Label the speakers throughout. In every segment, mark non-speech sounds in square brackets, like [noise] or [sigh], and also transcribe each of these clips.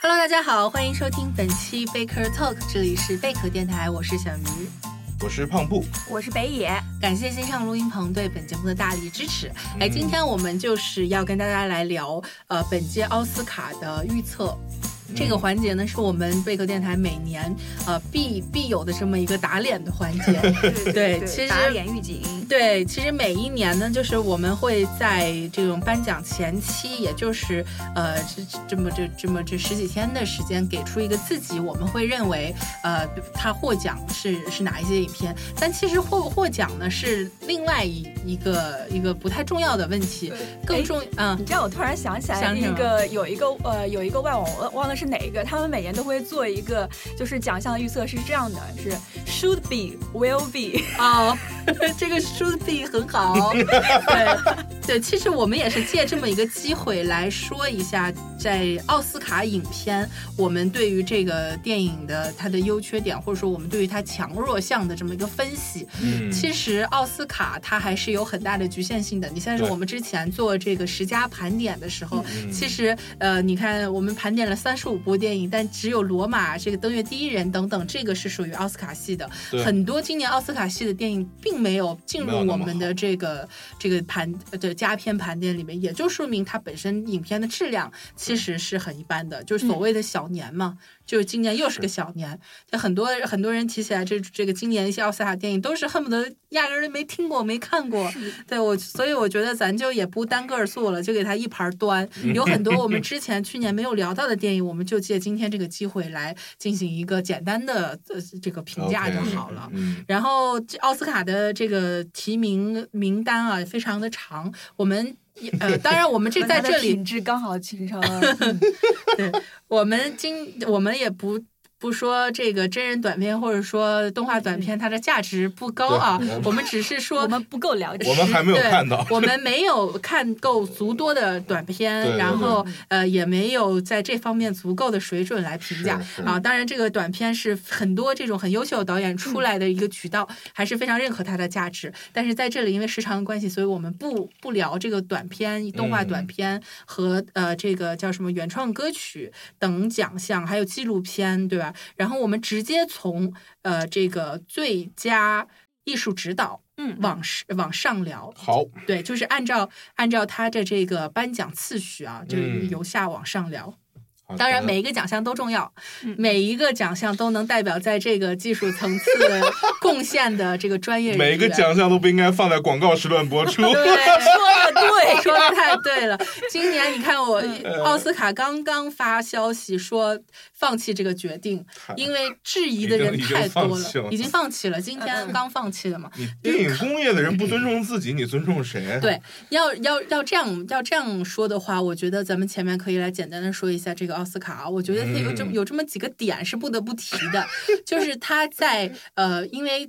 Speaker 1: Hello，大家好，欢迎收听本期贝壳 Talk，这里是贝壳电台，我是小鱼。
Speaker 2: 我是胖布，
Speaker 3: 我是北野，
Speaker 1: 感谢新上录音棚对本节目的大力支持。
Speaker 2: 嗯
Speaker 1: 哎，今天我们就是要跟大家来聊呃本届奥斯卡的预测。这个环节呢，是我们贝壳电台每年呃必必有的这么一个打脸的环节。
Speaker 3: 对
Speaker 1: 对其实
Speaker 3: 打脸预警，
Speaker 1: 对，其实每一年呢，就是我们会在这种颁奖前期，也就是呃这这么这这么这十几天的时间，给出一个自己我们会认为呃他获奖是是哪一些影片，但其实获不获奖呢是另外一一个一个不太重要的问题，更重嗯
Speaker 3: 哎你知道我突然想起来
Speaker 1: 想起
Speaker 3: 一个有一个呃有一个外网我忘了是哪一个，他们每年都会做一个就是奖项的预测是这样的，是 should be will be，
Speaker 2: [laughs]
Speaker 1: 哦，这个梳子很好，对对，其实我们也是借这么一个机会来说一下，在奥斯卡影片，我们对于这个电影的它的优缺点，或者说我们对于它强弱项的这么一个分析。
Speaker 2: 嗯，
Speaker 1: 其实奥斯卡它还是有很大的局限性的。你像是
Speaker 2: 对
Speaker 1: 我们之前做这个十佳盘点的时候，
Speaker 2: 嗯
Speaker 1: 其实呃，你看我们盘点了三十五部电影，但只有《罗马》这个《登月第一人》等等，这个是属于奥斯卡系的。
Speaker 2: 对
Speaker 1: 很多今年奥斯卡系的电影并没有进
Speaker 2: 没有
Speaker 1: 入
Speaker 2: 那么
Speaker 1: 我们的这个这个盘呃的佳片盘点里面，也就说明它本身影片的质量其实是很一般的，就是所谓的小年嘛，就是今年又是个小年，就很多很多人提起来这这个今年一些奥斯卡电影都是恨不得压根儿就没听过没看过，对我，所以我觉得咱就也不单个儿做了，就给它一盘儿
Speaker 3: [laughs]
Speaker 1: 端。有很多我们之前去年没有聊到的电影，我们就借今天这个机会来进行一个简单的呃这个评价就
Speaker 2: OK，
Speaker 1: 好了。
Speaker 2: 嗯，
Speaker 1: 然后这奥斯卡的这个提名名单啊，非常的长。我们也呃，当然我
Speaker 3: [laughs]
Speaker 1: 们这在
Speaker 3: 它的
Speaker 1: 这里
Speaker 3: 品质刚好情商，
Speaker 1: [laughs] 对，我们今我们也不不说这个真人短片或者说动画短片它的价值不高啊
Speaker 2: 嗯对我们，
Speaker 1: 我们只是说
Speaker 3: 我们不够了解
Speaker 2: 我，们还没有
Speaker 1: 对
Speaker 2: 看到
Speaker 1: 我们没有看够足多的短片，
Speaker 2: 对对
Speaker 1: 然后呃也没有在这方面足够的水准来评价
Speaker 2: 是是
Speaker 1: 啊。当然，这个短片是很多这种很优秀的导演出来的一个渠道，还是非常认可它的价值。但是在这里，因为时长的关系，所以我们不不聊这个短片、动画
Speaker 2: 嗯
Speaker 1: 短片和、呃这个叫什么原创歌曲等奖项，还有纪录片，对吧？然后我们直接从呃这个最佳艺术指导。
Speaker 3: 嗯
Speaker 1: 往是往上聊，
Speaker 2: 好，
Speaker 1: 对，就是按照按照他的这个颁奖次序啊，就是
Speaker 2: 嗯
Speaker 1: 由下往上聊。
Speaker 2: 好
Speaker 1: 当然，
Speaker 2: 的
Speaker 1: 每一个奖项都重要，
Speaker 3: 嗯
Speaker 1: 每一个奖项都能代表在这个技术层
Speaker 2: [laughs]
Speaker 1: 次贡献的这个专业人员。
Speaker 2: 每一个奖项都不应该放在广告时段播出。 [laughs]
Speaker 1: 对。
Speaker 3: 说的
Speaker 1: [laughs]
Speaker 3: 对，
Speaker 1: 说的太对了，今年你看我
Speaker 2: 嗯
Speaker 1: 奥斯卡刚刚发消息说放弃这个决定，因为质疑的人
Speaker 2: 嗯已经
Speaker 1: 太多
Speaker 2: 已经放弃了
Speaker 1: 已经放弃了，今天
Speaker 3: 嗯
Speaker 1: 刚放弃的嘛。
Speaker 2: 你电影工业的人不尊重自己，你尊重谁？
Speaker 1: 对，要要要这样要这样说的话，我觉得咱们前面可以来简单的说一下这个奥斯卡啊。我觉得它有这么有这么几个点是不得不提的，就是它在呃，因为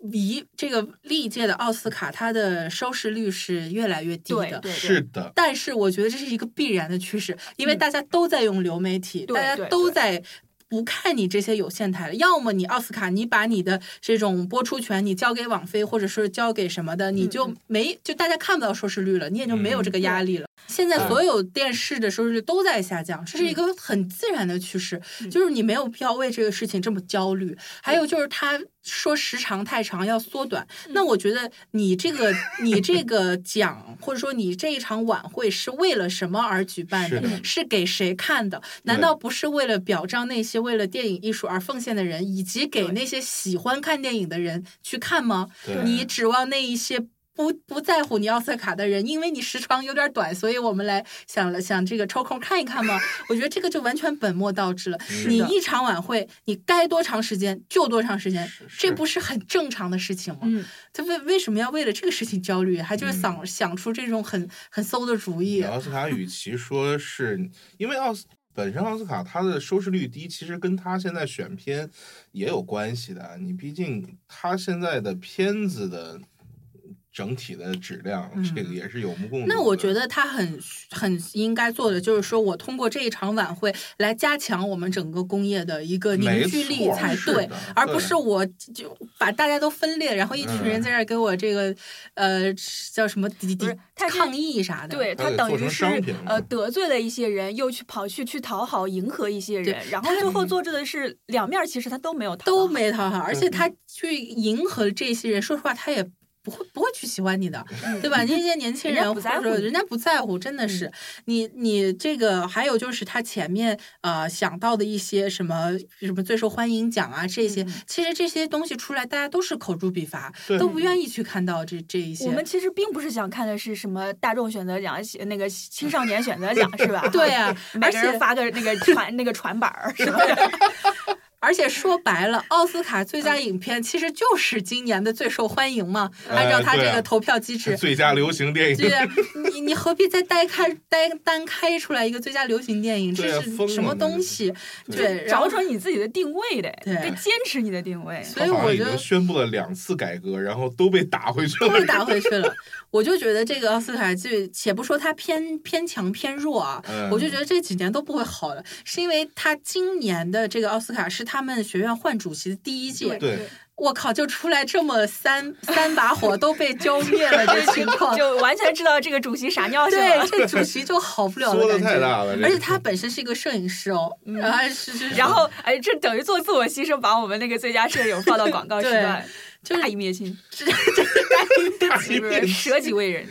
Speaker 1: 离这个历届的奥斯卡，它的收视率是越来越低
Speaker 3: 对对
Speaker 1: 的。
Speaker 3: 对，
Speaker 2: 是的，
Speaker 1: 但是我觉得这是一个必然的趋势，因为
Speaker 3: 嗯
Speaker 1: 大家都在用流媒体，
Speaker 3: 对
Speaker 1: 大家
Speaker 3: 对
Speaker 1: 都
Speaker 3: 对
Speaker 1: 在不看你这些有线台了。要么你奥斯卡，你把你的这种播出权你交给网飞，或者是交给什么的，你就
Speaker 3: 嗯
Speaker 1: 没就大家看不到收视率了，你也就没有这个压力了。现在
Speaker 3: 嗯
Speaker 2: 对
Speaker 1: 所有电视的收视率都在下降，这是一个很自然的趋势，
Speaker 3: 嗯
Speaker 1: 就是你没有必要为这个事情这么焦虑。还有就是他说时长太长要缩短，那我觉得你这个你这个奖或者说你这一场晚会是为了什么而举办的？
Speaker 2: 是的
Speaker 1: 是给谁看的？难道不是为了表彰那些为了电影艺术而奉献的人，以及给
Speaker 3: 对
Speaker 1: 那些喜欢看电影的人去看吗？
Speaker 2: 对
Speaker 1: 你指望那一些不不在乎你奥斯卡的人，因为你时长有点短，所以我们来想了想这个抽空看一看嘛。 [laughs] 我觉得这个就完全本末倒置了。
Speaker 2: 是
Speaker 1: 你
Speaker 3: 的
Speaker 1: 一场晚会，你该多长时间就多长时间
Speaker 2: 是，是
Speaker 1: 这不是很正常的事情吗？
Speaker 3: 嗯，
Speaker 1: 他为为什么要为了这个事情焦虑，还就是
Speaker 2: 嗯
Speaker 1: 想、想出这种很很馊的主意？
Speaker 2: 奥斯卡与其说是因为奥斯本身奥斯卡它的收视率低，其实跟它现在选片也有关系的。你毕竟它现在的片子的整体的质量，
Speaker 1: 嗯
Speaker 2: 这个也是有目共睹的。
Speaker 1: 那我觉得他很很应该做的就是说，我通过这一场晚会来加强我们整个工业的一个
Speaker 2: 没
Speaker 1: 呃凝聚力
Speaker 2: 错
Speaker 1: 才
Speaker 2: 是
Speaker 1: 对
Speaker 2: 的，
Speaker 1: 而不
Speaker 2: 对嗯
Speaker 1: 是我就把大家都分裂，然后一群人在这儿给我这个、呃叫什么抵
Speaker 3: 不
Speaker 1: 抵
Speaker 3: 是他是
Speaker 1: 抗议啥的。
Speaker 3: 对
Speaker 2: 它
Speaker 3: 他
Speaker 2: 得
Speaker 3: 等
Speaker 2: 做
Speaker 3: 于
Speaker 2: 成
Speaker 3: 是
Speaker 2: 商品
Speaker 3: 呃
Speaker 2: 了
Speaker 3: 得罪了一些人，又去跑去去讨好迎合一些
Speaker 1: 对
Speaker 3: 人，然后
Speaker 1: 它
Speaker 3: 最后做出的是两面，其实他都没有讨
Speaker 1: 都
Speaker 3: 好
Speaker 1: 没讨好，而且
Speaker 2: 嗯
Speaker 1: 他去迎合这些人，说实话，他也不会不会去喜欢你的，
Speaker 3: 嗯
Speaker 1: 对吧？那
Speaker 3: [laughs]
Speaker 1: 些年轻
Speaker 3: 人家
Speaker 1: 人
Speaker 3: 不在
Speaker 1: 或者
Speaker 3: 乎你嗯
Speaker 1: 人家不在乎，真的是你你这个还有就是他前面呃想到的一些什么什么最受欢迎奖啊这些
Speaker 3: 嗯，
Speaker 1: 其实这些东西出来，大家都是口诛笔伐，
Speaker 2: 对
Speaker 1: 都不愿意去看到这这一
Speaker 3: 我
Speaker 1: 些
Speaker 3: 们。其实并不是想看的是什么大众选择奖、呃那个青少年选择奖， [laughs] 是吧？，
Speaker 1: 对啊
Speaker 3: 每
Speaker 1: 而
Speaker 3: 个
Speaker 1: 且
Speaker 3: 人发个那个传那个传板儿，是吧？ [laughs]
Speaker 1: 而且说白了，奥斯卡
Speaker 3: 嗯
Speaker 1: 最佳影片其实就是今年的最受欢迎嘛，
Speaker 2: 呃
Speaker 3: 哎
Speaker 1: 按照他
Speaker 2: 对
Speaker 1: 这
Speaker 2: 啊
Speaker 1: 个投票机制，
Speaker 2: 最佳流行电
Speaker 1: 对
Speaker 2: 影，
Speaker 1: 你你何必再单开单单开出来一个最佳流行电影？
Speaker 2: 对啊
Speaker 1: 这
Speaker 2: 疯
Speaker 1: 是
Speaker 2: 了
Speaker 1: 什么
Speaker 2: 那
Speaker 1: 东
Speaker 2: 就
Speaker 1: 西？
Speaker 2: 对
Speaker 1: 对，然
Speaker 3: 找
Speaker 1: 后
Speaker 3: 准你自己的定位得，
Speaker 1: 对
Speaker 3: 得坚持你的定位。，
Speaker 1: 所以
Speaker 2: 好像
Speaker 1: 我
Speaker 2: 已
Speaker 1: 就
Speaker 2: 经宣布了两次改革，然后都被打回去
Speaker 1: 都
Speaker 2: 了。
Speaker 1: 被打回去了。我就觉得这个奥斯卡剧，且不说它偏偏强偏弱啊，
Speaker 2: 嗯
Speaker 1: 我就觉得这几年都不会好了，是因为他今年的这个奥斯卡是他们学院换主席的第一届，
Speaker 2: 对，
Speaker 1: 我靠，就出来这么三三把火都被浇灭了这情况
Speaker 3: 就完全知道这个主席啥尿性了
Speaker 1: 对，。
Speaker 3: [laughs]
Speaker 1: 这主席就好不了
Speaker 2: 说
Speaker 1: 了，
Speaker 2: 得
Speaker 1: 感觉。
Speaker 2: 太大了这
Speaker 1: 而且
Speaker 2: 个
Speaker 1: 他本身是一个摄影师哦，然后是是，是
Speaker 3: 嗯然后，哎，这等于做自我牺牲，把我们那个最佳摄影放到广告时段，
Speaker 1: 就是
Speaker 3: 大义灭亲，
Speaker 1: 这这这大
Speaker 3: 是不是舍己为人？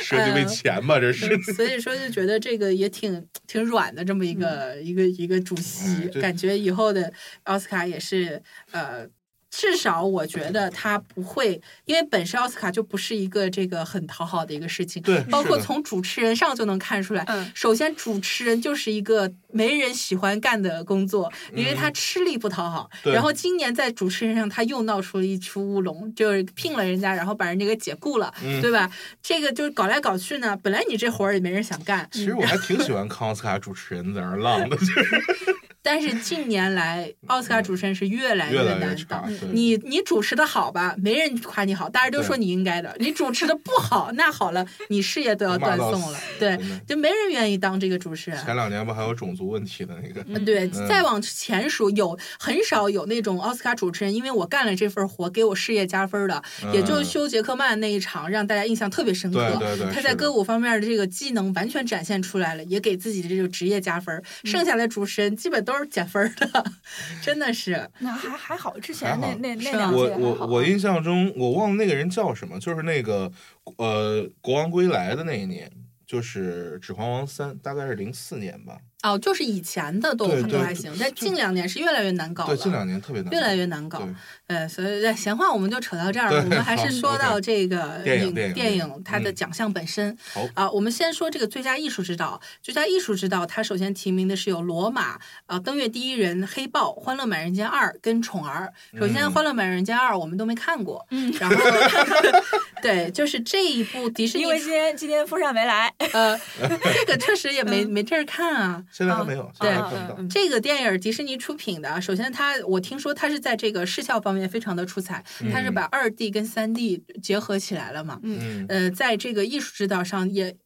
Speaker 2: 设计
Speaker 1: 嗯
Speaker 2: 为钱吧，这是。
Speaker 1: 所以说就觉得这个也挺挺软的这么一个、一个一个主席
Speaker 2: 嗯哎，这
Speaker 1: 感觉以后的奥斯卡也是呃。至少我觉得他不会，因为本身奥斯卡就不是一个这个很讨好的一个事情，
Speaker 2: 对
Speaker 1: 包括
Speaker 2: 是的
Speaker 1: 从主持人上就能看出来。
Speaker 3: 嗯
Speaker 1: 首先，主持人就是一个没人喜欢干的工作，因为他吃力不讨好。
Speaker 2: 嗯对
Speaker 1: 然后今年在主持人上他又闹出了一出乌龙，就是聘了人家，然后把人家给解雇了，
Speaker 2: 嗯 [laughs]
Speaker 1: 对吧？这个就是搞来搞去呢，本来你这活儿也没人想干，
Speaker 2: 其实我还挺喜欢康斯卡主持人在那儿浪的，就是
Speaker 1: 但是近年来奥斯卡主持人是越来
Speaker 2: 嗯越来越
Speaker 1: 难
Speaker 2: 差
Speaker 1: 当。。
Speaker 2: 对
Speaker 1: 嗯你你主持的好吧，没人夸你好，大家都说
Speaker 2: 对
Speaker 1: 你应该的。你主持的不好，那好了，你事业都要
Speaker 2: 骂
Speaker 1: 断
Speaker 2: 到
Speaker 1: 送了
Speaker 2: 死。嗯
Speaker 1: 对
Speaker 2: 真的，
Speaker 1: 就没人愿意当这个主持人。
Speaker 2: 前两年不还有种族问题的那个？
Speaker 3: 嗯
Speaker 1: 对，
Speaker 2: 嗯
Speaker 1: 再往前数，有很少有那种奥斯卡主持人，因为我干了这份活，给我事业加分的，也就是
Speaker 2: 嗯
Speaker 1: 休·杰克曼那一场，让大家印象特别深刻。
Speaker 2: 对对对
Speaker 1: 嗯他
Speaker 2: 是
Speaker 1: 在
Speaker 2: 的
Speaker 1: 歌舞方面的这个技能完全展现出来了，也给自己的这个职业加分。
Speaker 2: 嗯
Speaker 1: 剩下的主持人基本都是减分的， [laughs] 真的是。
Speaker 3: [laughs] 那还还好，之前
Speaker 2: 还
Speaker 3: 那
Speaker 2: 好啊
Speaker 3: 那那
Speaker 1: 是吧
Speaker 3: 两届
Speaker 2: 我
Speaker 3: 还好
Speaker 2: 我
Speaker 3: 啊
Speaker 2: 我印象中，我忘了那个人叫什么，就是那个呃《国王归来》的那一年，就是《指环王三》，大概是零四年吧。
Speaker 1: 哦，就是以前的都
Speaker 2: 对
Speaker 1: 都
Speaker 2: 对
Speaker 1: 还行，但近两年是越来越难搞
Speaker 2: 对，
Speaker 1: 了。
Speaker 2: 近两年特别难，
Speaker 1: 越来越难搞
Speaker 2: 对，
Speaker 1: 呃，所以哎闲话我们就扯到这儿了，
Speaker 2: 对
Speaker 1: 我们还
Speaker 2: 好
Speaker 1: 是说
Speaker 2: ，OK
Speaker 1: 到这个
Speaker 2: 电影
Speaker 1: 影
Speaker 2: 电
Speaker 1: 电
Speaker 2: 影电
Speaker 1: 影
Speaker 2: 影
Speaker 1: 它的
Speaker 2: 嗯
Speaker 1: 奖项本身。
Speaker 2: 好
Speaker 1: 啊，我们先说这个最佳艺术指导。最佳艺术指导，它首先提名的是有《罗马》啊，《登月第一人》《黑豹》《欢乐满人间二》跟《宠儿》。首先，
Speaker 2: 嗯
Speaker 1: 《欢乐满人间二》我们都没看过，
Speaker 3: 嗯，
Speaker 1: 然后 [laughs] 对，就是这一部迪士尼
Speaker 3: 因为今天今天风扇没来，
Speaker 1: 呃，这个确实也没没地儿看啊。
Speaker 2: 现在还没有，现
Speaker 1: 对
Speaker 2: 在还看不到。
Speaker 3: 嗯
Speaker 1: 这个电影儿迪士尼出品的，首先它我听说它是在这个视效方面非常的出彩，它是把二 D 跟三 D 结合起来了嘛。
Speaker 2: 嗯，
Speaker 1: 呃，在这个艺术指导上也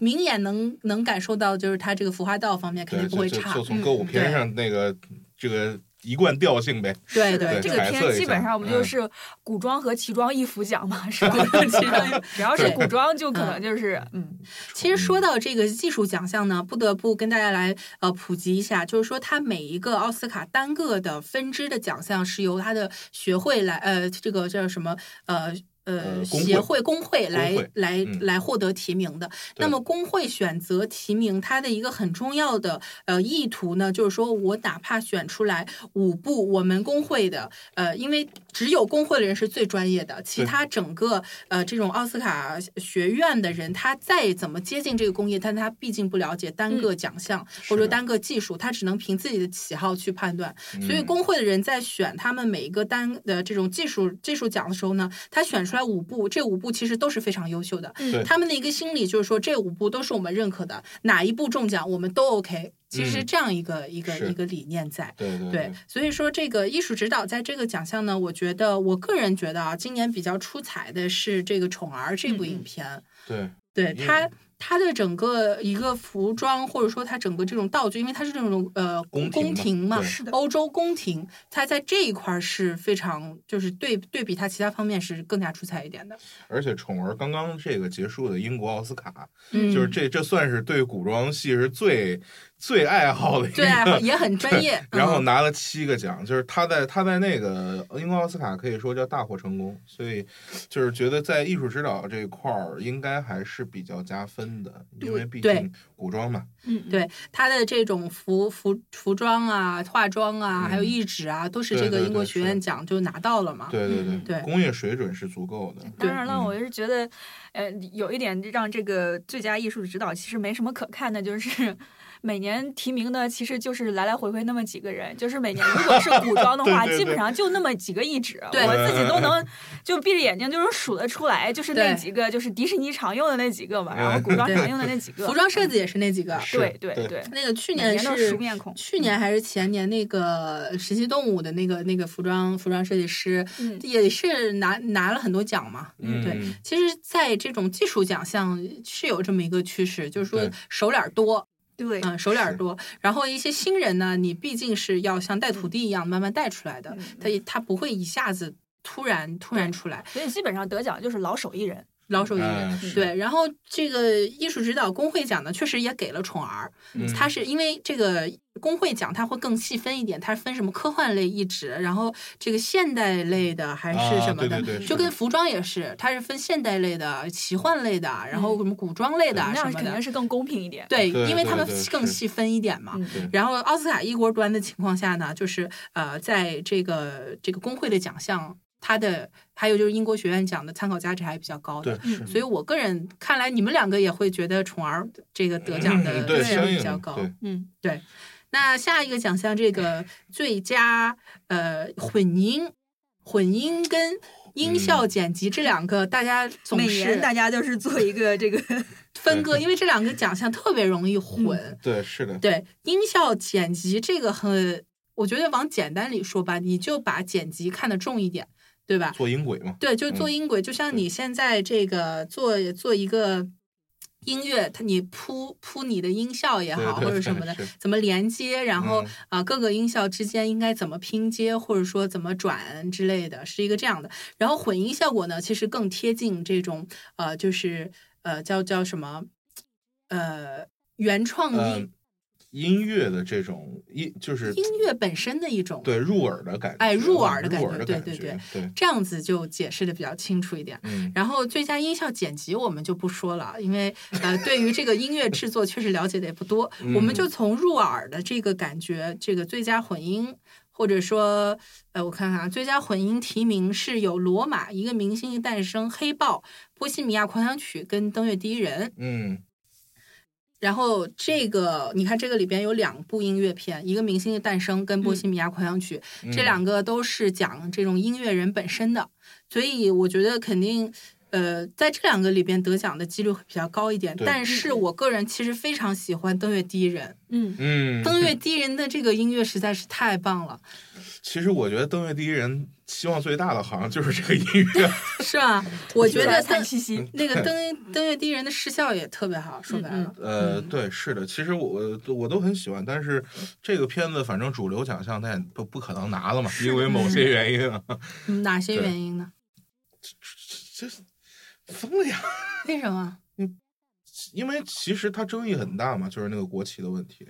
Speaker 1: 明眼能能感受到，就是它这个服化道方面肯
Speaker 2: 对，
Speaker 1: 定不
Speaker 2: 就
Speaker 1: 会
Speaker 2: 就
Speaker 1: 差
Speaker 2: 就。从歌舞片上那个这个一贯调性呗。
Speaker 1: 对
Speaker 3: 是
Speaker 1: 对
Speaker 3: 这
Speaker 2: 对
Speaker 3: 个
Speaker 2: 彩色
Speaker 3: 片
Speaker 2: 一
Speaker 3: 基本
Speaker 2: 下
Speaker 3: 上我们就
Speaker 2: 嗯
Speaker 3: 是古装和奇装异服奖嘛，是吧？奇装异只要是
Speaker 1: 对
Speaker 3: 古装，就可能
Speaker 1: 嗯
Speaker 3: 就是嗯，
Speaker 1: 其实说到这个技术奖项呢，不得不跟大家来呃普及一下，就是说它每一个奥斯卡单个的分支的奖项是由它的学会来呃这个叫什么呃。呃，
Speaker 2: 呃工会
Speaker 1: 协会工会来
Speaker 2: 工会
Speaker 1: 来
Speaker 2: 嗯
Speaker 1: 来获得提名的。
Speaker 2: 对
Speaker 1: 那么工会选择提名，它的一个很重要的呃意图呢，就是说我哪怕选出来五部我们工会的，呃，因为只有工会的人是最专业的，其
Speaker 2: 对
Speaker 1: 他整个呃这种奥斯卡学院的人，他再怎么接近这个工业，但他毕竟不了解单个奖项、或者
Speaker 2: 是
Speaker 1: 说
Speaker 2: 的
Speaker 1: 单个技术，他只能凭自己的喜好去判断。
Speaker 2: 嗯
Speaker 1: 呃所以工会的人在选他们每一个单的这种技术技术奖的时候呢，他选出来来五部，这五部其实都是非常优秀的。
Speaker 2: 对
Speaker 1: 他们的一个心理就是说，这五部都是我们认可的，哪一部中奖我们都 OK。其实是
Speaker 2: 嗯
Speaker 1: 这样一个、一个
Speaker 2: 是
Speaker 1: 一个理念在。
Speaker 2: 对对
Speaker 1: 对，所以说这个艺术指导在这个奖项呢，我觉得我个人觉得啊，今年比较出彩的是这个《宠儿》这部
Speaker 3: 嗯嗯
Speaker 1: 影片，
Speaker 2: 对
Speaker 1: 对
Speaker 2: 因为
Speaker 1: 它它的整个一个服装或者说它整个这种道具，因为它是这种呃
Speaker 2: 宫廷嘛
Speaker 1: 宫廷嘛
Speaker 2: 对，
Speaker 3: 是的，
Speaker 1: 欧洲宫廷，它在这一块儿是非常就是对对比它其他方面是更加出彩一点的。
Speaker 2: 而且宠儿刚刚这个结束的英国奥斯卡，
Speaker 1: 嗯，
Speaker 2: 就是这这算是对古装戏是最最爱好的一
Speaker 1: 对啊，
Speaker 2: 个。
Speaker 1: 也很专业。
Speaker 2: [laughs] 然后
Speaker 1: 嗯
Speaker 2: 拿了七个奖，就是他在他在那个英国奥斯卡可以说叫大获成功，所以就是觉得在艺术指导这一块儿应该还是比较加分的，因为毕
Speaker 1: 对
Speaker 2: 竟古装嘛，
Speaker 3: 嗯，嗯，
Speaker 1: 对它的这种服服服装啊、化妆啊，还有
Speaker 2: 嗯
Speaker 1: 艺指啊，都是
Speaker 2: 对
Speaker 1: 这个
Speaker 2: 对
Speaker 1: 英国
Speaker 2: 对
Speaker 1: 学
Speaker 2: 是
Speaker 1: 院奖就拿到了嘛。
Speaker 2: 对对对，
Speaker 3: 嗯
Speaker 1: 对
Speaker 2: 工业水准是足够的，
Speaker 3: 当然了，
Speaker 2: 嗯
Speaker 3: 我是觉得，呃，有一点让这个最佳艺术指导其实没什么可看的，就是每年提名的其实就是来来回回那么几个人，就是每年如果是古装的话，
Speaker 2: 对对对
Speaker 3: 基本上就那么几个一指，
Speaker 1: 对
Speaker 3: 我自己都能就闭着眼睛就是数得出来，就是那
Speaker 1: 对
Speaker 3: 几个，就是迪士尼常用的那几个嘛，然后
Speaker 2: 嗯
Speaker 3: 古装
Speaker 1: 对
Speaker 3: 常用的那几个，嗯
Speaker 1: 服装设计也是那几个。
Speaker 2: 是
Speaker 3: 对对
Speaker 2: 对
Speaker 3: 对，
Speaker 1: 那个去
Speaker 3: 每
Speaker 1: 年
Speaker 3: 年都呃是
Speaker 1: 是
Speaker 3: 熟面孔，
Speaker 1: 去年还是前年那个《神奇动物》的那个那个服装服装设计师，
Speaker 3: 嗯
Speaker 1: 也是拿拿了很多奖嘛。
Speaker 2: 嗯
Speaker 1: 对，其实，在这种技术奖项是有这么一个趋势，就是说
Speaker 2: 对
Speaker 1: 手脸儿多，
Speaker 3: 对，
Speaker 1: 嗯，手脸儿
Speaker 2: 是
Speaker 1: 多。然后一些新人呢，你毕竟是要像带徒弟一样慢慢带出来的
Speaker 3: 嗯，
Speaker 1: 他也他不会一下子突然突然出来
Speaker 3: 所以基本上得奖就是老手艺人，
Speaker 1: 老手艺人。
Speaker 2: 哎
Speaker 3: 嗯
Speaker 1: 对，然后这个艺术指导工会奖呢，确实也给了宠儿，
Speaker 2: 嗯
Speaker 1: 它是因为这个工会奖，它会更细分一点，它是分什么科幻类一指，然后这个现代类的还是
Speaker 2: 啊
Speaker 1: 什么的，
Speaker 2: 对对对
Speaker 1: 就是跟服装也是，它是分现代类的、奇幻类的，然后
Speaker 3: 嗯
Speaker 1: 什么古装类的啊
Speaker 3: 那
Speaker 1: 什
Speaker 3: 样
Speaker 1: 么
Speaker 3: 肯
Speaker 1: 的
Speaker 3: 定，是更公平一点，
Speaker 1: 对，
Speaker 2: 对
Speaker 1: 因为他
Speaker 2: 对
Speaker 1: 们
Speaker 2: 对
Speaker 1: 更
Speaker 2: 是
Speaker 1: 细分一点嘛。
Speaker 3: 嗯
Speaker 2: 对
Speaker 1: 然后奥斯卡一锅端的情况下呢，就是呃，在这个这个工会的奖项，它的还有就是英国学院奖的参考价值还比较高的
Speaker 2: 对。是
Speaker 3: 嗯
Speaker 1: 所以我个人看来，你们两个也会觉得宠儿这个得奖的
Speaker 2: 嗯
Speaker 1: 几
Speaker 2: 对
Speaker 1: 率
Speaker 2: 相应
Speaker 1: 比较高。
Speaker 2: 对
Speaker 3: 嗯，
Speaker 1: 那下一个奖项，这个最佳呃混音、混音跟音效剪辑这两个，大家总
Speaker 3: 每
Speaker 1: 是
Speaker 3: 年大家就是做一个这个
Speaker 1: 分割，因为这两个奖项特别容易混。
Speaker 2: 对是的，
Speaker 1: 对，音效剪辑这个很，我觉得往简单里说吧，你就把剪辑看得重一点，对吧？
Speaker 2: 做音轨嘛，
Speaker 1: 对，就是做音轨，就
Speaker 2: 嗯
Speaker 1: 像你现在这个做做一个音乐，它你铺铺你的音效也好，
Speaker 2: 对对
Speaker 1: 或者什么的
Speaker 2: 是，
Speaker 1: 怎么连接，然后
Speaker 2: 嗯
Speaker 1: 啊、各个音效之间应该怎么拼接，或者说怎么转之类的，是一个这样的。然后混音效果呢，其实更贴近这种呃，就是呃叫叫什么呃原创
Speaker 2: 呃
Speaker 1: 音、，
Speaker 2: 音乐的这种音就是
Speaker 1: 音乐本身的一种
Speaker 2: 对入耳的感觉，
Speaker 1: 哎入耳的感
Speaker 2: 感
Speaker 1: 觉
Speaker 2: 入耳的
Speaker 1: 对
Speaker 2: 觉
Speaker 1: 对对
Speaker 2: 对，
Speaker 1: 这样子就解释的比较清楚一点。
Speaker 2: 嗯，
Speaker 1: 然后最佳音效剪辑我们就不说了，因为呃，对于这个音乐制作确实了解的也不多，
Speaker 2: 嗯
Speaker 1: 我们就从入耳的这个感觉，这个最佳混音。或者说，呃，我看看啊，最佳混音提名是有《罗马》《一个明星的诞生》《黑豹》《波西米亚狂想曲》跟《登月第一人》。
Speaker 2: 嗯，
Speaker 1: 然后这个，你看这个里边有两部音乐片，《一个明星的诞生》跟《波西米亚狂想曲》
Speaker 2: 嗯
Speaker 1: 这两个都是讲这种音乐人本身的，所以我觉得肯定。呃，在这两个里边得奖的几率会比较高一点，
Speaker 2: 对
Speaker 1: 但是我个人其实非常喜欢《登月第一人
Speaker 3: [laughs] 嗯》，
Speaker 2: [laughs] 嗯
Speaker 1: 《登月第一人》的这个音乐实在是太棒了，
Speaker 2: 其实我觉得登月第一人希望最大的好像就是这个音
Speaker 1: [laughs]
Speaker 2: 乐，
Speaker 1: 是吧？我觉得
Speaker 3: 惨
Speaker 1: 登
Speaker 3: 兮兮。
Speaker 1: 那个 [laughs] 登登月第一人的视效也特别好，说白了，
Speaker 2: 呃，
Speaker 1: 嗯
Speaker 2: 对，是的，其实我我我都很喜欢，但是这个片子反正主流奖项它也不不可能拿了嘛，因为某些原因啊， [laughs]
Speaker 1: 嗯哪些
Speaker 2: 对
Speaker 1: 原因呢？
Speaker 2: 这是疯了呀！
Speaker 1: 为什么？
Speaker 2: 因为其实它争议很大嘛，就是那个国旗的问题，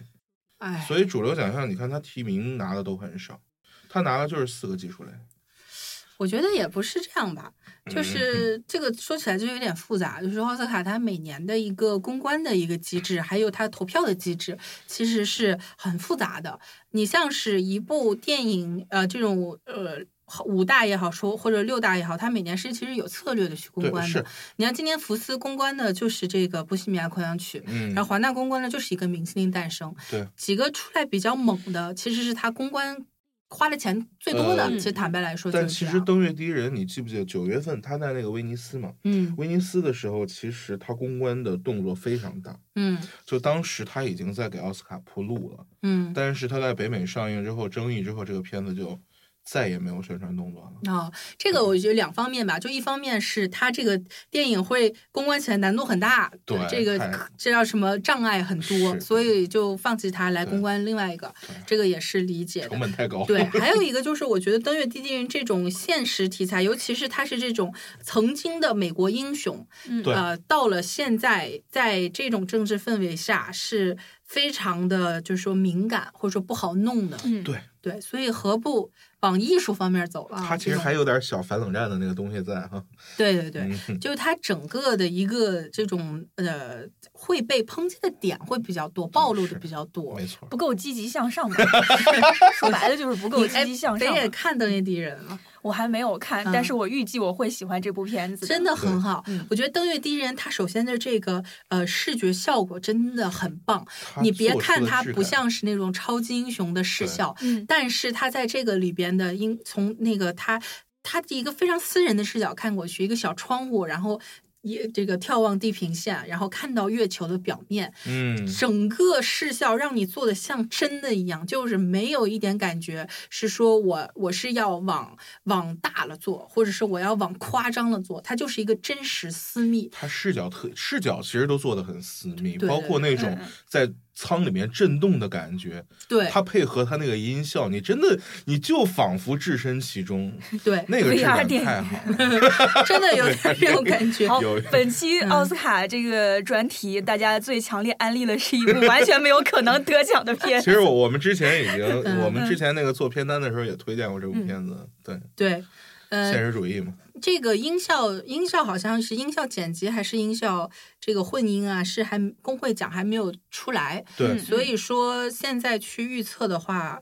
Speaker 1: 哎，
Speaker 2: 所以主流奖项你看它提名拿的都很少，他拿的就是四个技术类，
Speaker 1: 我觉得也不是这样吧，
Speaker 2: 嗯
Speaker 1: 就是这个说起来就有点复杂。就是奥斯卡它每年的一个公关的一个机制，还有它投票的机制，其实是很复杂的。你像是一部电影，呃，这种呃。五大也好说，或者六大也好，它每年是其实有策略的去公
Speaker 2: 对
Speaker 1: 关的
Speaker 2: 是。
Speaker 1: 你看今年福斯公关的就是这个《波西米亚狂想曲》，
Speaker 2: 嗯
Speaker 1: 然后华纳公关呢就是一个《明星的诞生》，
Speaker 2: 对
Speaker 1: 几个出来比较猛的其实是它公关花的钱最多的，
Speaker 2: 呃
Speaker 1: 其实坦白来说就是
Speaker 2: 但
Speaker 1: 这
Speaker 2: 其
Speaker 1: 样，
Speaker 2: 实《登月第一人》，你记不记得九月份他在那个威尼斯嘛？
Speaker 1: 嗯
Speaker 2: 威尼斯的时候，其实他公关的动作非常大，
Speaker 1: 嗯
Speaker 2: 就当时他已经在给奥斯卡铺路了。
Speaker 1: 嗯
Speaker 2: 但是他在北美上映之后，争议之后，这个片子就再也没有宣传动作了。
Speaker 1: 哦，这个我觉得两方面吧，就一方面是它这个电影会公关起来难度很大，
Speaker 2: 对
Speaker 1: 这个
Speaker 2: 太
Speaker 1: 这叫什么障碍很多，
Speaker 2: 是
Speaker 1: 所以就放弃它来
Speaker 2: 对
Speaker 1: 公关。另外一个
Speaker 2: 对，
Speaker 1: 这个也是理解
Speaker 2: 成
Speaker 1: 的。
Speaker 2: 本太高，
Speaker 1: 对，还有一个就是，我觉得《登月地人》这种现实题材，尤其是它是这种曾经的美国英雄，
Speaker 3: 嗯
Speaker 2: 对
Speaker 1: 呃，到了现在，在这种政治氛围下是非常的，就是说敏感或者说不好弄的。
Speaker 3: 嗯，
Speaker 2: 对
Speaker 1: 对，所以何不往艺术方面走了啊？
Speaker 2: 他其
Speaker 1: 这
Speaker 2: 实
Speaker 1: 种
Speaker 2: 还有点小反冷战的那个东西在哈。
Speaker 1: 对对对，
Speaker 2: 嗯
Speaker 1: 就是它整个的一个这种呃会被抨击的点会比较多，暴露的比较多
Speaker 2: 没。错，
Speaker 3: 不够积极向
Speaker 2: [laughs]
Speaker 3: 上嘛，说白了就是不够积极向
Speaker 1: 你
Speaker 3: 上
Speaker 1: 哎
Speaker 3: 嘛。
Speaker 1: 北野看《登月第一人》了，
Speaker 3: 我还没有看，
Speaker 1: 嗯
Speaker 3: 但是我预计我会喜欢这部片子。
Speaker 1: 真
Speaker 3: 的，
Speaker 1: 的很好
Speaker 3: 嗯。
Speaker 1: 我觉得《登月第一人》它首先的这个呃视觉效果真的很棒，
Speaker 2: 他
Speaker 1: 你别
Speaker 2: 做出
Speaker 1: 看
Speaker 2: 的
Speaker 1: 它
Speaker 2: 质
Speaker 1: 不
Speaker 2: 感
Speaker 1: 像是那种超级英雄的视
Speaker 2: 对
Speaker 1: 效，
Speaker 3: 嗯
Speaker 1: 但是他在这个里边的因从那个他他的一个非常私人的视角看过去，一个小窗户，然后也这个眺望地平线，然后看到月球的表面，
Speaker 2: 嗯，
Speaker 1: 整个视效让你做的像真的一样，就是没有一点感觉是说我我是要往往大了做，或者是我要往夸张了做，它就是一个真实私密。
Speaker 2: 他视角特视角其实都做的很私密，
Speaker 1: 对
Speaker 2: 包
Speaker 1: 对
Speaker 2: 括那
Speaker 3: 对
Speaker 2: 种
Speaker 3: 嗯
Speaker 2: 在舱里面震动的感觉，
Speaker 1: 对
Speaker 2: 它配合它那个音效，你真的你就仿佛置身其中，
Speaker 1: 对，
Speaker 2: 那个质
Speaker 3: VR
Speaker 2: 感
Speaker 3: 电
Speaker 2: 太
Speaker 3: 影
Speaker 2: 好了。
Speaker 1: 真的有点这种感觉。
Speaker 3: 好
Speaker 2: 有，
Speaker 3: 本期奥斯卡这个专题，大家最强烈安利的是一部完全没有可能得奖的
Speaker 2: [laughs]
Speaker 3: 片
Speaker 2: 其实我我们之前已
Speaker 3: [laughs]
Speaker 2: 经
Speaker 1: 嗯，
Speaker 2: 我们之前那个做片单的时候也推荐过这
Speaker 3: 嗯
Speaker 2: 部片子，对，
Speaker 1: 对，呃，
Speaker 2: 现实主义嘛，
Speaker 1: 这个音效音效好像是音效剪辑还是音效这个混音啊，是还工会奖还没有出来，
Speaker 2: 对
Speaker 3: 嗯，
Speaker 1: 所以说现在去预测的话。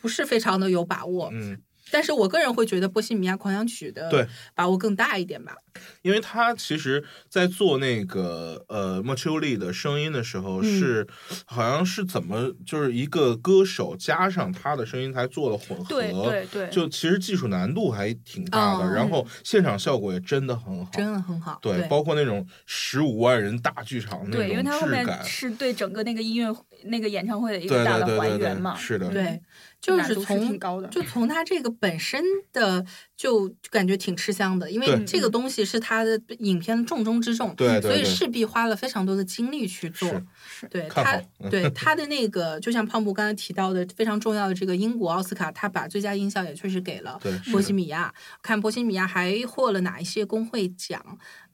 Speaker 1: 不是非常的有把握，
Speaker 2: 嗯，
Speaker 1: 但是我个人会觉得《波西米亚狂想曲》
Speaker 2: 对
Speaker 1: 的把握更大一点吧。
Speaker 2: 因为他其实，在做那个呃莫秋丽的声音的时候
Speaker 1: 嗯
Speaker 2: 是，好像是怎么就是一个歌手加上他的声音才做了混合，
Speaker 3: 对对对，
Speaker 2: 就其实技术难度还挺大的，
Speaker 1: 哦
Speaker 2: 然后现场效果也真的很好，
Speaker 1: 真的很好。
Speaker 2: 对，包括那种十五万人大剧场那
Speaker 3: 对，因为
Speaker 2: 种
Speaker 3: 它后
Speaker 2: 质
Speaker 3: 面
Speaker 2: 感，
Speaker 3: 是对整个那个音乐会那个演唱会的一
Speaker 2: 对
Speaker 3: 个大
Speaker 2: 对
Speaker 3: 的
Speaker 2: 对对
Speaker 3: 还原嘛
Speaker 2: 对，，是的，
Speaker 1: 对，就是
Speaker 3: 难度
Speaker 1: 从
Speaker 3: 挺高的，
Speaker 1: 就从它这个本身的就就感觉挺吃香的，因为
Speaker 2: 对
Speaker 1: 这
Speaker 3: 嗯
Speaker 1: 个东西是它的影片的重中之重，
Speaker 2: 对对
Speaker 1: 所以
Speaker 2: 对
Speaker 1: 势必花了非常多的精力去做。
Speaker 2: 是
Speaker 3: 是
Speaker 1: 对
Speaker 2: 看
Speaker 1: 他
Speaker 2: 好，嗯
Speaker 1: 对他的那个，就像胖布刚才提到的，非常重要的这个英国奥斯卡，他把最佳音效也确实给了
Speaker 2: 对，
Speaker 1: 波
Speaker 2: 是
Speaker 1: 西
Speaker 2: 的
Speaker 1: 米亚。看波西米亚还获了哪一些工会奖？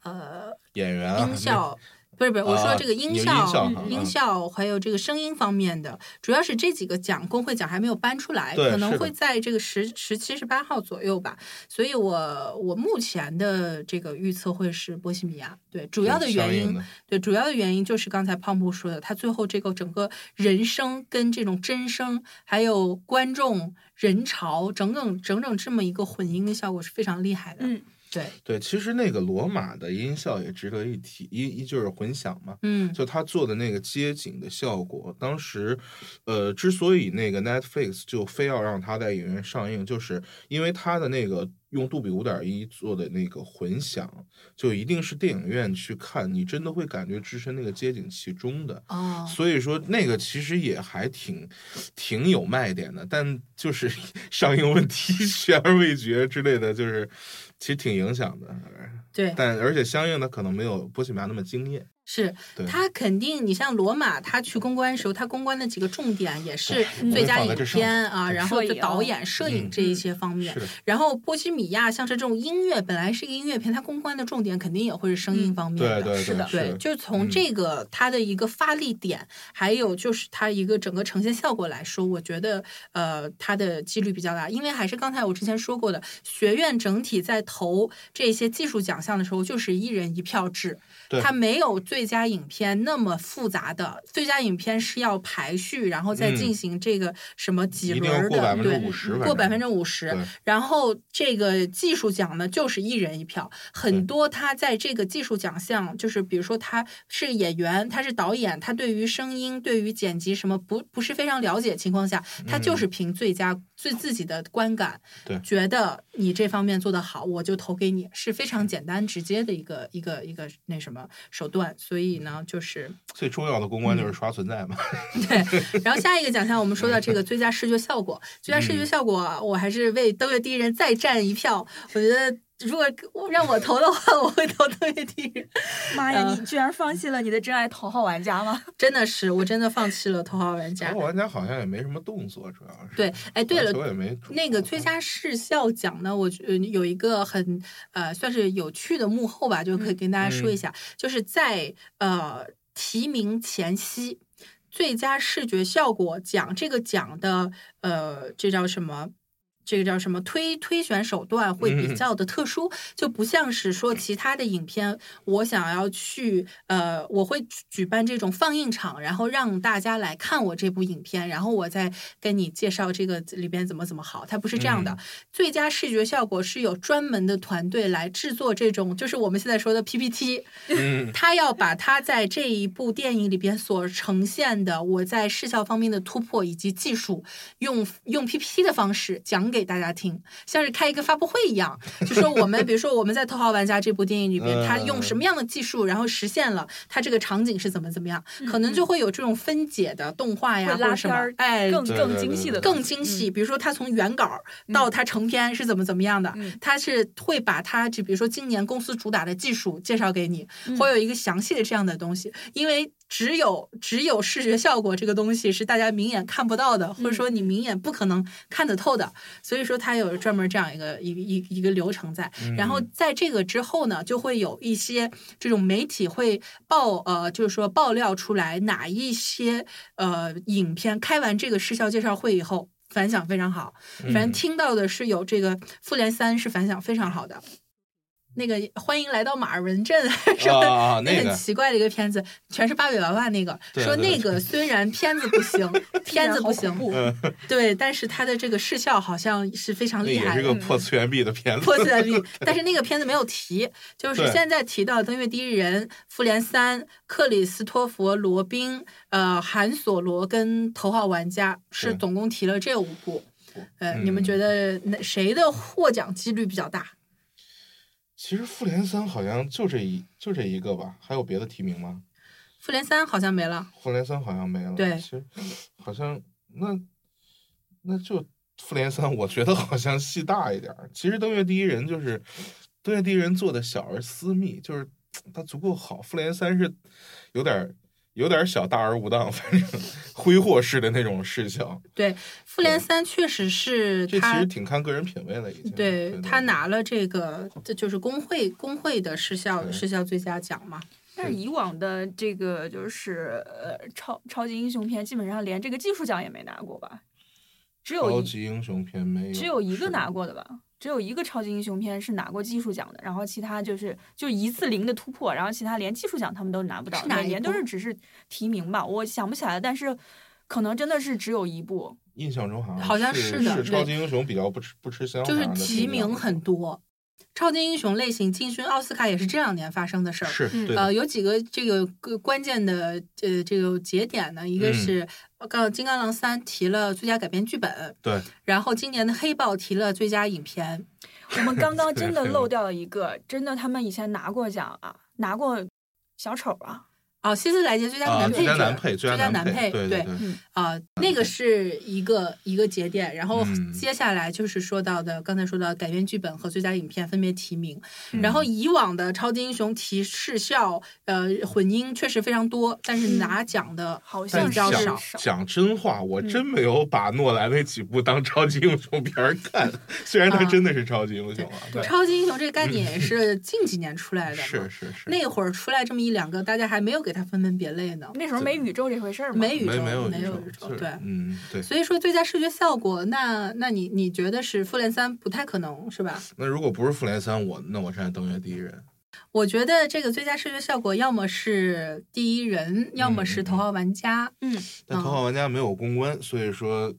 Speaker 1: 呃，
Speaker 2: 演员啊，
Speaker 1: 音效。不是不是，我说
Speaker 2: 啊
Speaker 1: 这个音
Speaker 2: 有音
Speaker 1: 效、
Speaker 2: 效
Speaker 1: 嗯
Speaker 2: 哈
Speaker 1: 音
Speaker 2: 嗯
Speaker 1: 效还有这个声音方面的，主要是这几个奖，工会奖还没有颁出来，
Speaker 2: 对
Speaker 1: 可能
Speaker 2: 是的
Speaker 1: 会在这个十十七、十八号左右吧。所以我我目前的这个预测会是波西米亚，对，主
Speaker 2: 主
Speaker 1: 要的原因
Speaker 2: 的
Speaker 1: 对，主要的原因就是刚才胖布说的，他最后这个整个人声跟这种真声，还有观众人潮，整整整整这么一个混音的效果是非常厉害的。
Speaker 3: 嗯，
Speaker 1: 对，
Speaker 2: 对，其实那个罗马的音效也值得一提，一一就是混响嘛，
Speaker 1: 嗯
Speaker 2: 就他做的那个街景的效果，当时，呃，之所以那个 Netflix 就非要让它在影院上映，就是因为它的那个用杜比五点一做的那个混响，就一定是电影院去看，你真的会感觉置身那个街景其中的。
Speaker 1: 哦，
Speaker 2: 所以说那个其实也还挺挺有卖点的，但就是 [laughs] 上映问题悬而未决之类的，就是其实挺影响的。
Speaker 1: 对，
Speaker 2: 但而且相应的可能没有波西米亚那么惊艳。
Speaker 1: 是
Speaker 2: 对
Speaker 1: 他肯定，你像罗马，他去公关的时候，他公关的几个重点也是
Speaker 2: 嗯
Speaker 1: 最佳
Speaker 2: 放在
Speaker 1: 影
Speaker 2: 这上
Speaker 1: 片啊，然后
Speaker 3: 摄
Speaker 1: 就
Speaker 3: 影
Speaker 1: 导演、摄影
Speaker 2: 嗯
Speaker 1: 这一些方面
Speaker 2: 是。的，
Speaker 1: 然后波西米亚像是这种音乐，本来是一个音乐片，它公关的重点肯定也会是声音
Speaker 3: 嗯
Speaker 1: 方面的。
Speaker 2: 对对
Speaker 3: 是的
Speaker 2: 对，
Speaker 1: 对，就是从
Speaker 2: 嗯
Speaker 1: 这个它的一个发力点，还有就是它一个整个呈现效果来说，我觉得呃它的几率比较大，因为还是刚才我之前说过的，学院整体在投这些技术奖项的时候，就是一人一票制，
Speaker 2: 对
Speaker 1: 它没有最最佳影片那么复杂的，最佳影片是要排序，然后再
Speaker 2: 嗯
Speaker 1: 进行这个什么几
Speaker 2: 一定要
Speaker 1: 轮
Speaker 2: 过
Speaker 1: 的，
Speaker 2: 百分之
Speaker 1: 对。
Speaker 2: 五十，
Speaker 1: 过百分
Speaker 2: 之
Speaker 1: 之五十
Speaker 2: 对，
Speaker 1: 然后这个技术奖呢，就是一人一票。
Speaker 2: 对
Speaker 1: 很多他在这个技术奖项，就是比如说他是演员，他是导演，他对于声音、对于剪辑什么不不是非常了解的情况下，他就是凭最佳、最自己的观感，
Speaker 2: 嗯对
Speaker 1: 觉得你这方面做得好，我就投给你，是非常简单直接的一个一个一个那什么手段。所以呢，就是
Speaker 2: 最重要的公关
Speaker 1: 嗯
Speaker 2: 就是刷存在嘛， [laughs]
Speaker 1: 对，然后下一个奖项我们说到这个最佳视觉效果，最佳视觉效果，我还是为《登月第一人》再站一票。我觉得如果让我投的话，我 [laughs] 会投《登月第一人》。
Speaker 3: 妈呀，
Speaker 1: 呃
Speaker 3: 你居然放弃了你的真爱头号玩家吗？
Speaker 1: 真的是，我真的放弃了头号玩
Speaker 2: 然
Speaker 1: 家
Speaker 2: 后。玩家好像也没什么动作，主要是
Speaker 1: 啊对，哎，对了，
Speaker 2: 球哦也没
Speaker 1: 那个最
Speaker 2: [laughs]
Speaker 1: 佳视效奖呢，我觉得有一个很呃，算是有趣的幕后吧，就可以跟大家说一下，就是在呃提名前夕，最佳视觉效果奖这个奖的呃，这叫什么？这个叫什么推推选手段会比
Speaker 2: 嗯
Speaker 1: 较的特殊，就不像是说其他的影片，我想要去呃，我会举举办这种放映场，然后让大家来看我这部影片，然后我再跟你介绍这个里边怎么怎么好，它不是这样的。
Speaker 2: 嗯
Speaker 1: 最佳视觉效果是有专门的团队来制作这种，就是我们现在说的 PPT，
Speaker 2: 嗯
Speaker 1: 他要把他在这一部电影里边所呈现的我在视效方面的突破以及技术，用用 PPT 的方式讲给大家听，像是开一个发布会一样， [laughs] 就说我们比如说我们在《头号玩家》这部电影里
Speaker 3: 嗯
Speaker 1: 边，他用什么样的技术，然后实现了他这个场景是怎么怎么样，可能就会有这种分解的动画呀
Speaker 3: 嗯会
Speaker 1: 或
Speaker 3: 拉
Speaker 1: 者什么
Speaker 3: 片儿，
Speaker 1: 哎，
Speaker 3: 更
Speaker 2: 对
Speaker 3: 更
Speaker 2: 对
Speaker 3: 精
Speaker 2: 对
Speaker 3: 细的，嗯
Speaker 1: 更精细。比如说，他从原稿儿到他成片是怎么怎么样的，
Speaker 3: 嗯
Speaker 1: 他是会把他就比如说今年公司主打的技术介绍给你，
Speaker 3: 嗯
Speaker 1: 会有一个详细的这样的东西，因为。只有只有视觉效果这个东西是大家明眼看不到的，或
Speaker 3: 嗯
Speaker 1: 者说你明眼不可能看得透的，所以说它有专门这样一个一个一个一个流程在。 [laughs]
Speaker 2: 嗯
Speaker 1: 然后在这个之后呢，就会有一些这种媒体会爆呃，就是说爆料出来哪一些呃影片开完这个视效介绍会以后。反响非常好，
Speaker 2: 嗯
Speaker 1: 反正听到的是有这个《复联三》是反响非常好的，那个欢迎来到马尔文镇 [laughs] 什么的
Speaker 2: 啊那
Speaker 1: 很
Speaker 2: 个
Speaker 1: 奇怪的一个片子，全是八尾娃娃那个，
Speaker 2: 对
Speaker 1: 说
Speaker 2: 对
Speaker 1: 那个虽然片子不行，片子不行，对，但是它的这个视效好像是非常
Speaker 2: 那
Speaker 1: 厉
Speaker 2: 也
Speaker 1: 害
Speaker 2: 是
Speaker 1: 的。嗯
Speaker 2: 个破次元壁的片子， [laughs]
Speaker 1: 破次元壁，但是那个片子没有提，就是
Speaker 2: 对
Speaker 1: 现在提到《登月第一人》《复联三》《克里斯托弗·罗宾》呃《韩索罗》跟《头号玩家》是
Speaker 2: 对
Speaker 1: 总共提了这五部。呃，你们
Speaker 2: 嗯
Speaker 1: 觉得哪谁的获奖几率比较大？
Speaker 2: 其实复联三好像就这一就这一个吧，还有别的提名吗？
Speaker 1: 复联三好像没了，
Speaker 2: 复联三好像没了。
Speaker 1: 对
Speaker 2: 其实好像那那就复联三，我觉得好像戏大一点儿。其实登月第一人就是登月第一人做的小而私密，就是它足够好。复联三是有点儿有点儿小大而无当，反正 [laughs] 挥霍式的那种视角。
Speaker 1: 对，复联三确实是
Speaker 2: 这其
Speaker 1: 他
Speaker 2: 实挺看个人品味了，已经。
Speaker 1: 对
Speaker 2: 对
Speaker 1: 他拿了这个，这就是工会工会的视效
Speaker 2: 对
Speaker 1: 视效最佳奖嘛。
Speaker 3: 但是以往的这个就是呃超超级英雄片，基本上连这个技术奖也没拿过吧？只有
Speaker 2: 超
Speaker 3: 一
Speaker 2: 级英雄片没
Speaker 1: 哎
Speaker 2: 有，
Speaker 3: 只有一
Speaker 2: 是
Speaker 3: 个拿过的吧？只有一个超级英雄片是拿过技术奖的，然后其他就是就一次零的突破，然后其他连技术奖他们都拿不到
Speaker 1: 是，哪
Speaker 3: 每
Speaker 1: 一
Speaker 3: 年都
Speaker 1: 部
Speaker 3: 是只是提名吧，我想不起来了，但是可能真的是只有一部，
Speaker 2: 印象中好像
Speaker 1: 好像
Speaker 2: 是
Speaker 1: 是的对
Speaker 2: 超级英雄比较不吃不吃香，
Speaker 1: 就是
Speaker 2: 反而的
Speaker 1: 提名很多。超级英雄类型进军奥斯卡也是这两年发生的事儿。
Speaker 2: 是
Speaker 3: 嗯
Speaker 2: 对的
Speaker 1: 呃，有几个这个个关键的呃这个节点呢，一个
Speaker 2: 嗯
Speaker 1: 是呃刚《金刚狼三》提了最佳改编剧本，
Speaker 2: 对，
Speaker 1: 然后今年的《黑豹》提了最佳影片，
Speaker 3: 我们刚刚真的漏掉了一个，真的他们以前拿过奖啊，拿过小丑啊，
Speaker 1: 哦，《希斯莱杰》最佳
Speaker 2: 啊，
Speaker 1: 男配
Speaker 2: 最
Speaker 1: 角，
Speaker 2: 佳男配，最
Speaker 1: 最佳男
Speaker 2: 男
Speaker 1: 配，
Speaker 2: 对对，
Speaker 1: 啊、那个是一个一个节点，然后
Speaker 2: 嗯
Speaker 1: 接下来就是说到的、刚才说到改编剧本和最佳影片分别提名，
Speaker 2: 嗯
Speaker 1: 然后以往的超级英雄提视效呃混音确实非常多，但是
Speaker 3: 嗯
Speaker 1: 拿奖的
Speaker 3: 好像
Speaker 2: 但
Speaker 1: 比较
Speaker 2: 讲
Speaker 3: 是
Speaker 1: 少嗯
Speaker 3: 少。
Speaker 2: 讲真话，我真没有把诺兰那几部当超级英雄片儿看， [laughs] 虽然他
Speaker 1: 啊
Speaker 2: 真的是超级英雄啊，但
Speaker 1: 超级英雄这个概念也是近几年出来的嘛，
Speaker 2: 嗯是是是，
Speaker 1: 那会儿出来这么一两个，大家还没有给它分门别类呢，
Speaker 3: 那时候没宇宙这回事儿嘛，
Speaker 1: 没宇宙
Speaker 2: 没没有
Speaker 1: 没有
Speaker 2: 宇
Speaker 1: 宇
Speaker 2: 宙
Speaker 1: 宙
Speaker 2: 是
Speaker 1: 对
Speaker 2: 嗯对。
Speaker 1: 所以说最佳视觉效果，那那你你觉得是复联三不太可能是吧？
Speaker 2: 那如果不是复联三，我那我站在登月第一人，
Speaker 1: 我觉得这个最佳视觉效果要么是第一人，要
Speaker 2: 嗯
Speaker 1: 么是头号玩家。
Speaker 3: 嗯，
Speaker 2: 但
Speaker 1: 嗯
Speaker 2: 头号玩家没有公关，所以说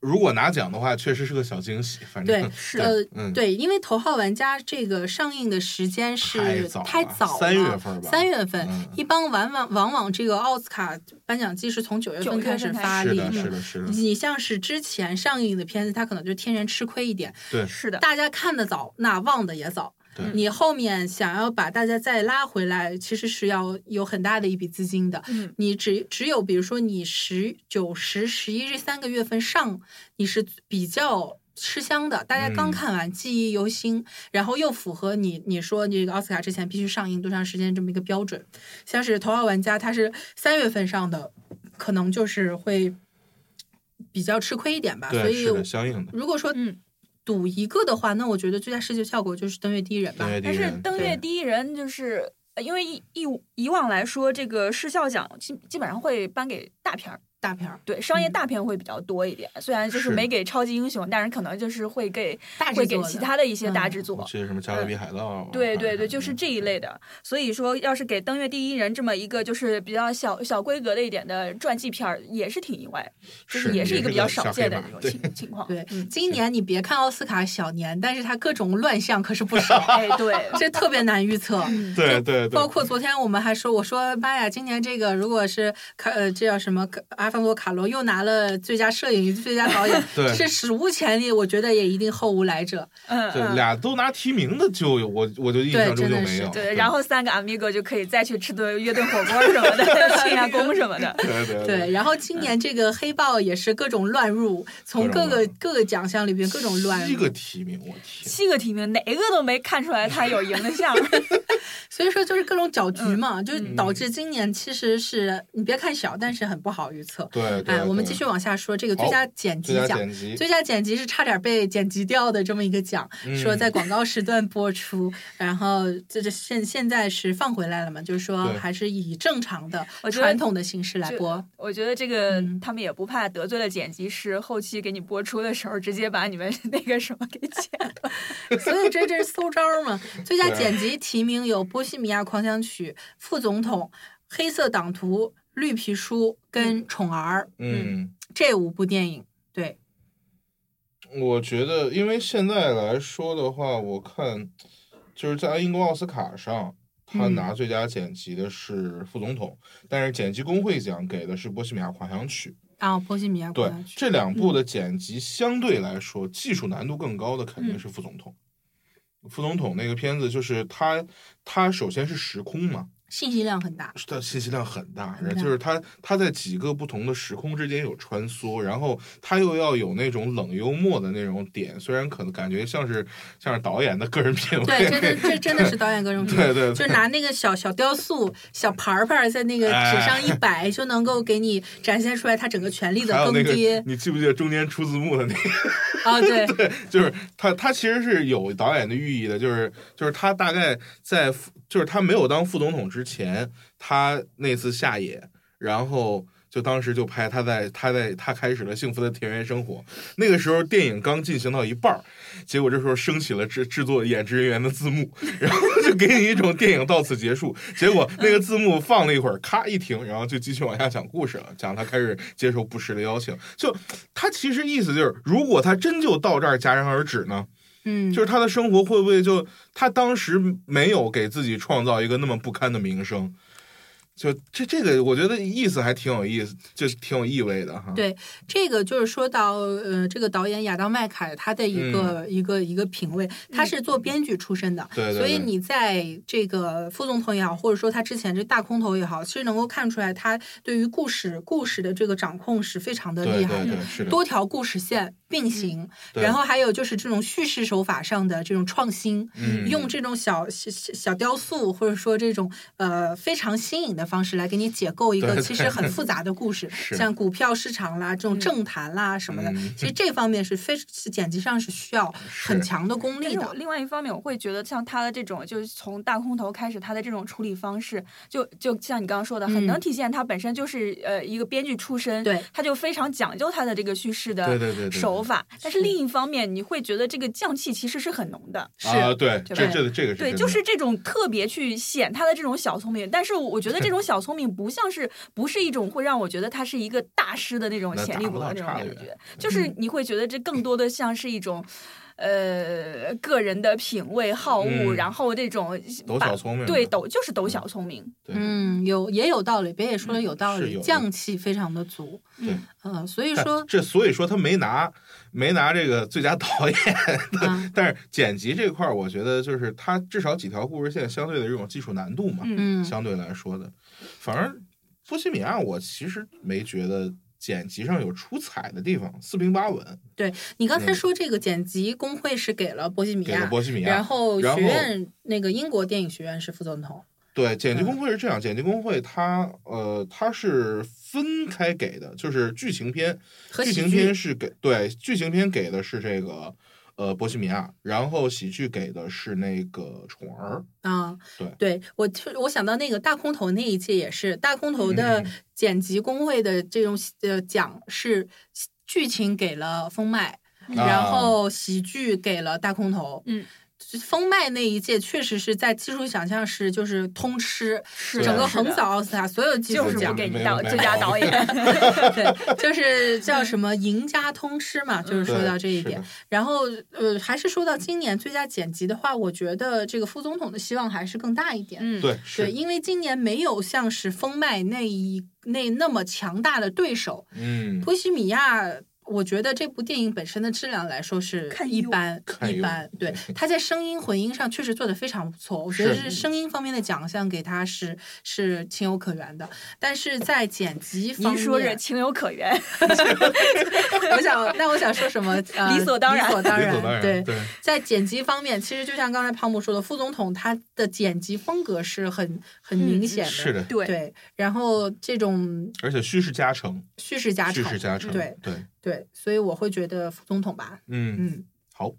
Speaker 2: 如果拿奖的话，确实是个小惊喜。反正
Speaker 1: 对
Speaker 3: 是
Speaker 1: 呃，
Speaker 2: 嗯，
Speaker 1: 对，因为头号玩家这个上映的时间
Speaker 2: 太
Speaker 1: 是
Speaker 2: 早
Speaker 1: 太
Speaker 2: 了
Speaker 1: 早了，
Speaker 2: 三月份吧
Speaker 1: 三月份
Speaker 2: 嗯
Speaker 1: 一般往往往往这个奥斯卡颁奖季是从九月
Speaker 3: 九
Speaker 1: 份
Speaker 3: 月
Speaker 1: 开
Speaker 3: 份
Speaker 1: 始
Speaker 3: 开始
Speaker 1: 发
Speaker 2: 是
Speaker 1: 力
Speaker 2: 的，是的，是的，
Speaker 1: 你像是之前上映的片子，它可能就天然吃亏一点，
Speaker 2: 对，
Speaker 3: 是的，
Speaker 1: 大家看的早，那忘的也早
Speaker 2: 对。
Speaker 1: 你后面想要把大家再拉回来，其实是要有很大的一笔资金的。
Speaker 3: 嗯，
Speaker 1: 你只只有比如说你十九十十一这三个月份上，你是比较吃香的，大家刚
Speaker 2: 嗯
Speaker 1: 看完记忆犹新，然后又符合你你说你这个奥斯卡之前必须上映多长时间这么一个标准。像是《头号玩家》，它是三月份上的，可能就是会比较吃亏一点吧。所
Speaker 2: 对，
Speaker 1: 以
Speaker 2: 是的，相应的。
Speaker 1: 如果说
Speaker 3: 嗯
Speaker 1: 赌一个的话，那我觉得最佳视觉效果就是《登月第一人》吧。
Speaker 2: 登月第
Speaker 3: 但
Speaker 2: 一
Speaker 3: 是
Speaker 2: 人
Speaker 3: 登月
Speaker 2: 对
Speaker 3: 第一人就是。呃因为以以以往来说，这个视效奖基基本上会颁给大片儿，
Speaker 1: 大片儿，
Speaker 3: 对商业
Speaker 1: 嗯
Speaker 3: 大片会比较多一点。虽然就是
Speaker 2: 是
Speaker 3: 没给超级英雄，但是可能就是会给
Speaker 1: 大
Speaker 3: 会
Speaker 1: 制
Speaker 3: 给
Speaker 1: 作
Speaker 3: 其
Speaker 1: 的
Speaker 3: 他的一些大
Speaker 1: 嗯
Speaker 3: 制作。
Speaker 2: 我记得什么《加勒比海盗》啊？
Speaker 3: 对
Speaker 2: 好像
Speaker 3: 对对，就是这一类的。所以说，要是给《登月第一人》这么一个就是比较小小规格的一点的传记片儿，也是挺意外，就是
Speaker 2: 是
Speaker 3: 也
Speaker 2: 也
Speaker 3: 是一
Speaker 2: 是
Speaker 3: 比
Speaker 2: 个
Speaker 3: 较
Speaker 2: 小
Speaker 3: 少
Speaker 2: 黑
Speaker 3: 见的
Speaker 2: 马
Speaker 3: 这种
Speaker 2: 对 [laughs]
Speaker 3: 情情况。
Speaker 1: 对，
Speaker 3: 嗯，
Speaker 1: 今年你别看奥斯卡小年，但是它各种乱象可是不
Speaker 2: [laughs]
Speaker 1: 少，
Speaker 3: 哎，对，
Speaker 1: 这特别难预测。
Speaker 2: 对嗯对对，，
Speaker 1: 包括昨天我们还说，我说妈呀，今年这个如果是卡呃，这叫什么？卡阿方索卡罗又拿了最佳摄影、最佳导演
Speaker 2: [laughs] 对
Speaker 1: 这是史无前例，我觉得也一定后无来者。
Speaker 3: 嗯。
Speaker 2: 对俩都拿提名的就有我我就印
Speaker 1: 对
Speaker 2: 象中
Speaker 1: 真
Speaker 2: 就
Speaker 1: 的
Speaker 2: 没
Speaker 1: 是
Speaker 2: 有。
Speaker 3: 对，然后三个 amigo 就可以再去吃顿约顿火锅什 [laughs] 么的，庆下功什么的。
Speaker 2: 对对
Speaker 1: [laughs]
Speaker 2: 嗯
Speaker 1: 对，然后今年这个黑豹也是各种乱入，从各
Speaker 2: 各种
Speaker 1: 个
Speaker 2: 乱入
Speaker 1: 各个奖项里边各种乱
Speaker 2: 七
Speaker 1: 入
Speaker 2: 个。提名，我天！
Speaker 3: 七个提名，哪个都没看出来他有赢的项目。
Speaker 1: 所以说就是各种搅局
Speaker 3: 嗯
Speaker 1: 嘛，就导致今年其实是你别看小，但是很不好预测。
Speaker 2: 对对，
Speaker 1: 哎，我们
Speaker 2: 对
Speaker 1: 继续往下说，这个最
Speaker 2: 好
Speaker 1: 佳剪辑
Speaker 2: 最佳
Speaker 1: 奖，
Speaker 2: 剪辑，
Speaker 1: 最佳剪辑是差点被剪辑掉的这么一个奖，
Speaker 2: 嗯
Speaker 1: 说在广告时段播出，然后这这现现在是放回来了嘛，就是说
Speaker 2: 对
Speaker 1: 还是以正常的
Speaker 3: 我觉得
Speaker 1: 传统的形式来播。
Speaker 3: [laughs] 我觉得这个
Speaker 1: 嗯
Speaker 3: 他们也不怕得罪了剪辑师，后期给你播出的时候直接把你们那个什么给剪了。
Speaker 1: 所以这这是馊招儿嘛。
Speaker 2: [laughs]
Speaker 1: 最佳
Speaker 2: 对啊
Speaker 1: 剪辑提名有《波西米亚狂想曲》《副总统》《黑色党徒》《绿皮书》跟《宠儿》
Speaker 2: 嗯，
Speaker 1: 这五部电影。对，
Speaker 2: 我觉得，因为现在来说的话，我看就是在英国奥斯卡上，他
Speaker 1: 嗯
Speaker 2: 拿最佳剪辑的是副总统，但是剪辑工会奖给的是《波西米亚狂想曲》。
Speaker 1: 啊，《波西米亚狂
Speaker 2: 对
Speaker 1: 想，曲》
Speaker 2: 这两部的剪辑相对来说、技术难度更高的
Speaker 1: 嗯
Speaker 2: 肯定是副总统。副总统那个片子就是他，他首先是时空嘛，
Speaker 1: 信息量很
Speaker 2: [laughs]
Speaker 1: 大。
Speaker 2: 它信息量很大，
Speaker 1: 很
Speaker 2: 然
Speaker 1: 大
Speaker 2: 后就是它它在几个不同的时空之间有穿梭，然后它又要有那种冷幽默的那种点，虽然可能感觉像是像是导演的个人品味，
Speaker 1: 对，
Speaker 2: [laughs]
Speaker 1: 真的，这真的是导演各种品味
Speaker 2: 对 [laughs] 对
Speaker 1: 就
Speaker 2: 对
Speaker 1: 拿那个小小雕塑、小牌儿牌儿在那个
Speaker 2: 哎
Speaker 1: 纸上一摆，就能够给你展现出来他整个权力的
Speaker 2: 还有
Speaker 1: 更
Speaker 2: 那
Speaker 1: 迭
Speaker 2: [laughs] 个你记不记得中间出字幕的那个，
Speaker 1: 啊，对，
Speaker 2: 就是它它其实是有导演的寓意的，就是就是他大概在副就是他没有当副总统之前，他那次下野，然后。就当时就拍他在他在他开始了幸福的田园生活，那个时候电影刚进行到一半儿，结果这时候升起了制制作演职人员的字幕， [laughs] 然后就给你一种电影到此结束。结果那个字幕放了一会儿，咔一停，然后就继续往下讲故事了，讲他开始接受布什的邀请。就他其实意思就是，如果他真就到这儿戛然而止呢，
Speaker 1: 嗯，
Speaker 2: 就是他的生活会不会就他当时没有给自己创造一个那么不堪的名声？就这这个，我觉得意思还挺有意思，就挺有意味的哈。
Speaker 1: 对这个就是说到呃，这个导演亚当麦凯他的一个、一个一个品味，他是做编剧出身的，
Speaker 2: 嗯对对对
Speaker 1: 所以你在这个副总统也好，或者说他之前这大空头也好，其实能够看出来他对于故事故事的这个掌控是非常的
Speaker 2: 对
Speaker 1: 厉害
Speaker 2: 对
Speaker 1: 的。
Speaker 3: 嗯
Speaker 2: 对，是的。
Speaker 1: 多条故事线并行，
Speaker 2: 对
Speaker 1: 然后还有就是这种叙事手法上的这种创新，
Speaker 2: 嗯
Speaker 1: 用这种小小小小雕塑或者说这种呃非常新颖的方式来给你解构一
Speaker 2: 对
Speaker 1: 个
Speaker 2: 对
Speaker 1: 其实很复杂的故事，
Speaker 2: 是
Speaker 1: 像股票市场啦、这种政坛啦什么的，
Speaker 2: 嗯
Speaker 1: 其实这方面是非是剪辑上是需要很
Speaker 2: 是
Speaker 1: 强的功
Speaker 3: 但
Speaker 1: 力
Speaker 3: 是我
Speaker 1: 的。
Speaker 3: 另外一方面，我会觉得像他的这种，就是从大空头开始，他的这种处理方式，就就像你刚刚说的，很能
Speaker 1: 嗯
Speaker 3: 体现他本身就是呃一个编剧出身，
Speaker 1: 对，
Speaker 3: 他就非常讲究他的这个叙事
Speaker 2: 对
Speaker 3: 的
Speaker 2: 对对对对
Speaker 3: 手法。但是
Speaker 1: 是
Speaker 3: 另一方面，你会觉得这个匠气其实是很浓的，
Speaker 1: 是
Speaker 2: 啊，对，
Speaker 3: 对
Speaker 2: 这
Speaker 3: 吧
Speaker 2: 这个这个是
Speaker 3: 对，
Speaker 2: 真
Speaker 3: 就
Speaker 2: 的
Speaker 3: 是这种特别去显他的这种小聪明。但是我觉得这
Speaker 2: [laughs]
Speaker 3: 种小聪明不像是不是一种会让我觉得他是一个大师的那种
Speaker 2: 那
Speaker 3: 潜
Speaker 2: 达
Speaker 3: 力
Speaker 2: 不
Speaker 3: 股的
Speaker 2: 到
Speaker 3: 那种
Speaker 2: 差
Speaker 3: 感
Speaker 2: 远
Speaker 3: 觉，就是你会觉得这更多的像是一种。呃，个人的品味好恶，
Speaker 2: 嗯
Speaker 3: 然后这种
Speaker 2: 抖
Speaker 3: 把
Speaker 2: 小聪明
Speaker 3: 对
Speaker 2: 嘛
Speaker 3: 抖就是抖小聪明，
Speaker 2: 对
Speaker 1: 嗯，有也有道理，别也说的有道
Speaker 2: 是
Speaker 1: 理，
Speaker 2: 有的
Speaker 1: 匠气非常的足。
Speaker 2: 对
Speaker 3: 嗯，
Speaker 1: 呃，所
Speaker 2: [laughs]
Speaker 1: 以
Speaker 2: 但
Speaker 1: 说
Speaker 2: 这所以说他没拿没拿这个最佳导演，
Speaker 1: 啊，
Speaker 2: 但是剪辑这块儿，我觉得就是他至少几条故事线相对的这种技术难度嘛，
Speaker 3: 嗯
Speaker 1: 嗯，
Speaker 2: 相对来说的，反而波西米亚我其实没觉得剪辑上有出彩的地方，四平八稳，
Speaker 1: 你刚才
Speaker 2: 嗯
Speaker 1: 说这个剪辑工会是给了波西米
Speaker 2: 给了
Speaker 1: 亚，
Speaker 2: 波西米
Speaker 1: 然
Speaker 2: 亚。
Speaker 1: 后
Speaker 2: 然
Speaker 1: 学
Speaker 2: 后
Speaker 1: 院那个英国电影学院是副总统，
Speaker 2: 对，剪
Speaker 1: 嗯
Speaker 2: 辑工会是这样，剪辑工会它呃它是分开给的，就是剧情片
Speaker 1: 和
Speaker 2: 剧
Speaker 1: 喜
Speaker 2: 情
Speaker 1: 剧
Speaker 2: 片是给对剧情片给的是这个呃波西米亚，然后喜剧给的是那个宠儿，
Speaker 1: 啊，
Speaker 2: 对
Speaker 1: 我就我想到那个大空头那一届也是，大空头的
Speaker 2: 嗯
Speaker 1: 剪辑工会的这种呃奖是剧情给了封麦，然
Speaker 2: 啊
Speaker 1: 后喜剧给了大空头，
Speaker 3: 嗯。
Speaker 1: 封麦那一届确实是在技术奖项是就是通吃，
Speaker 3: 是
Speaker 1: 整
Speaker 2: 的
Speaker 1: 个
Speaker 3: 是的
Speaker 1: 横扫奥斯卡所有技
Speaker 3: 就
Speaker 1: 术
Speaker 3: 是不
Speaker 1: 奖，
Speaker 3: 给你
Speaker 2: 没有
Speaker 3: 导
Speaker 2: 没有
Speaker 3: 最佳
Speaker 2: [laughs]
Speaker 3: 导演，
Speaker 1: 对，就是叫什么赢家通吃
Speaker 3: 嗯
Speaker 1: 嘛，就是说
Speaker 2: 对
Speaker 1: 到这一
Speaker 2: 是
Speaker 1: 点
Speaker 2: 的。
Speaker 1: 然后呃，还是说到今年最佳剪辑的话，我觉得这个副总统的希望还是更大一点。
Speaker 3: 嗯，
Speaker 2: 对
Speaker 1: 对，
Speaker 2: 是
Speaker 1: 因为今年没有像是封麦那一那那么强大的对手，
Speaker 2: 嗯
Speaker 1: 《波西米亚》，我觉得这部电影本身的质量来说是
Speaker 3: 堪
Speaker 1: 一
Speaker 3: 忧
Speaker 1: 般
Speaker 2: 堪
Speaker 1: 一
Speaker 2: 忧
Speaker 1: 般。对，它在声音混音上确实做得非常不错，我觉得
Speaker 2: 是
Speaker 1: 是声音方面的奖项给它是是情有可原的，但是在剪辑方
Speaker 3: 您说是
Speaker 1: 面，
Speaker 3: 情有可原，
Speaker 1: 我想那我想说什么？呃
Speaker 3: 理所当然
Speaker 1: 理所当
Speaker 2: [laughs] 理所当
Speaker 1: 然，
Speaker 2: 然
Speaker 1: 对。
Speaker 2: 对
Speaker 1: 在剪辑方面，其实就像刚才胖木说的，副总统他的剪辑风格是很很
Speaker 3: 嗯
Speaker 1: 明
Speaker 3: 嗯
Speaker 1: 显的，
Speaker 2: 是的，
Speaker 3: 对
Speaker 1: 对，然后这种
Speaker 2: 而且虚实加成，
Speaker 1: 叙事加
Speaker 2: 虚
Speaker 1: 成，
Speaker 2: 实加成，
Speaker 1: 对
Speaker 2: 对，
Speaker 1: 对，所以我会觉得副总统吧，
Speaker 2: 嗯，
Speaker 1: 嗯，
Speaker 2: 好，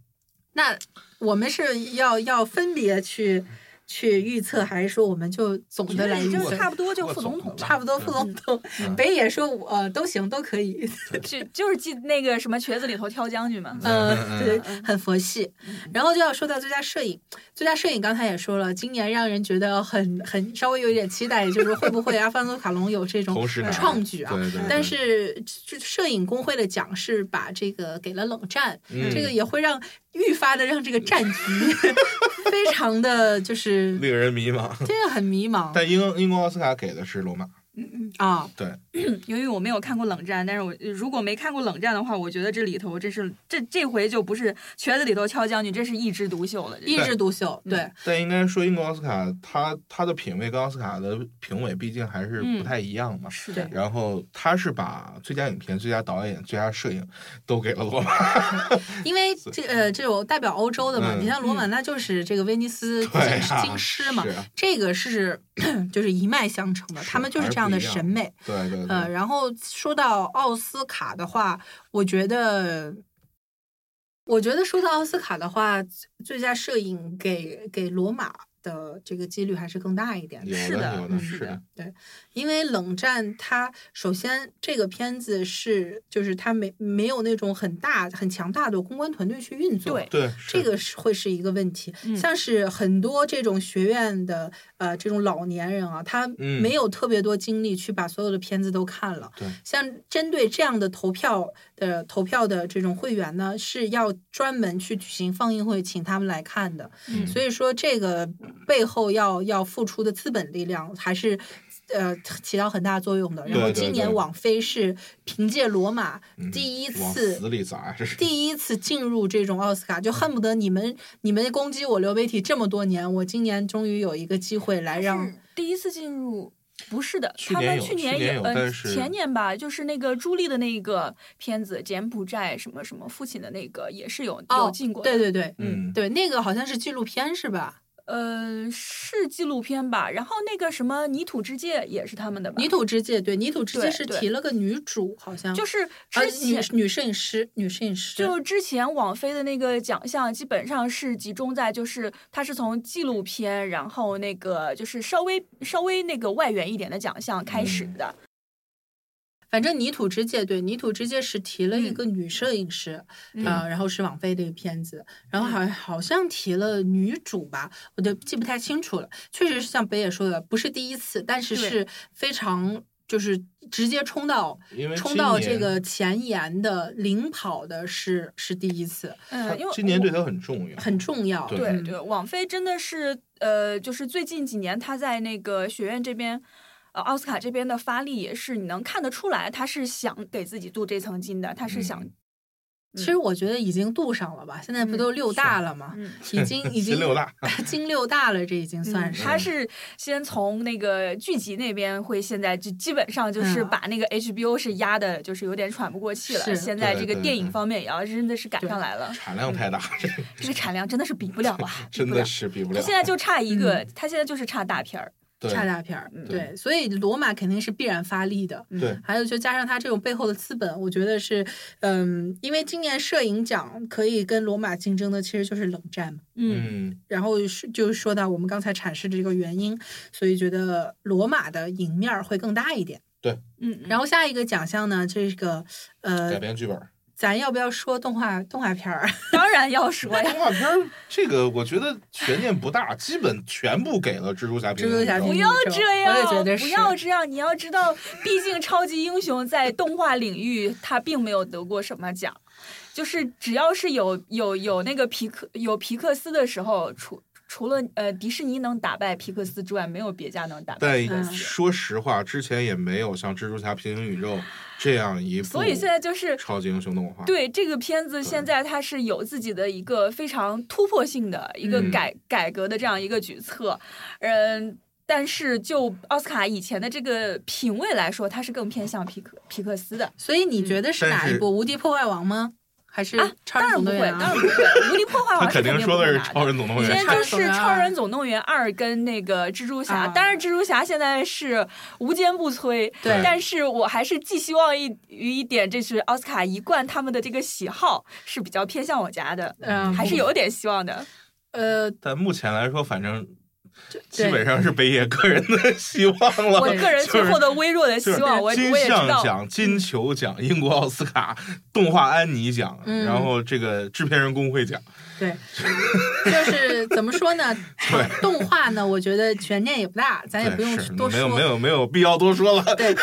Speaker 1: 那我们是要要分别去去预测，还是说我们就总的来
Speaker 3: 已
Speaker 1: 预
Speaker 3: 经
Speaker 1: 测？
Speaker 3: 差不多就
Speaker 2: 我
Speaker 3: 副
Speaker 2: 总
Speaker 3: 总统了。
Speaker 1: 差不多，副总统
Speaker 2: 嗯
Speaker 1: 北野说我，呃，都行，都可以，
Speaker 3: 就就是记那个什么瘸子里头挑将军嘛。
Speaker 1: 呃，
Speaker 2: 嗯
Speaker 1: 对，很佛系。然后就要说到最佳摄影，最佳摄影刚才也说了，今年让人觉得很很稍微有一点期待，就是会不会阿方索卡隆有这种
Speaker 2: 同时拿
Speaker 1: 创举啊？
Speaker 2: 对对对
Speaker 1: 但是就摄影工会的奖是把这个给了冷战，
Speaker 2: 嗯
Speaker 1: 这个也会让愈发的让这个战局 [laughs] 非常的就是
Speaker 2: 令人迷茫。
Speaker 1: 真的很迷茫
Speaker 2: [laughs] 但英英国奥斯卡给的是罗马，
Speaker 1: 啊。
Speaker 2: 对，
Speaker 3: 由于我没有看过冷战，但是我呃如果没看过冷战的话，我觉得这里头这是这这回就不是瘸子里头挑将军，这是一枝独秀了。这
Speaker 1: 一枝独秀，对，
Speaker 2: 但应该说英国奥斯卡，它它的品味跟奥斯卡的评委毕竟还是不太一样嘛。
Speaker 3: 是
Speaker 1: 对
Speaker 3: 的，
Speaker 2: 然后他是把最佳影片、最佳导演、最佳摄影都给了罗马，
Speaker 1: 因为这呃，这种代表欧洲的嘛，
Speaker 2: 嗯
Speaker 1: 你像罗马，那就是这个威尼斯金
Speaker 2: 对啊
Speaker 1: 金狮嘛
Speaker 2: 是啊，
Speaker 1: 这个是 [clears throat] 就是一脉相承的，
Speaker 2: 是
Speaker 1: 他们就是这样的审美。
Speaker 2: 对对
Speaker 1: 呃，
Speaker 2: 对，
Speaker 1: 然后说到奥斯卡的话，我觉得，我觉得说到奥斯卡的话，最佳摄影给给罗马的这个几率还是更大一点的。
Speaker 2: 有
Speaker 3: 是的
Speaker 2: 的有的
Speaker 3: 嗯
Speaker 2: 是
Speaker 3: 是
Speaker 2: 的，
Speaker 1: 因为冷战它首先这个片子是就是它没没有那种很大很强大的公关团队去运作，
Speaker 3: 对
Speaker 2: 对
Speaker 1: 这
Speaker 2: 是
Speaker 1: 个是会是一个问题。
Speaker 3: 嗯
Speaker 1: 像是很多这种学院的呃这种老年人啊，他
Speaker 2: 嗯
Speaker 1: 没有特别多精力去把所有的片子都看了。
Speaker 2: 对
Speaker 1: 像针对这样的投票的投票的这种会员呢，是要专门去举行放映会，请他们来看的。
Speaker 3: 嗯
Speaker 1: 所以说，这个背后要要付出的资本力量还是。呃，起到很大作用的。然后
Speaker 2: 对对
Speaker 1: 今年
Speaker 2: 对
Speaker 1: 网飞是凭借《罗马》
Speaker 2: 嗯
Speaker 1: 第一
Speaker 2: 往
Speaker 1: 次
Speaker 2: 死里砸，这是
Speaker 1: 第一次进入这种奥斯卡，就恨不得你们你们攻击我刘贝体这么多年，我今年终于有一个机会来让
Speaker 3: 是第一次进入。不是的，
Speaker 2: 去
Speaker 3: 他
Speaker 2: 年
Speaker 3: 们
Speaker 2: 有
Speaker 3: 去年
Speaker 2: 去年有
Speaker 3: 呃
Speaker 2: 但是
Speaker 3: 前年吧，就是那个朱莉的那个片子《柬埔寨》什么什么父亲的那个也是有、有
Speaker 1: 哦
Speaker 3: 进过的，
Speaker 1: 对对对
Speaker 2: 嗯
Speaker 1: 对，那个好像是纪录片是吧？
Speaker 3: 呃，是纪录片吧？然后那个什么《泥土之界》也是他们的吧？
Speaker 1: 泥土之界，对，泥土之界
Speaker 3: 对
Speaker 1: 是
Speaker 3: 对
Speaker 1: 提了个女主，好像
Speaker 3: 就是
Speaker 1: 呃
Speaker 3: 之前、
Speaker 1: 女女摄影师，女摄影师，
Speaker 3: 就之前网飞的那个奖项，基本上是集中在就是它是从纪录片，然后那个就是稍微稍微那个外援一点的奖项开始的。
Speaker 1: 反正泥土之界，对，泥土之界是提了一
Speaker 3: 嗯
Speaker 1: 个女摄影师，
Speaker 3: 嗯
Speaker 1: 啊，然后是网飞的一个片子，然后好像好像提了女主吧，我就记不太清楚了。确实是像北野说的，不是第一次，但是
Speaker 3: 对
Speaker 1: 是非常就是直接冲到
Speaker 2: 因为
Speaker 1: 冲
Speaker 2: 今
Speaker 1: 到
Speaker 2: 年
Speaker 1: 这个前沿的领跑的是是第一次，
Speaker 2: 他
Speaker 3: 嗯，因为
Speaker 2: 今年
Speaker 3: 我
Speaker 2: 对他很重要，
Speaker 1: 很重要。
Speaker 2: 对
Speaker 3: 对
Speaker 1: 嗯
Speaker 3: 对，网飞真的是呃，就是最近几年他在那个学院这边。呃，奥斯卡这边的发力也是，你能看得出来，他是想给自己镀这层金的，他是想，
Speaker 2: 嗯
Speaker 1: 其实我觉得已经镀上了吧，现在不
Speaker 3: 嗯
Speaker 1: 都六大了吗？ [laughs]
Speaker 3: 嗯，
Speaker 1: 已经 [laughs] 已经
Speaker 2: 金六大，
Speaker 1: 金六大了，这已经算
Speaker 3: 嗯
Speaker 1: 是。
Speaker 3: 他是先从那个剧集那边会，现在就基本上就是
Speaker 1: 嗯
Speaker 3: 把那个 HBO 是压的，就是有点喘不过气了。
Speaker 1: 是
Speaker 3: 现在这
Speaker 2: 对
Speaker 3: 个
Speaker 2: 对
Speaker 3: 电影
Speaker 2: 对
Speaker 3: 方面也要真的是赶上来了，
Speaker 2: 产量太大，
Speaker 3: 这个产量真的是比
Speaker 2: [laughs]
Speaker 3: 不了啊，比
Speaker 2: 真
Speaker 3: 不
Speaker 2: 的
Speaker 3: 了
Speaker 2: 是比不
Speaker 3: 他
Speaker 2: 了。
Speaker 3: 现在就差一
Speaker 1: 嗯
Speaker 3: 个，他现在就是差大片儿。
Speaker 2: 对
Speaker 1: 差大片儿，
Speaker 3: 嗯
Speaker 1: 对，所以罗马肯定是必然发力的。
Speaker 3: 嗯
Speaker 2: 对，
Speaker 1: 还有就加上它这种背后的资本，我觉得是，嗯，因为今年摄影奖可以跟罗马竞争的其实就是冷战嘛。
Speaker 3: 嗯，
Speaker 2: 嗯，
Speaker 1: 然后是就说到我们刚才阐释的这个原因，所以觉得罗马的赢面儿会更大一点。
Speaker 3: 嗯，
Speaker 1: 然
Speaker 3: 后
Speaker 1: 后下一个奖项呢，这个
Speaker 2: 嗯改
Speaker 1: 呃，
Speaker 2: 编剧本儿，
Speaker 1: 咱要不要说动画动画片儿？ [laughs]
Speaker 3: 当然要说呀
Speaker 2: 哎动，画片儿这个我觉得悬念不大，基本全部给了蜘蛛侠。
Speaker 1: 蜘蛛侠
Speaker 3: 不
Speaker 1: 平
Speaker 3: 要
Speaker 1: 宇宙
Speaker 3: 这样，
Speaker 1: 我也觉得是
Speaker 3: 不要这样。你要知道，毕竟超级英雄在动画领域他并没有得过什么奖，就是只要是有有有那个皮克有皮克斯的时候，除除了呃迪士尼能打败皮克斯之外，没有别家能打败皮克
Speaker 2: 但
Speaker 1: 嗯
Speaker 3: 斯。
Speaker 2: 说实话，之前也没有像蜘蛛侠平行宇宙这样一部，
Speaker 3: 所以现在就是
Speaker 2: 超级英雄动画，
Speaker 3: 对这个片子，现在它是有自己的一个非常突破性的一个
Speaker 2: 嗯
Speaker 3: 改、改革的这样一个举措，嗯。但是就奥斯卡以前的这个品味来说，它是更偏向皮克皮克斯的。
Speaker 1: 所以你觉得是
Speaker 2: 但
Speaker 1: 哪一
Speaker 2: 是
Speaker 1: 部？《无敌破坏王》吗？还是
Speaker 3: 嗯啊
Speaker 1: 《超
Speaker 3: 当
Speaker 1: 人总
Speaker 3: 然不
Speaker 1: 动
Speaker 3: 会，
Speaker 1: 员
Speaker 3: 当》然
Speaker 1: 啊？
Speaker 3: 不会。无敌破坏王
Speaker 2: 他
Speaker 3: 是
Speaker 2: 肯定
Speaker 3: 定
Speaker 2: 说
Speaker 3: 不
Speaker 2: 的
Speaker 3: 会
Speaker 2: 是
Speaker 3: 拿
Speaker 2: 超人总动
Speaker 3: 现
Speaker 2: 员
Speaker 3: 在
Speaker 1: 人。
Speaker 3: 就是《
Speaker 1: 超
Speaker 3: 超
Speaker 1: 人
Speaker 3: 人总动员二》跟那个蜘蛛侠，
Speaker 1: 啊
Speaker 3: 当然蜘蛛侠现在是无坚不摧，
Speaker 1: 对
Speaker 3: 但是我还是寄希望一于一点，这是奥斯卡一贯他们的这个喜好是比较偏向我家的，
Speaker 1: 嗯，
Speaker 3: 还是有点希
Speaker 2: [laughs]
Speaker 3: 望的。
Speaker 1: 呃，
Speaker 2: 但目前来说，反正基
Speaker 1: 对
Speaker 2: 本上是北野个人的希望了。
Speaker 3: 我个人最后的微弱的希
Speaker 2: 就是
Speaker 3: 望，我
Speaker 2: 金
Speaker 3: 我也知
Speaker 2: 像
Speaker 3: 道，
Speaker 2: 奖、金球奖、英国奥斯卡动画安妮奖，
Speaker 1: 嗯
Speaker 2: 然后这个制片人工会奖，
Speaker 1: 对，就是怎么说呢？
Speaker 2: [laughs] 对
Speaker 1: 动画呢，我觉得悬念也不大，咱也不
Speaker 2: 对，
Speaker 1: 用
Speaker 2: 是
Speaker 1: 多
Speaker 2: 没有没
Speaker 1: 说。
Speaker 2: 有没有必要多说了。 [laughs]
Speaker 1: 对，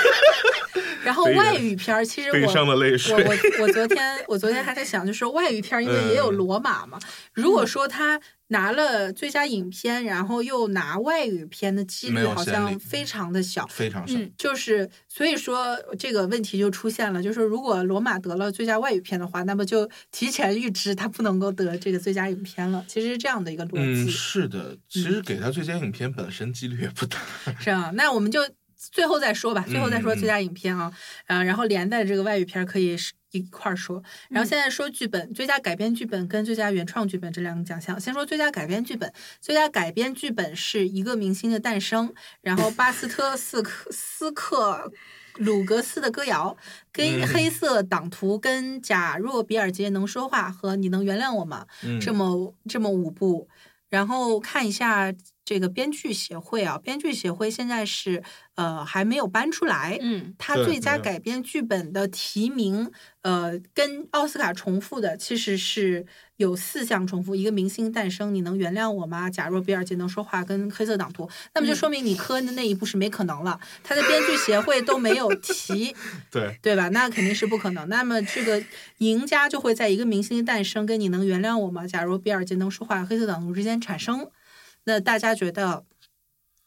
Speaker 1: 然后
Speaker 2: 悲
Speaker 1: 外
Speaker 2: 人
Speaker 1: 语片儿，其实
Speaker 2: 悲伤
Speaker 1: 我。
Speaker 2: 的泪
Speaker 1: 我
Speaker 2: 水， [laughs]
Speaker 1: 我我昨天我昨天还在想，就是外语片儿，因为也有
Speaker 2: 嗯
Speaker 1: 罗马嘛。如果说他拿了最佳影片，然后又拿外语片的几
Speaker 2: 没
Speaker 1: 率
Speaker 2: 有
Speaker 1: 好
Speaker 2: 先
Speaker 1: 像
Speaker 2: 例嗯
Speaker 1: 非常的小。
Speaker 2: 非常
Speaker 3: 嗯
Speaker 2: 深。
Speaker 1: 就是所以说这个问题就出现了，就是如果罗马得了最佳外语片的话，那么就提前预知他不能够得这个最佳影片了。其实是这样的一个逻
Speaker 2: 嗯，
Speaker 1: 辑，
Speaker 2: 是的，其实给他最佳影片本身几率也不大。 [laughs]
Speaker 1: 是啊。那我们就最后再说吧，最后再说
Speaker 2: 嗯嗯
Speaker 1: 最佳影片啊，嗯、然后连带这个外语片可以是一块儿说。然
Speaker 2: 嗯
Speaker 1: 后现在说剧本，最佳改编剧本跟最佳原创剧本这两个奖项。先说最佳改编剧本，最佳改编剧本是一个明星的诞生，然后巴斯特斯克斯克鲁格斯的歌谣，跟
Speaker 2: 嗯
Speaker 1: 黑色党徒跟假若比尔杰能说话和你能原谅我吗？
Speaker 2: 嗯，
Speaker 1: 这么这么五部，然后看一下这个编剧协会啊，编剧协会现在是呃还没有搬出来，
Speaker 3: 嗯
Speaker 1: 它
Speaker 2: 对
Speaker 1: 最佳
Speaker 2: 没有
Speaker 1: 改编剧本的提名，呃，跟奥斯卡重复的其实是有四项重复，一个明星诞生，你能原谅我吗？假若比尔杰能说话，跟黑色党徒，那么就
Speaker 3: 嗯
Speaker 1: 说明你科恩的那一部是没可能了，他的编剧协会都没有提，
Speaker 2: 对，
Speaker 1: 对吧？那肯定是不可能。那么这个赢家就会在一个明星诞生跟你能原谅我吗？假如比尔杰能说话，黑色党徒之间产生，那大家觉得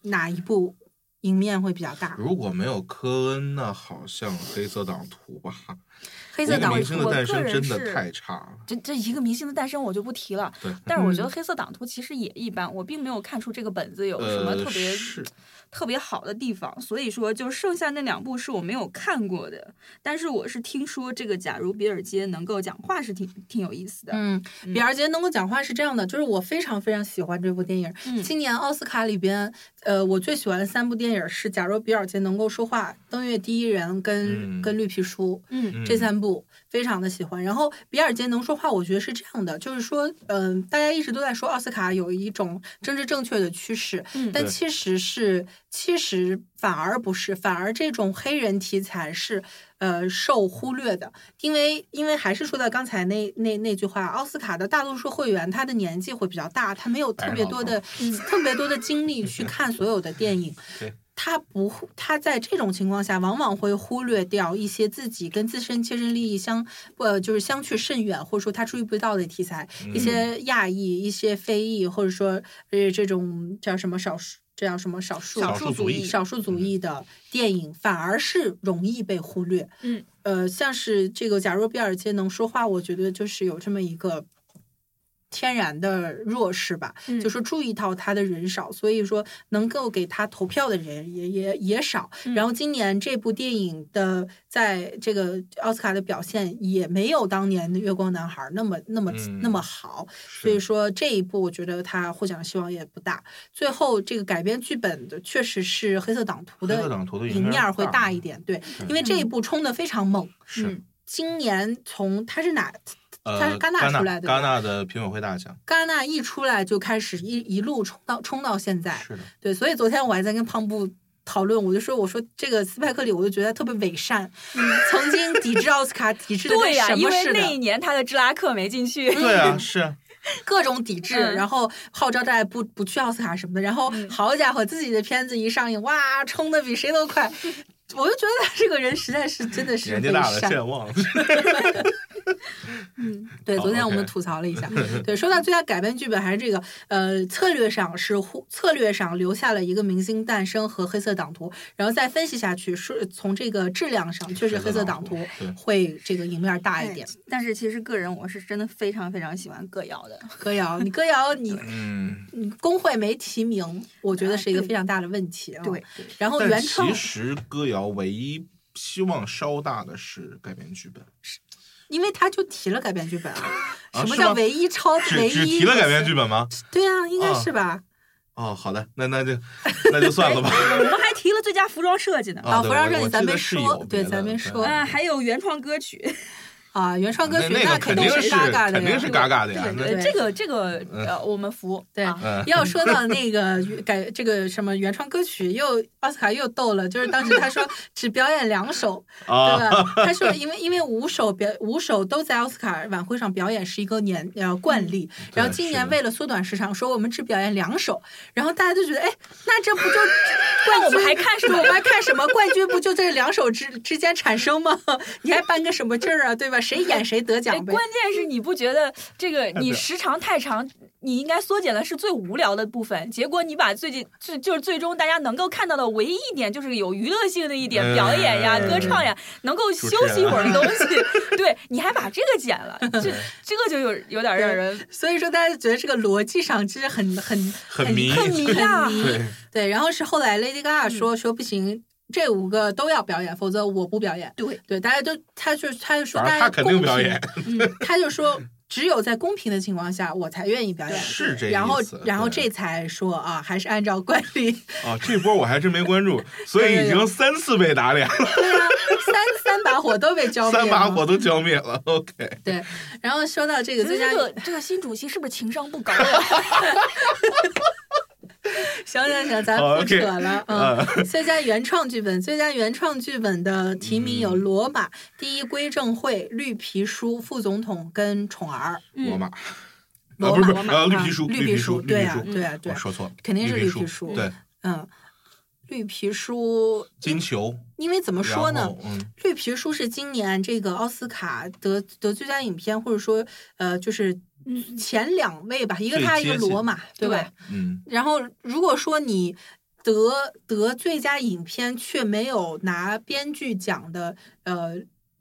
Speaker 1: 哪一部赢面会比较大？
Speaker 2: 如果没有科恩，那好像黑色党徒吧。
Speaker 1: 黑色
Speaker 2: 一个
Speaker 1: 党
Speaker 2: 明星的
Speaker 3: 我
Speaker 2: 诞
Speaker 3: 个
Speaker 2: 生
Speaker 3: 人
Speaker 2: 真
Speaker 3: 是
Speaker 2: 的太差了，
Speaker 3: 这这一个明星的诞生我就不提了，
Speaker 2: 对。
Speaker 3: 但是我觉
Speaker 1: 嗯
Speaker 3: 得黑色党徒其实也一般，我并没有看出这个本子有什么
Speaker 2: 呃，
Speaker 3: 特别
Speaker 2: 是
Speaker 3: 特别好的地方，所以说就剩下那两部是我没有看过的，但是我是听说这个，假如比尔街能够讲话是挺挺有意思的。
Speaker 1: 嗯，比尔杰能够讲话是这样的，就是我非常非常喜欢这部电影。
Speaker 3: 嗯
Speaker 1: 今年奥斯卡里边，呃，我最喜欢的三部电影是《假如比尔杰能够说话》《登月第一人》跟、
Speaker 2: 嗯
Speaker 1: 跟《绿皮书》
Speaker 3: 嗯
Speaker 2: 嗯
Speaker 1: 这三部非常的喜欢。然后比尔杰能说话，我觉得是这样的，就是说，嗯、大家一直都在说奥斯卡有一种政治正确的趋势，
Speaker 3: 嗯
Speaker 1: 但
Speaker 2: 对
Speaker 1: 其实是其实反而不是，反而这种黑人题材是。呃，受忽略的，因为因为还是说到刚才那那那句话，奥斯卡的大多数会员他的年纪会比较大，他没有特别多的
Speaker 3: 嗯
Speaker 1: 特别多的精力去看所有的电影，
Speaker 2: [laughs] 对
Speaker 1: 他不会，他在这种情况下，往往会忽略掉一些自己跟自身切身利益相，呃，就是相去甚远，或者说他注意不到的题材，
Speaker 3: 嗯
Speaker 1: 一
Speaker 2: 嗯
Speaker 1: 些亚裔、一些非裔，或者说呃这种叫什么少数，这叫什么少数
Speaker 3: 少
Speaker 2: 少
Speaker 3: 数
Speaker 2: 数
Speaker 3: 族
Speaker 2: 族
Speaker 3: 裔嗯
Speaker 2: 裔，
Speaker 1: 少数族裔的电影，反而是容易被忽略。
Speaker 3: 嗯，
Speaker 1: 呃，像是这个，假如比尔街能说话，我觉得就是有这么一个。天然的弱势吧，
Speaker 3: 嗯
Speaker 1: 就说注意到他的人少，所以说能够给他投票的人也也也少。
Speaker 3: 嗯
Speaker 1: 然后今年这部电影的在这个奥斯卡的表现也没有当年的《月光男孩》那么那么、
Speaker 2: 嗯
Speaker 1: 那么好，
Speaker 2: 是
Speaker 1: 所以说这一部我觉得他获奖希望也不大。最后这个改编剧本的确实是黑色党徒
Speaker 2: 黑色
Speaker 1: 的
Speaker 2: 党徒的
Speaker 1: 赢面儿会大
Speaker 2: 大
Speaker 1: 一
Speaker 2: 点，
Speaker 1: 点，对，
Speaker 2: 对
Speaker 1: 因为这一部冲的非常猛。
Speaker 2: 是
Speaker 3: 嗯
Speaker 1: 今年从他是哪它是
Speaker 2: 呃，
Speaker 1: 戛纳出来的吧
Speaker 2: 戛纳的评委会大奖，
Speaker 1: 戛纳一出来就开始一一路冲到冲到现在，
Speaker 2: 是的，
Speaker 1: 对，所以昨天我还在跟胖布讨论，我就说我说这个斯派克里，我就觉得特别伪善，曾经抵制奥斯卡，抵制的
Speaker 3: 嗯对呀、
Speaker 1: 什
Speaker 3: 因
Speaker 1: 么
Speaker 3: 为
Speaker 1: 似
Speaker 3: 那一
Speaker 1: 的，
Speaker 3: 年他的《芝拉克》没进去。
Speaker 2: 对
Speaker 1: [laughs]
Speaker 2: 啊，是啊，
Speaker 1: 各种抵制，
Speaker 3: 嗯
Speaker 1: 然后号召大家不不去奥斯卡什么的，然后
Speaker 3: 嗯
Speaker 1: 好家伙，自己的片子一上映，哇，冲的比谁都快，
Speaker 3: [laughs]
Speaker 1: 我就觉得这个人实在是真的是
Speaker 2: 年纪
Speaker 1: 伪
Speaker 2: 大了
Speaker 1: 善。
Speaker 2: 健
Speaker 1: [laughs]
Speaker 2: 忘了，
Speaker 3: 嗯
Speaker 1: 对，
Speaker 2: 好
Speaker 1: 昨天我们
Speaker 2: OK
Speaker 1: 吐槽了一
Speaker 2: [laughs]
Speaker 1: 下。对，说到最佳改编剧本，还是这个呃策略上是忽策略上留下了一个明星诞生和黑色党徒，然后再分析下去，是从这个质量上，确实黑色党徒
Speaker 2: 对
Speaker 1: 会这个赢面大一点。
Speaker 3: 哎但是其实个人我是真的非常非常喜欢歌谣的，
Speaker 1: 歌谣，你歌谣你
Speaker 2: 嗯，
Speaker 1: 你工会没提名，我觉得
Speaker 3: 啊
Speaker 1: 是一个
Speaker 3: 对
Speaker 1: 非常大的问题啊。
Speaker 3: 对，
Speaker 1: 然后
Speaker 2: 但
Speaker 1: 原创
Speaker 2: 其实歌谣唯一希望稍大的是改编剧本，
Speaker 1: 因为他就提了改编剧本啊，
Speaker 2: 啊
Speaker 1: 什么
Speaker 2: 是
Speaker 1: 叫
Speaker 2: 吗
Speaker 1: 唯一超啊唯
Speaker 2: 只只
Speaker 1: 一
Speaker 2: 提了
Speaker 1: 的
Speaker 2: 改编
Speaker 1: 词
Speaker 2: 剧本吗？
Speaker 1: 对啊，应该
Speaker 2: 啊
Speaker 1: 是吧？
Speaker 2: 哦，好的，
Speaker 1: [laughs]
Speaker 2: 那那就那就算了吧。
Speaker 3: 我们还提了最佳服装设计呢。
Speaker 1: 啊
Speaker 2: 对
Speaker 1: 服装
Speaker 2: 我
Speaker 1: 设计
Speaker 2: 我
Speaker 1: 咱
Speaker 2: 记
Speaker 1: 没
Speaker 2: 得是
Speaker 1: 说
Speaker 2: 有
Speaker 1: 对
Speaker 2: 别
Speaker 1: 咱
Speaker 2: 的
Speaker 1: 没说
Speaker 3: 啊，还有原创歌曲，
Speaker 1: 啊，原创歌
Speaker 2: 那
Speaker 1: 曲
Speaker 2: 那个
Speaker 1: 肯
Speaker 2: 肯
Speaker 1: 定
Speaker 2: 定
Speaker 1: 是
Speaker 2: 是
Speaker 1: 嘎嘎的
Speaker 2: 肯
Speaker 1: 呀，
Speaker 2: 定是
Speaker 1: 对
Speaker 2: 嘎嘎的呀
Speaker 3: 对。
Speaker 2: 啊那
Speaker 3: 对，这个这个呃，我们服。
Speaker 1: 对
Speaker 3: 啊， [laughs]
Speaker 2: 嗯，
Speaker 1: 要说到那个改这个什么原创歌曲，又奥斯卡又逗了，就是当时他说只表演两首，对
Speaker 2: 啊，
Speaker 1: 吧？他说因为因为五首表五首都在奥斯卡晚会上表演是一个年呃惯例，然后今年
Speaker 2: 是的
Speaker 1: 为了缩短时长，说我们只表演两首，然后大家就觉得哎，那这不就冠
Speaker 3: 那我
Speaker 1: 军
Speaker 3: 们还看什
Speaker 1: 对
Speaker 3: 么
Speaker 1: 我？们还看什么冠军不就这两首之之间产生吗？你还颁个什么证儿啊，对吧？谁演谁得
Speaker 3: 哎
Speaker 1: 奖呗
Speaker 3: 关。键是你不觉得这个
Speaker 2: 对
Speaker 3: 你时长太长，你应该缩减的是最无聊的部分。结果你把最近最就是最终大家能够看到的唯一一点，就是有娱乐性的一点，
Speaker 2: 嗯
Speaker 3: 表演呀、歌唱呀，能够休息一会儿的东西。对，你还把这个减了，这这个就有有点让人
Speaker 1: 所以说大家觉得这个逻辑上其实很很
Speaker 2: 很
Speaker 1: 迷
Speaker 2: 迷
Speaker 1: 很
Speaker 3: 呀
Speaker 1: 迷
Speaker 2: 对，
Speaker 1: 对，然后是后来 Lady Gaga
Speaker 3: 嗯
Speaker 1: 说、说不行，这五个都要表演，否则我不表演。
Speaker 3: 对
Speaker 1: 对，大家都，他就他就说
Speaker 2: 反
Speaker 1: 大家
Speaker 2: 正他肯定
Speaker 1: 公
Speaker 2: 表
Speaker 1: 平
Speaker 3: [laughs]
Speaker 2: 演，
Speaker 1: 嗯，他就说只有在公平的情况下，我才愿意表演。
Speaker 2: 是这意思。
Speaker 1: 然后，然后
Speaker 2: 对
Speaker 1: 这才说啊，还是按照惯例， [laughs]
Speaker 2: 啊，这波我还真没关注，所以已经三次被打脸，
Speaker 1: 对啊，三三把火都被浇灭了。嗯
Speaker 2: 三把火都浇灭了。OK，
Speaker 1: 对，然后说到这个
Speaker 3: 觉得
Speaker 1: 最佳
Speaker 3: 这个这个新主席是不是情商不高啊？
Speaker 1: 行行行，咱
Speaker 2: 好
Speaker 1: 不扯
Speaker 2: ，OK
Speaker 1: 了。嗯， [laughs] 最佳原创剧本，最佳原创剧本的提名有《
Speaker 2: 嗯
Speaker 1: 罗马》第一归正会、《绿皮书》、《副总统》跟《宠儿》。
Speaker 3: 嗯
Speaker 2: 罗马，
Speaker 1: 罗
Speaker 2: 啊，不
Speaker 1: 马
Speaker 2: 是不
Speaker 1: 罗
Speaker 2: 是，
Speaker 1: 马
Speaker 2: 呃，绿
Speaker 1: 啊
Speaker 2: 皮书，
Speaker 1: 绿皮
Speaker 2: 绿皮
Speaker 1: 书
Speaker 2: 绿
Speaker 1: 对
Speaker 2: 皮
Speaker 1: 啊
Speaker 2: 书，嗯
Speaker 1: 对啊对啊
Speaker 2: 我说错了，
Speaker 1: 肯定是
Speaker 2: 绿
Speaker 1: 绿皮书
Speaker 2: 书，对，
Speaker 1: 嗯，绿皮书，
Speaker 2: 金球。
Speaker 1: 因为怎么
Speaker 2: 然
Speaker 1: 说呢？
Speaker 2: 后？嗯，
Speaker 1: 绿皮书是今年这个奥斯卡得得最佳影片，或者说呃，就是
Speaker 3: 嗯
Speaker 1: 前两位吧，一个
Speaker 2: 最
Speaker 1: 他一个
Speaker 2: 接近
Speaker 1: 罗马，对吧？
Speaker 2: 嗯，
Speaker 1: 然后如果说你得得最佳影片却没有拿编剧奖的，呃。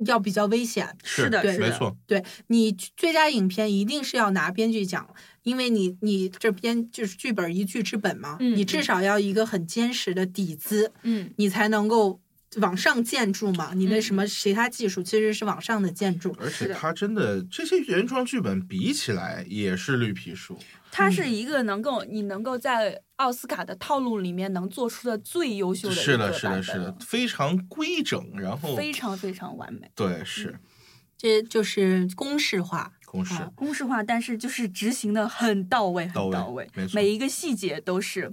Speaker 1: 要比较危险。
Speaker 2: 是
Speaker 4: 是的
Speaker 1: 对
Speaker 4: 是
Speaker 2: 没
Speaker 4: 的
Speaker 2: 错，
Speaker 1: 对你最佳影片一定是要拿编剧奖，因为你你这编就是剧本一剧之本嘛，
Speaker 3: 嗯
Speaker 1: 你至少要一个很坚实的底子，
Speaker 3: 嗯
Speaker 1: 你才能够往上建筑嘛。你的
Speaker 3: 嗯
Speaker 1: 什么其他技术其实是往上的建筑，
Speaker 2: 而且
Speaker 4: 的
Speaker 2: 他真的这些原创剧本比起来也是绿皮书，
Speaker 3: 它
Speaker 2: 嗯
Speaker 3: 是一个能够你能够在奥斯卡的套路里面能做出的最优秀的一
Speaker 2: 是
Speaker 3: 个
Speaker 2: 的，是的，
Speaker 3: 版
Speaker 2: 是
Speaker 3: 本
Speaker 2: 的哦
Speaker 3: 了，
Speaker 2: 非常规整，然后
Speaker 3: 非常非常完美。
Speaker 2: 对是
Speaker 1: 这就是公式化。
Speaker 2: 公式，
Speaker 1: 啊
Speaker 3: 公式化，但是就是执行的很到位，
Speaker 2: 到
Speaker 3: 很
Speaker 2: 位
Speaker 3: 到位，
Speaker 2: 没错
Speaker 3: 每一个细节都是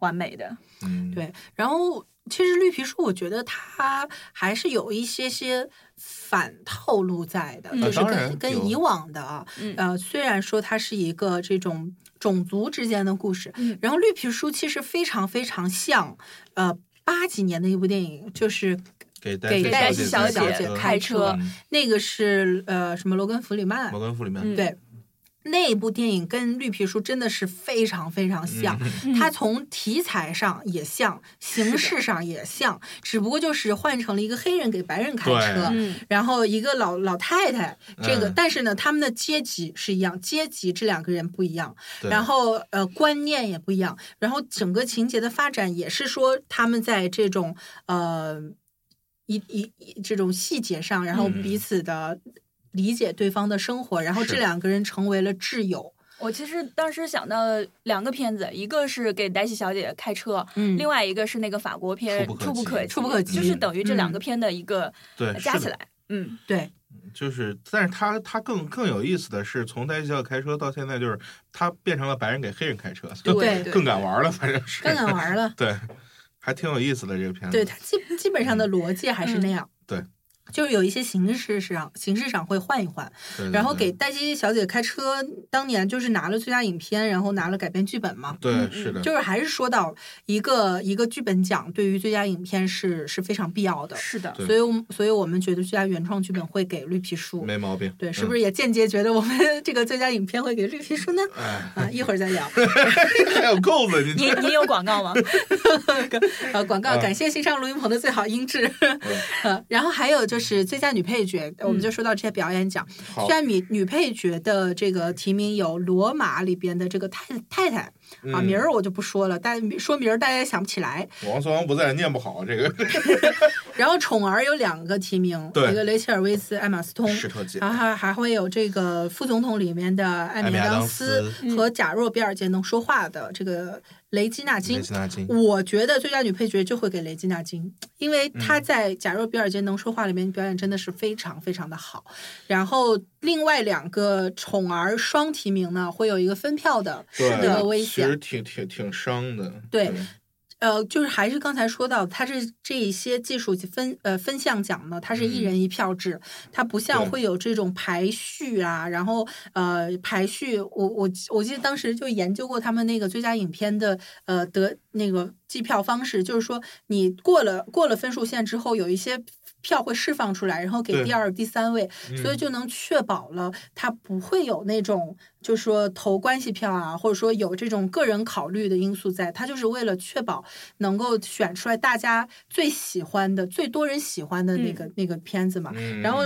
Speaker 3: 完美的。
Speaker 2: 嗯，
Speaker 1: 对，然后其实绿皮书，我觉得它还是有一些些反套路在的，
Speaker 3: 嗯
Speaker 1: 就是
Speaker 2: 啊当然
Speaker 1: 跟跟
Speaker 2: 有
Speaker 1: 以往的啊，
Speaker 3: 嗯
Speaker 1: 呃，虽然说它是一个这种种族之间的故事，
Speaker 3: 嗯
Speaker 1: 然后绿皮书其实非常非常像，呃。八几年的一部电影，就是
Speaker 2: 给
Speaker 1: 给
Speaker 2: 黛
Speaker 1: 黛
Speaker 2: 西
Speaker 1: 西
Speaker 3: 小
Speaker 1: 小
Speaker 3: 姐
Speaker 1: 姐
Speaker 2: 开
Speaker 1: 开
Speaker 3: 开
Speaker 1: 车
Speaker 3: 车，
Speaker 2: 嗯
Speaker 1: 那个是呃什么罗根·弗里曼
Speaker 2: 摩，根弗里曼，
Speaker 3: 嗯
Speaker 1: 对，那部电影跟绿皮书真的是非常非常
Speaker 2: 嗯
Speaker 1: 像，它从题材上也像，形式上也像，只不过就是换成了一个黑人给白人开车。
Speaker 2: 对
Speaker 3: 嗯
Speaker 1: 然后一个老老太太，这个、
Speaker 2: 嗯
Speaker 1: 但是呢，他们的阶级是一样，阶级这两个人不一样，
Speaker 2: 对
Speaker 1: 然后呃观念也不一样，然后整个情节的发展也是说他们在这种呃一一一这种细节上，然后
Speaker 2: 嗯
Speaker 1: 彼此的理解对方的生活，然后
Speaker 2: 是
Speaker 1: 这两个人成为了挚友。
Speaker 3: 我其实当时想到两个片子，一个是给黛西小姐开车，
Speaker 1: 嗯
Speaker 3: 另外一个是那个法国片
Speaker 2: 触不可
Speaker 3: 《触不
Speaker 2: 及
Speaker 3: 可
Speaker 1: 触不可
Speaker 3: 就
Speaker 2: 及嗯
Speaker 3: 是等于这两个片的一个
Speaker 2: 对是
Speaker 3: 加
Speaker 2: 的
Speaker 3: 起来，嗯，
Speaker 1: 对，
Speaker 2: 就是，但是他他更更有意思的是，从戴西小姐开车到现在，就是他变成了白人给黑人开车，
Speaker 3: 对
Speaker 1: 对
Speaker 2: 更敢玩了，反正是
Speaker 1: 更敢玩了。
Speaker 2: 对，还挺有意思的这个片子，
Speaker 1: 对，它基基本上的逻辑还是那样。
Speaker 2: 嗯对。
Speaker 1: 就是有一些形式上，形式上会换一换，
Speaker 2: 对对
Speaker 1: 然后
Speaker 2: 对
Speaker 1: 给黛西小姐开车，当年就是拿了最佳影片，然后拿了改编剧本嘛，
Speaker 2: 对
Speaker 3: 嗯
Speaker 2: 是的，
Speaker 1: 就是还是说到一个一个剧本奖对于最佳影片是是非常必要的，
Speaker 3: 是的，
Speaker 2: 对
Speaker 1: 所以我们所以我们觉得最佳原创剧本会给绿皮书，
Speaker 2: 没嗯毛病， [laughs]
Speaker 1: 对，是不
Speaker 2: 是？
Speaker 1: 是也间接觉得我们 [laughs] 这个最佳影片会给绿皮书呢？
Speaker 2: 哎，
Speaker 1: 啊，一会儿再聊。
Speaker 2: 还有够
Speaker 3: [laughs]
Speaker 2: 子，你
Speaker 3: 您
Speaker 2: 这
Speaker 3: 您有广告吗？
Speaker 1: 呃，广告
Speaker 2: 啊嗯
Speaker 1: 感谢新上录音棚的最好音质。 [laughs] 呃，然后还有就是最佳女配角，我们就说到这些表演奖。
Speaker 2: 好
Speaker 1: 虽，然女女配角的这个提名有《罗马》里边的这个太太太啊，
Speaker 2: 嗯
Speaker 1: 名儿我就不说了，但说名儿大家也想不起来。
Speaker 2: 王思王不在，念不好这个
Speaker 1: 然后宠儿有两个提名，
Speaker 2: 对
Speaker 1: 一个雷切尔·威斯、艾玛·斯
Speaker 2: [laughs]
Speaker 1: 通，
Speaker 2: 石头姐，
Speaker 1: 然后还还会有这个副总统里面的艾
Speaker 2: 艾
Speaker 1: 米
Speaker 2: 米亚
Speaker 1: 亚
Speaker 2: 当
Speaker 1: 当斯和贾若比尔杰能说话的这个雷基纳
Speaker 2: 梅
Speaker 1: 金。
Speaker 2: 西纳金，
Speaker 1: 我觉得最佳女配角就会给雷基纳金，因为她在《假若比尔杰能说话》里面表演真的是非常非常的好。然后另外两个宠儿双提名呢，会有一个分票的，
Speaker 2: 对
Speaker 1: 这个危
Speaker 2: 其
Speaker 1: 险
Speaker 2: 实挺挺挺伤的，
Speaker 1: 对呃，就是还是刚才说到，它是这一些技术分呃分项奖呢，它是一
Speaker 2: 嗯
Speaker 1: 人一票制，它不像
Speaker 2: 对
Speaker 1: 会有这种排序啊，然后呃排序，我我记我记得当时就研究过他们那个最佳影片的呃得那个计票方式，就是说你过了过了分数线之后，有一些。票会释放出来，然后给
Speaker 2: 对嗯
Speaker 1: 第二、第三位，所以就能确保了它不会有那种，就是说投关系票啊，或者说有这种个人考虑的因素在，它就是为了确保能够选出来大家最喜欢的、最多人喜欢的那个、那个片子嘛。
Speaker 2: 嗯，
Speaker 1: 啊然后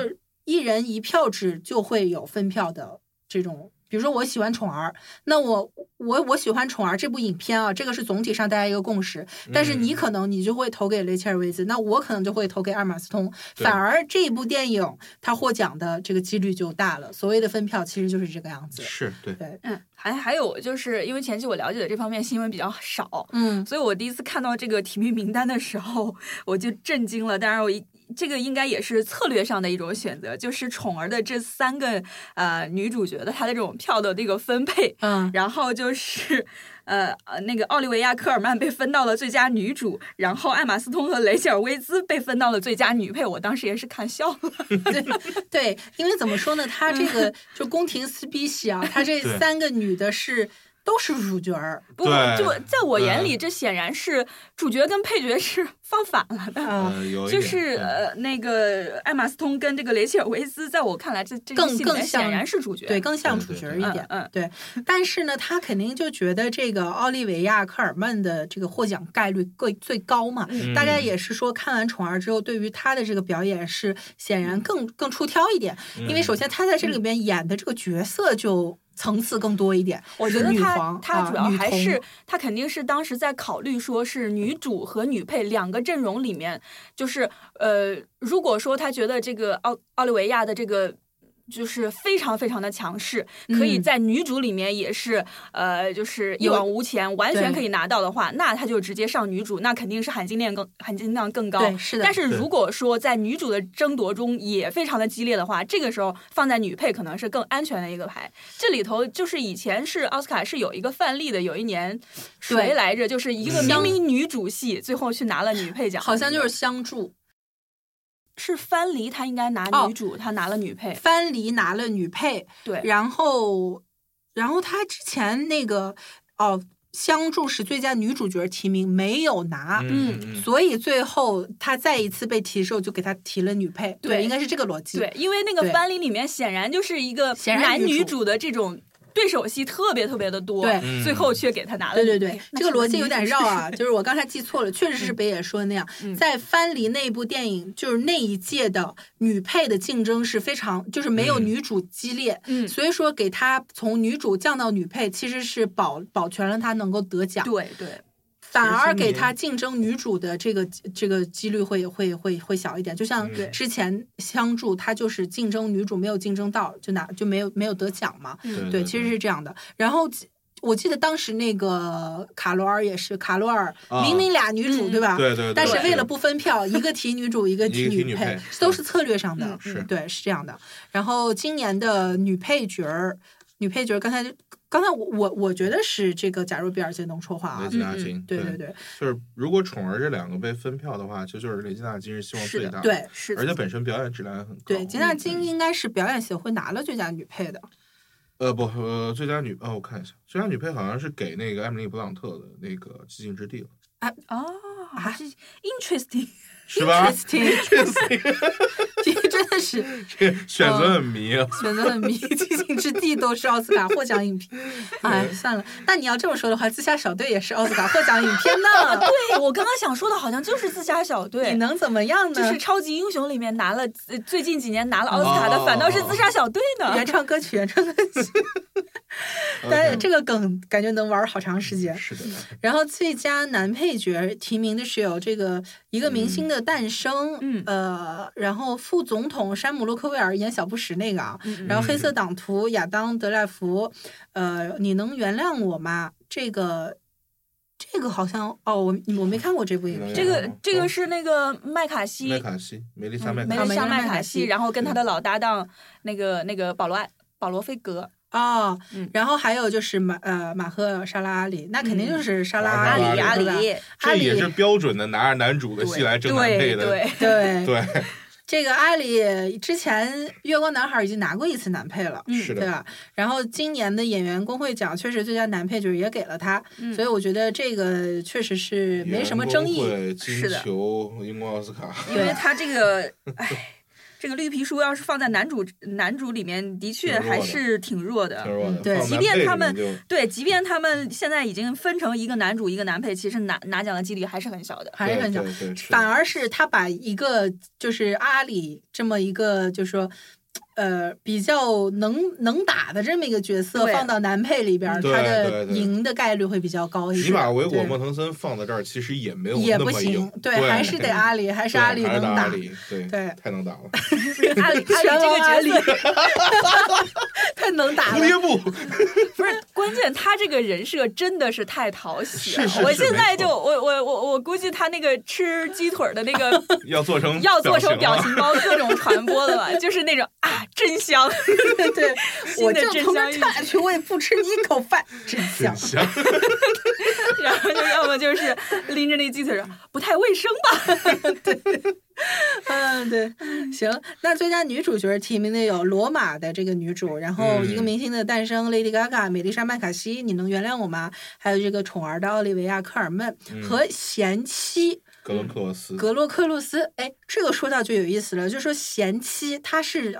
Speaker 1: 一人一票制就会有分票的这种。比如说我喜欢宠儿，那我我我喜欢宠儿这部影片啊，这个是总体上大家一个共识。但是
Speaker 2: 嗯
Speaker 1: 你可能你就会投给雷切尔·维兹，那我可能就会投给阿尔马斯通，
Speaker 2: 对
Speaker 1: 反而这一部电影它获奖的这个几率就大了。所谓的分票其实就是这个样子。
Speaker 2: 是对，
Speaker 3: 嗯，还还有就是因为前期我了解的这方面新闻比较少，
Speaker 1: 嗯，
Speaker 3: 所以我第一次看到这个提名名单的时候，我就震惊了。当然，我一这个应该也是策略上的一种选择，就是宠儿的这三个呃女主角的她的这种票的这个分配，
Speaker 1: 嗯，
Speaker 3: 然后就是呃呃那个奥利维亚·科尔曼被分到了最佳女主，然后艾玛·斯通和雷切尔·威兹被分到了最佳女配。我当时也是看笑了。
Speaker 1: 对，
Speaker 3: 嗯 [laughs]
Speaker 1: 因为怎么说呢，她这个就宫廷撕逼戏啊，她这
Speaker 2: 对
Speaker 1: 三个女的是。都是主角儿
Speaker 3: 不过
Speaker 2: 对
Speaker 3: 就在我眼
Speaker 2: 对
Speaker 3: 里，这显然是主角跟配角是 [laughs] 放反了的。
Speaker 1: 啊，
Speaker 2: 呃，有一
Speaker 3: 就
Speaker 2: 点
Speaker 3: 是
Speaker 2: 对
Speaker 3: 呃，那个艾玛斯通跟这个雷切尔维斯，在我看来，这这
Speaker 1: 更
Speaker 3: 个戏里
Speaker 1: 更
Speaker 3: 面
Speaker 1: 像
Speaker 3: 显然是主角。
Speaker 1: 对，更像
Speaker 2: 对
Speaker 1: 主
Speaker 2: 对
Speaker 1: 角
Speaker 2: 对
Speaker 1: 儿一点。
Speaker 3: 嗯嗯
Speaker 1: 对，但是呢，他肯定就觉得这个奥利维亚·科尔曼的这个获奖概率最最高嘛。
Speaker 3: 嗯
Speaker 1: 大概也是说，看完《宠儿》之后，对于他的这个表演是显
Speaker 3: 嗯
Speaker 1: 然更更出挑一点，因为首先他在这里边演的这个角色就层次更多一点。
Speaker 3: 我觉得
Speaker 1: 女
Speaker 3: 他
Speaker 1: 皇
Speaker 3: 他
Speaker 1: 啊
Speaker 3: 主要
Speaker 1: 女
Speaker 3: 还
Speaker 1: 童
Speaker 3: 是、他肯定是当时在考虑，说是女主和女配两个阵容里面，就是呃，如果说他觉得这个奥奥利维亚的这个。就是非常非常的强势，可以
Speaker 1: 嗯
Speaker 3: 在女主里面也是，呃，就是一
Speaker 1: 有
Speaker 3: 往无前，完全
Speaker 1: 对
Speaker 3: 可以拿到的话，那他就直接上女主，那肯定是含金量更含金量更高。
Speaker 1: 对，是的。
Speaker 3: 但是
Speaker 2: 对
Speaker 3: 如果说在女主的争夺中也非常的激烈的话，这个时候放在女配可能是更安全的一个牌。这里头就是以前是奥斯卡是有一个范例的，有一年谁来着，就是一个明明女主戏，最后去拿了女配奖，
Speaker 1: 嗯好像就是相助，
Speaker 3: 是藩篱，她应该拿
Speaker 1: 哦
Speaker 3: 女主，她拿了女配，
Speaker 1: 藩篱拿了女配，
Speaker 3: 对，
Speaker 1: 然后，然后他之前那个哦，相助是最佳女主角提名没有拿，
Speaker 2: 嗯
Speaker 3: 嗯
Speaker 2: 嗯
Speaker 1: 所以最后他再一次被提的时候就给他提了女配，对，
Speaker 3: 对
Speaker 1: 应该是这个逻辑。
Speaker 3: 对，因为那个
Speaker 1: 对
Speaker 3: 藩篱里面显然就是一个
Speaker 1: 显然
Speaker 3: 男
Speaker 1: 女主
Speaker 3: 女主的这种。对手戏特别特别的多，
Speaker 1: 对
Speaker 2: 嗯
Speaker 3: 最后却给她拿了
Speaker 1: 对
Speaker 3: 女配。
Speaker 1: 对对，
Speaker 3: 嗯那
Speaker 1: 这个
Speaker 3: 是不
Speaker 1: 逻
Speaker 3: 是
Speaker 1: 辑有
Speaker 3: 女
Speaker 1: 点
Speaker 3: 主
Speaker 1: 绕
Speaker 3: 是
Speaker 1: 啊， [laughs] 就是我刚才记
Speaker 3: [laughs]
Speaker 1: 错了，确实是北野说的那样，
Speaker 3: 嗯
Speaker 1: 在藩篱那部电影，就是那一届的女配的竞争是非常，就是没有
Speaker 2: 嗯
Speaker 1: 女主激烈，
Speaker 3: [laughs] 嗯，
Speaker 1: 所以说给她从女主降到女配，其实是保保全了她能够得奖。
Speaker 3: 对对，
Speaker 1: 反而
Speaker 2: 今
Speaker 1: 给
Speaker 2: 年
Speaker 1: 她竞争女主的这个这个几率会会会会小一点。就像
Speaker 2: 嗯
Speaker 1: 之前相助，她就是竞争女主没有竞争到，就拿就没有没有得奖嘛。
Speaker 3: 嗯
Speaker 1: 对，其实是这样的。然后我记得当时那个卡罗尔也是，卡罗尔
Speaker 2: 啊
Speaker 1: 明明俩女主、
Speaker 3: 嗯
Speaker 1: 对吧？
Speaker 2: 对对对，
Speaker 1: 但是
Speaker 2: 对
Speaker 1: 为了不分票，一个提女主，一个
Speaker 2: 一
Speaker 1: 提
Speaker 2: 个提
Speaker 1: 女
Speaker 2: 女
Speaker 1: 配
Speaker 2: 配，
Speaker 1: 都是策略上的
Speaker 3: 嗯，
Speaker 2: 是
Speaker 1: 对，是这样的。然后今年的女配角儿，女配角儿刚才刚才我我我觉得是这个，假如比尔杰能说话啊
Speaker 2: 雷，吉
Speaker 3: 嗯
Speaker 2: 纳
Speaker 3: 嗯
Speaker 2: 金，
Speaker 1: 对对对
Speaker 2: 就是如果宠儿这两个被分票的话，就就是雷吉纳金是希望
Speaker 3: 是
Speaker 2: 最
Speaker 3: 的
Speaker 2: 大，，
Speaker 1: 对
Speaker 3: 是的
Speaker 2: 而且本身表演质量也很高。
Speaker 1: 对，吉娜金应该是表演协会拿了最佳女配的，
Speaker 2: 呃不呃最佳女哦我看一下，最佳女配好像是给那个艾米丽布朗特的那个《寂静之地》了，
Speaker 3: 啊，还是 interesting，
Speaker 2: 是吧？ [laughs]
Speaker 1: Interesting
Speaker 2: 确实
Speaker 1: 真的是
Speaker 2: 这选择很迷啊。
Speaker 1: 选择了迷，寂静之地都是奥斯卡获奖影片。哎，算了，那你要这么说的话，自杀小队也是奥斯卡获奖影片
Speaker 3: [laughs]
Speaker 1: 呢，
Speaker 3: 对我刚刚想说的，好像就是自杀小
Speaker 1: 你 [laughs]
Speaker 3: 队。
Speaker 1: 能怎么样
Speaker 3: 就
Speaker 1: 呢
Speaker 3: 是？超级英雄里面拿了呃最近几年拿了奥斯卡的，
Speaker 2: 哦
Speaker 3: 反倒是自杀小队呢
Speaker 1: 原。唱歌曲，原唱歌曲，但
Speaker 2: OK，
Speaker 1: 这个梗感觉能玩好长时间。
Speaker 2: 嗯是的，
Speaker 1: 然后最佳男配角提名的是有这个一个明星的诞生，
Speaker 3: 嗯
Speaker 1: 呃，然后副总统山姆洛克威尔演小布什那个啊，
Speaker 3: 嗯
Speaker 1: 然后黑色党徒亚当德赖福，呃，你能原谅我吗？这个，这个好像哦，我我没看过这部影片，
Speaker 3: 这个这个是那个麦卡
Speaker 2: 哦麦
Speaker 3: 锡，
Speaker 2: 卡锡、梅丽莎
Speaker 3: 嗯
Speaker 2: 麦
Speaker 3: 梅
Speaker 2: 卡
Speaker 1: 丽啊梅丽
Speaker 2: 锡嗯
Speaker 3: 丽莎
Speaker 1: 莎
Speaker 3: 麦
Speaker 1: 麦卡
Speaker 3: 卡
Speaker 1: 锡
Speaker 3: 锡，然后跟他的老搭档那个那个保罗艾保罗菲格，
Speaker 1: 哦
Speaker 3: 嗯，
Speaker 1: 然后还有就是马呃马赫沙拉阿里，那肯定就是沙拉
Speaker 2: 嗯
Speaker 1: 阿
Speaker 3: 阿
Speaker 2: 阿
Speaker 1: 里
Speaker 2: 里
Speaker 3: 里阿
Speaker 1: 对吧
Speaker 3: 里，
Speaker 1: 阿
Speaker 2: 这
Speaker 1: 里
Speaker 2: 也是标准的拿着男主的戏来
Speaker 3: 对
Speaker 2: 争男配
Speaker 3: 对
Speaker 2: 的，
Speaker 3: 对，
Speaker 1: 对
Speaker 2: 对，
Speaker 1: 这个阿里之前月光男孩已经拿过一次男配了。
Speaker 3: 嗯
Speaker 2: 是
Speaker 1: 对啊
Speaker 2: 的，
Speaker 1: 吧？然后今年的演员工会奖确实最佳男配角也给了他，
Speaker 3: 嗯
Speaker 1: 所以我觉得这个确实是没什么争
Speaker 2: 员
Speaker 1: 议。
Speaker 2: 工会金
Speaker 3: 是的
Speaker 2: 球、英国奥斯卡，
Speaker 3: 嗯因为他这个，哎，这个绿皮书要是放在男主男主里面，的确
Speaker 2: 挺弱的
Speaker 3: 还是挺弱的。
Speaker 2: 听说的
Speaker 1: 嗯对
Speaker 2: 放
Speaker 1: 即
Speaker 2: 男
Speaker 3: 便
Speaker 2: 配
Speaker 3: 他
Speaker 2: 里面
Speaker 3: 们
Speaker 2: 就
Speaker 3: 对，即便他们现在已经分成一个男主一个男配，其实拿拿奖的几率还是很小的。
Speaker 1: 还是很想
Speaker 2: 对对对是
Speaker 1: 反而是他把一个就是阿里这么一个就是说。呃，比较能能打的这么一个角色
Speaker 3: 对
Speaker 1: 放到男配里边儿，
Speaker 2: 对
Speaker 1: 他的
Speaker 2: 嗯对对
Speaker 1: 赢的概率会比较高一
Speaker 2: 你
Speaker 1: 些。
Speaker 2: 把维
Speaker 1: 对
Speaker 2: 果、莫腾森放在这儿，其实也没有
Speaker 1: 也
Speaker 2: 那
Speaker 1: 不
Speaker 2: 么
Speaker 1: 行
Speaker 2: 硬，，
Speaker 1: 对，还是得阿里，还是阿里
Speaker 2: 对还
Speaker 1: 能
Speaker 2: 是得
Speaker 1: 打
Speaker 2: 阿。里，对
Speaker 1: 对
Speaker 2: 太能打了，
Speaker 3: 阿里
Speaker 1: 拳王阿
Speaker 3: 阿
Speaker 1: 里
Speaker 3: 里这个角色 [laughs]
Speaker 1: 太能打
Speaker 2: 蝴
Speaker 1: 了
Speaker 2: 蝶。
Speaker 1: [laughs]
Speaker 2: 步，
Speaker 3: 不是关键，他这个人设真的是太讨喜了。
Speaker 2: 是是
Speaker 3: 我
Speaker 2: 是
Speaker 3: 现
Speaker 2: 没
Speaker 3: 在就
Speaker 2: 错
Speaker 3: 我我我我估计他那个吃鸡腿儿的
Speaker 2: [laughs]
Speaker 3: 那个
Speaker 2: 要做成
Speaker 3: 要做成表
Speaker 2: 了
Speaker 3: 情包，各种传播的吧，就是那种啊真香。 [laughs]
Speaker 1: 对 [laughs] 对，我
Speaker 3: 新的
Speaker 1: 就
Speaker 3: 真
Speaker 1: 从这
Speaker 3: 香
Speaker 1: 儿
Speaker 3: 遇
Speaker 1: 跳下去，我也不吃你一口饭，
Speaker 2: [laughs]
Speaker 1: 真香
Speaker 2: 真。香，
Speaker 1: [laughs]
Speaker 3: 然后就要么就是拎着那鸡腿儿，不太卫生吧？
Speaker 1: [laughs] 嗯，对，行，那最佳女主角提名的有《罗马》的这个女主，然后《一个
Speaker 2: 嗯
Speaker 1: 明星的诞生》Lady Gaga、美丽莎麦卡锡，你能原谅我吗？还有这个《宠儿》的奥利维亚科尔曼
Speaker 2: 嗯
Speaker 1: 和《贤妻》
Speaker 2: 格伦克罗斯，
Speaker 1: 格洛克鲁斯，哎，这个说到就有意思了，就说贤妻她是，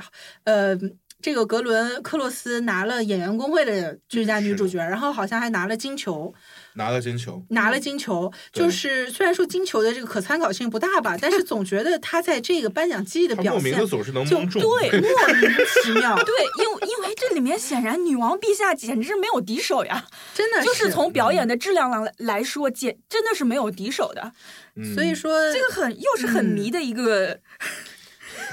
Speaker 1: 呃，这个格伦克洛斯拿了演员工会的最
Speaker 2: 嗯
Speaker 1: 佳女主角，然后好像还拿了金球，
Speaker 2: 拿了金球。
Speaker 1: 拿了金球，
Speaker 2: 嗯对
Speaker 1: 就是虽然说金球的这个可参考性不大吧，但是总觉得她在这个颁奖季的
Speaker 2: 他
Speaker 1: 表
Speaker 2: 莫
Speaker 1: 现
Speaker 2: 名的总是能
Speaker 1: 就
Speaker 2: 蒙中，
Speaker 1: 对莫名其妙，
Speaker 3: 对，因为因为这里面显然女王陛下简直没有敌手呀，
Speaker 1: 真的
Speaker 3: 就是从表演的质量来来说，简真的是没有敌手的。
Speaker 2: 嗯
Speaker 1: 所以说
Speaker 3: 这个很又是很
Speaker 1: 嗯
Speaker 3: 迷的一个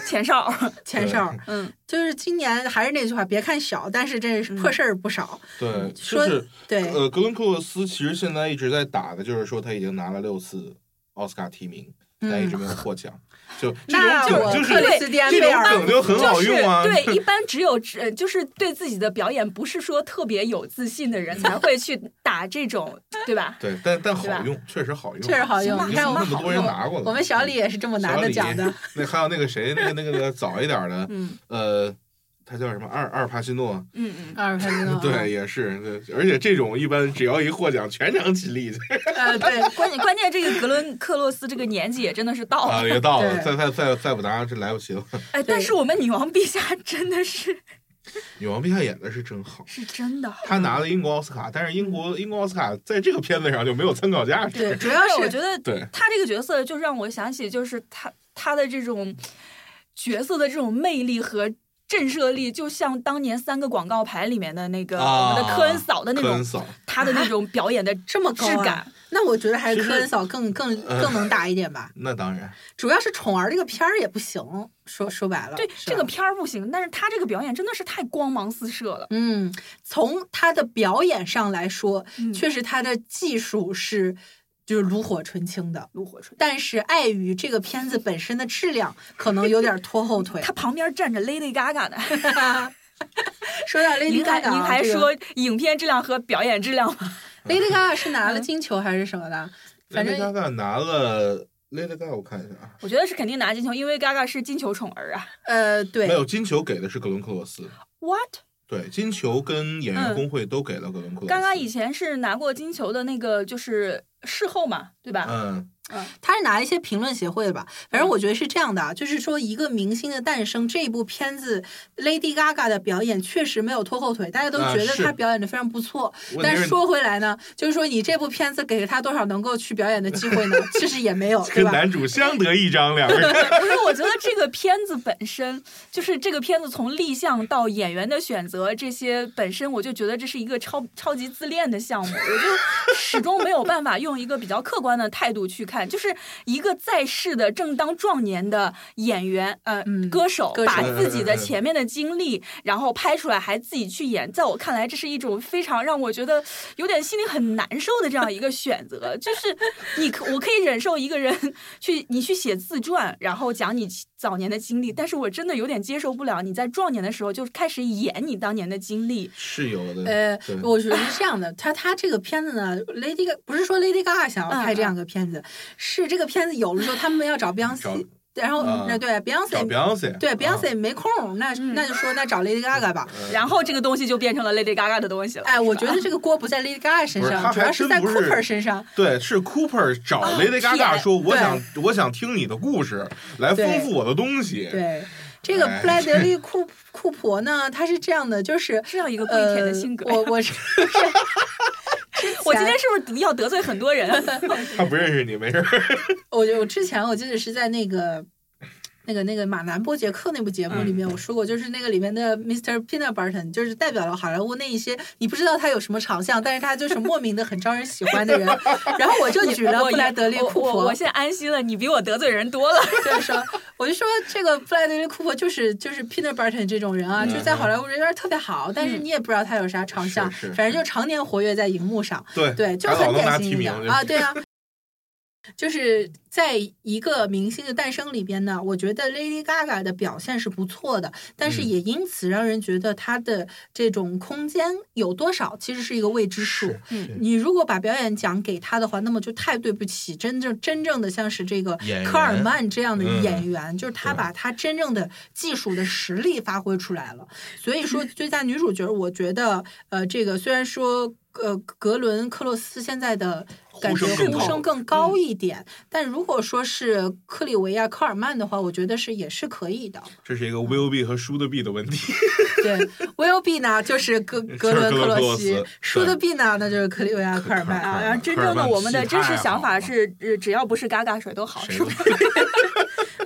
Speaker 3: 前哨，
Speaker 1: 前哨儿
Speaker 3: 嗯，
Speaker 1: 就是今年还是那句话，别看小，但是这破事儿不少，
Speaker 2: 对，就
Speaker 1: 嗯说
Speaker 2: 是
Speaker 1: 对。
Speaker 2: 呃，格伦克罗斯其实现在一直在打的就是说他已经拿了六次奥斯卡提名，
Speaker 1: 嗯
Speaker 2: 但一直没有获奖。就这
Speaker 1: 那
Speaker 2: 种
Speaker 1: 我
Speaker 2: 梗就是
Speaker 1: 克里斯蒂安
Speaker 2: 这
Speaker 1: 贝
Speaker 2: 种
Speaker 1: 尔
Speaker 2: 梗就很好用啊。
Speaker 3: 就是对，一般只有呃就是对自己的表演不是说特别有自信的人才会去打这种，对吧？
Speaker 2: 对，但但
Speaker 3: 对吧
Speaker 2: 好用，确实好用，
Speaker 1: 确实好用
Speaker 2: 已经
Speaker 1: 你看我
Speaker 2: 那
Speaker 1: 们
Speaker 2: 么多人拿过了。
Speaker 1: 我们小李也是这么拿
Speaker 2: 小
Speaker 1: 的
Speaker 2: 李
Speaker 1: 奖的，
Speaker 2: [laughs] 那还有那个谁，那个那个那个早一点的，
Speaker 3: 嗯
Speaker 2: 呃，他叫什么？阿尔阿尔帕西诺，
Speaker 3: 嗯嗯，
Speaker 1: 二分钟
Speaker 2: 对，也是，对而且这种一般只要一获奖，全场起立
Speaker 1: 呃，对，
Speaker 3: 关键关键这个格伦克洛斯这个年纪也真的是到
Speaker 2: 啊，
Speaker 3: 了，
Speaker 2: 也到了，
Speaker 1: 哦对
Speaker 2: 再再再再不拿，这来不及了。
Speaker 3: 哎，但是我们女王陛下真的是
Speaker 2: 女王陛下演的是真好，
Speaker 3: 是真的好，
Speaker 2: 她拿了英国奥斯卡，但是英国英国奥斯卡在这个片子上就没有参考价值。
Speaker 1: 对，主
Speaker 3: 但
Speaker 1: 要
Speaker 3: 是我
Speaker 1: 是
Speaker 3: 觉得
Speaker 2: 对
Speaker 3: 他这个角色就让我想起，就是他他的这种角色的这种魅力和震慑力，就像当年三个广告牌里面的那个我
Speaker 2: 啊
Speaker 3: 们的科恩嫂的那
Speaker 2: 科恩
Speaker 3: 种，
Speaker 2: 嫂，
Speaker 3: 他的那种表 [laughs] 演的质
Speaker 1: 这么高啊
Speaker 3: 感。。
Speaker 1: 那我觉得还是
Speaker 2: 其实
Speaker 1: 科恩嫂更更
Speaker 2: 呃
Speaker 1: 更能打一点吧。
Speaker 2: 那当然，
Speaker 1: 主要是宠儿这个片儿也不行，说说白了，
Speaker 3: 对
Speaker 1: 是吧
Speaker 3: 这个片儿不行，但是他这个表演真的是太光芒四射了。
Speaker 1: 嗯，从他的表演上来说，
Speaker 3: 嗯
Speaker 1: 确实他的技术是就是炉火纯青的，
Speaker 3: 炉火纯。
Speaker 1: 但是碍于这个片子本身的质量，可能有点拖后腿
Speaker 3: 他。旁边站着 Lady Gaga 呢，
Speaker 1: 说到 Lady
Speaker 3: [laughs] 您还
Speaker 1: Gaga，啊
Speaker 3: 您还
Speaker 1: 这个
Speaker 3: 说影片质量和表演质量吗？
Speaker 1: Lady Gaga 是拿
Speaker 3: 嗯
Speaker 1: 了金球还是什么的？反正
Speaker 2: Lady Gaga 拿了 Lady Gaga，我看一下啊，
Speaker 3: 我觉得是肯定拿金球，因为 Gaga 是金球宠儿啊。
Speaker 1: 呃，
Speaker 2: 没
Speaker 1: 对，
Speaker 2: 有金球给的是格伦克罗斯，
Speaker 3: What？
Speaker 2: 对，金球跟
Speaker 1: 嗯
Speaker 2: 演员工会都给了格伦克罗斯。
Speaker 3: 刚刚以前是拿过金球的那个，就是事后嘛，对吧？
Speaker 2: 嗯，
Speaker 1: 他是拿一些评论协会的吧，反
Speaker 3: 嗯
Speaker 1: 正我觉得是这样的啊，就是说一个明星的诞生这一部片子，Lady Gaga 的表演确实没有拖后腿，大家都
Speaker 2: 啊
Speaker 1: 觉得
Speaker 2: 是
Speaker 1: 她表演的非常不错。
Speaker 2: 问
Speaker 1: 但
Speaker 2: 题
Speaker 1: 是
Speaker 2: 是
Speaker 1: 说回来呢，就是说你这部片子给了她多少能够去表演的机
Speaker 2: [laughs]
Speaker 1: 会呢？其实也没有，对
Speaker 2: 跟
Speaker 1: 吧？
Speaker 2: 男主相得益彰，两个
Speaker 1: 呃
Speaker 2: 人。
Speaker 3: 不是，我觉得这个片子本身就是这个片子从立项到演员的选择这些本身，我就觉得这是一个超超级自恋的项目，我就始终没有办法用一个比较客观的态度去看，就是一个在世的正当壮年的演员，呃，
Speaker 1: 嗯
Speaker 3: 歌手
Speaker 1: 歌手
Speaker 3: 把自己的前面的经历，然后拍出来还自己去演，在我看来，这是一种非常让我觉得有点心里很难受的这样一个选择，就是你可我可以忍受一个人去你去写自传，然后讲你早年的经历，但是我真的有点接受不了你在壮年的时候就开始演你当年的经历，
Speaker 2: 是有的，
Speaker 1: 呃
Speaker 2: [laughs] 对，
Speaker 1: 我觉得是这样的，他他这个片子呢，Lady Gaga 不是说 Lady Gaga 想要拍
Speaker 3: 嗯
Speaker 1: 这样个片子，是这个片子有的时候他们要找 Beyonce，然后
Speaker 2: 啊
Speaker 1: 那对 Beyonce
Speaker 2: 嗯找 Beyonce，
Speaker 1: 对
Speaker 2: 啊
Speaker 1: Beyonce 没空儿，那
Speaker 3: 嗯
Speaker 1: 那就说那找 Lady Gaga 吧。
Speaker 3: 然后这个东西就变成了 Lady Gaga 的东西了。
Speaker 1: 哎，我
Speaker 3: 是
Speaker 1: 觉
Speaker 3: 吧
Speaker 1: 得这个锅不在 Lady Gaga 身
Speaker 2: 不是
Speaker 1: 上，
Speaker 2: 他
Speaker 1: 主要
Speaker 2: 还
Speaker 1: 是
Speaker 2: 真
Speaker 1: 在
Speaker 2: 不是
Speaker 1: Cooper 身上。
Speaker 2: 对，是 Cooper 找 Lady
Speaker 3: 舔
Speaker 2: Gaga 说，我
Speaker 1: 哦对
Speaker 2: 想我想听你的故事，来丰富我的东西。
Speaker 1: 对，这个
Speaker 2: 哎
Speaker 1: 布莱德
Speaker 2: [laughs]
Speaker 1: 利库库珀呢，他是这样的，就是
Speaker 3: 这样一个跪
Speaker 1: 呃
Speaker 3: 舔的性格，，
Speaker 1: 我我
Speaker 3: [laughs]
Speaker 1: 是 [laughs]
Speaker 3: 我今天是不是要得罪很多人？
Speaker 2: 他不认识你，没事儿。
Speaker 1: 我我之前我记得是在那个。那个那个马南波杰克那部节目里面，我说过，就是那个里面的 Mr. Peanut Barton，就是代表了好莱坞那一些你不知道他有什么长项，但是他就是莫名的很招人喜欢的人。然后我就举了
Speaker 3: [laughs] 我
Speaker 1: 布莱德利库
Speaker 3: 我我
Speaker 1: 珀
Speaker 3: 我，现在安心了，你比我得罪人多了。
Speaker 1: 对，说我就说这个布莱德利库珀就是就是 Peter Barton 这种人啊，
Speaker 2: 嗯
Speaker 1: 就在好莱坞人缘特别好，但是你也不知道他有啥长项，
Speaker 2: 是是
Speaker 1: 反正就常年活跃在荧幕上，
Speaker 2: 对
Speaker 1: 对，就
Speaker 2: 还
Speaker 1: 很
Speaker 2: 老能拿
Speaker 1: 典
Speaker 2: 提
Speaker 1: 型一
Speaker 2: 名
Speaker 1: 个啊，对啊。就是在一个明星的诞生里边呢，我觉得 Lady Gaga 的表现是不错的，但是
Speaker 2: 嗯
Speaker 1: 也因此让人觉得她的这种空间有多少，其实是一个未知数。
Speaker 2: 嗯
Speaker 1: 你如果把表演奖给他的话，那么就太对不起真正真正的像是这个
Speaker 2: 演员
Speaker 1: 科尔曼这样的
Speaker 2: 嗯
Speaker 1: 演员，就是他
Speaker 2: 对
Speaker 1: 把他真正的技术的实力发挥出来了。所以说，最佳女主角，我觉得呃，这个虽然说呃格伦克洛斯现在的。感觉呼
Speaker 2: 呼声更高嗯
Speaker 1: 声更高一点，但如果说是克里维亚·科尔曼的话，我觉得是也是可
Speaker 2: [laughs]
Speaker 1: 以的。
Speaker 2: 这是一个 will be 和 should be 的问题。
Speaker 1: 对，Will B 呢就是格格伦克
Speaker 2: 就是格伦克
Speaker 1: 洛
Speaker 2: 洛
Speaker 1: 西
Speaker 2: 斯，
Speaker 1: 输的
Speaker 2: 对
Speaker 1: B 呢那就是克里维亚科尔曼
Speaker 2: 科
Speaker 1: 啊
Speaker 2: 尔。
Speaker 3: 然后呃真正
Speaker 2: 科
Speaker 3: 的
Speaker 2: 尔曼
Speaker 3: 我们的
Speaker 2: 戏
Speaker 3: 真
Speaker 2: 太
Speaker 3: 实
Speaker 2: 好
Speaker 3: 想法
Speaker 2: 了
Speaker 3: 是，呃只要不是嘎嘎谁都好，
Speaker 2: 谁
Speaker 3: 是
Speaker 2: 都
Speaker 3: 吧？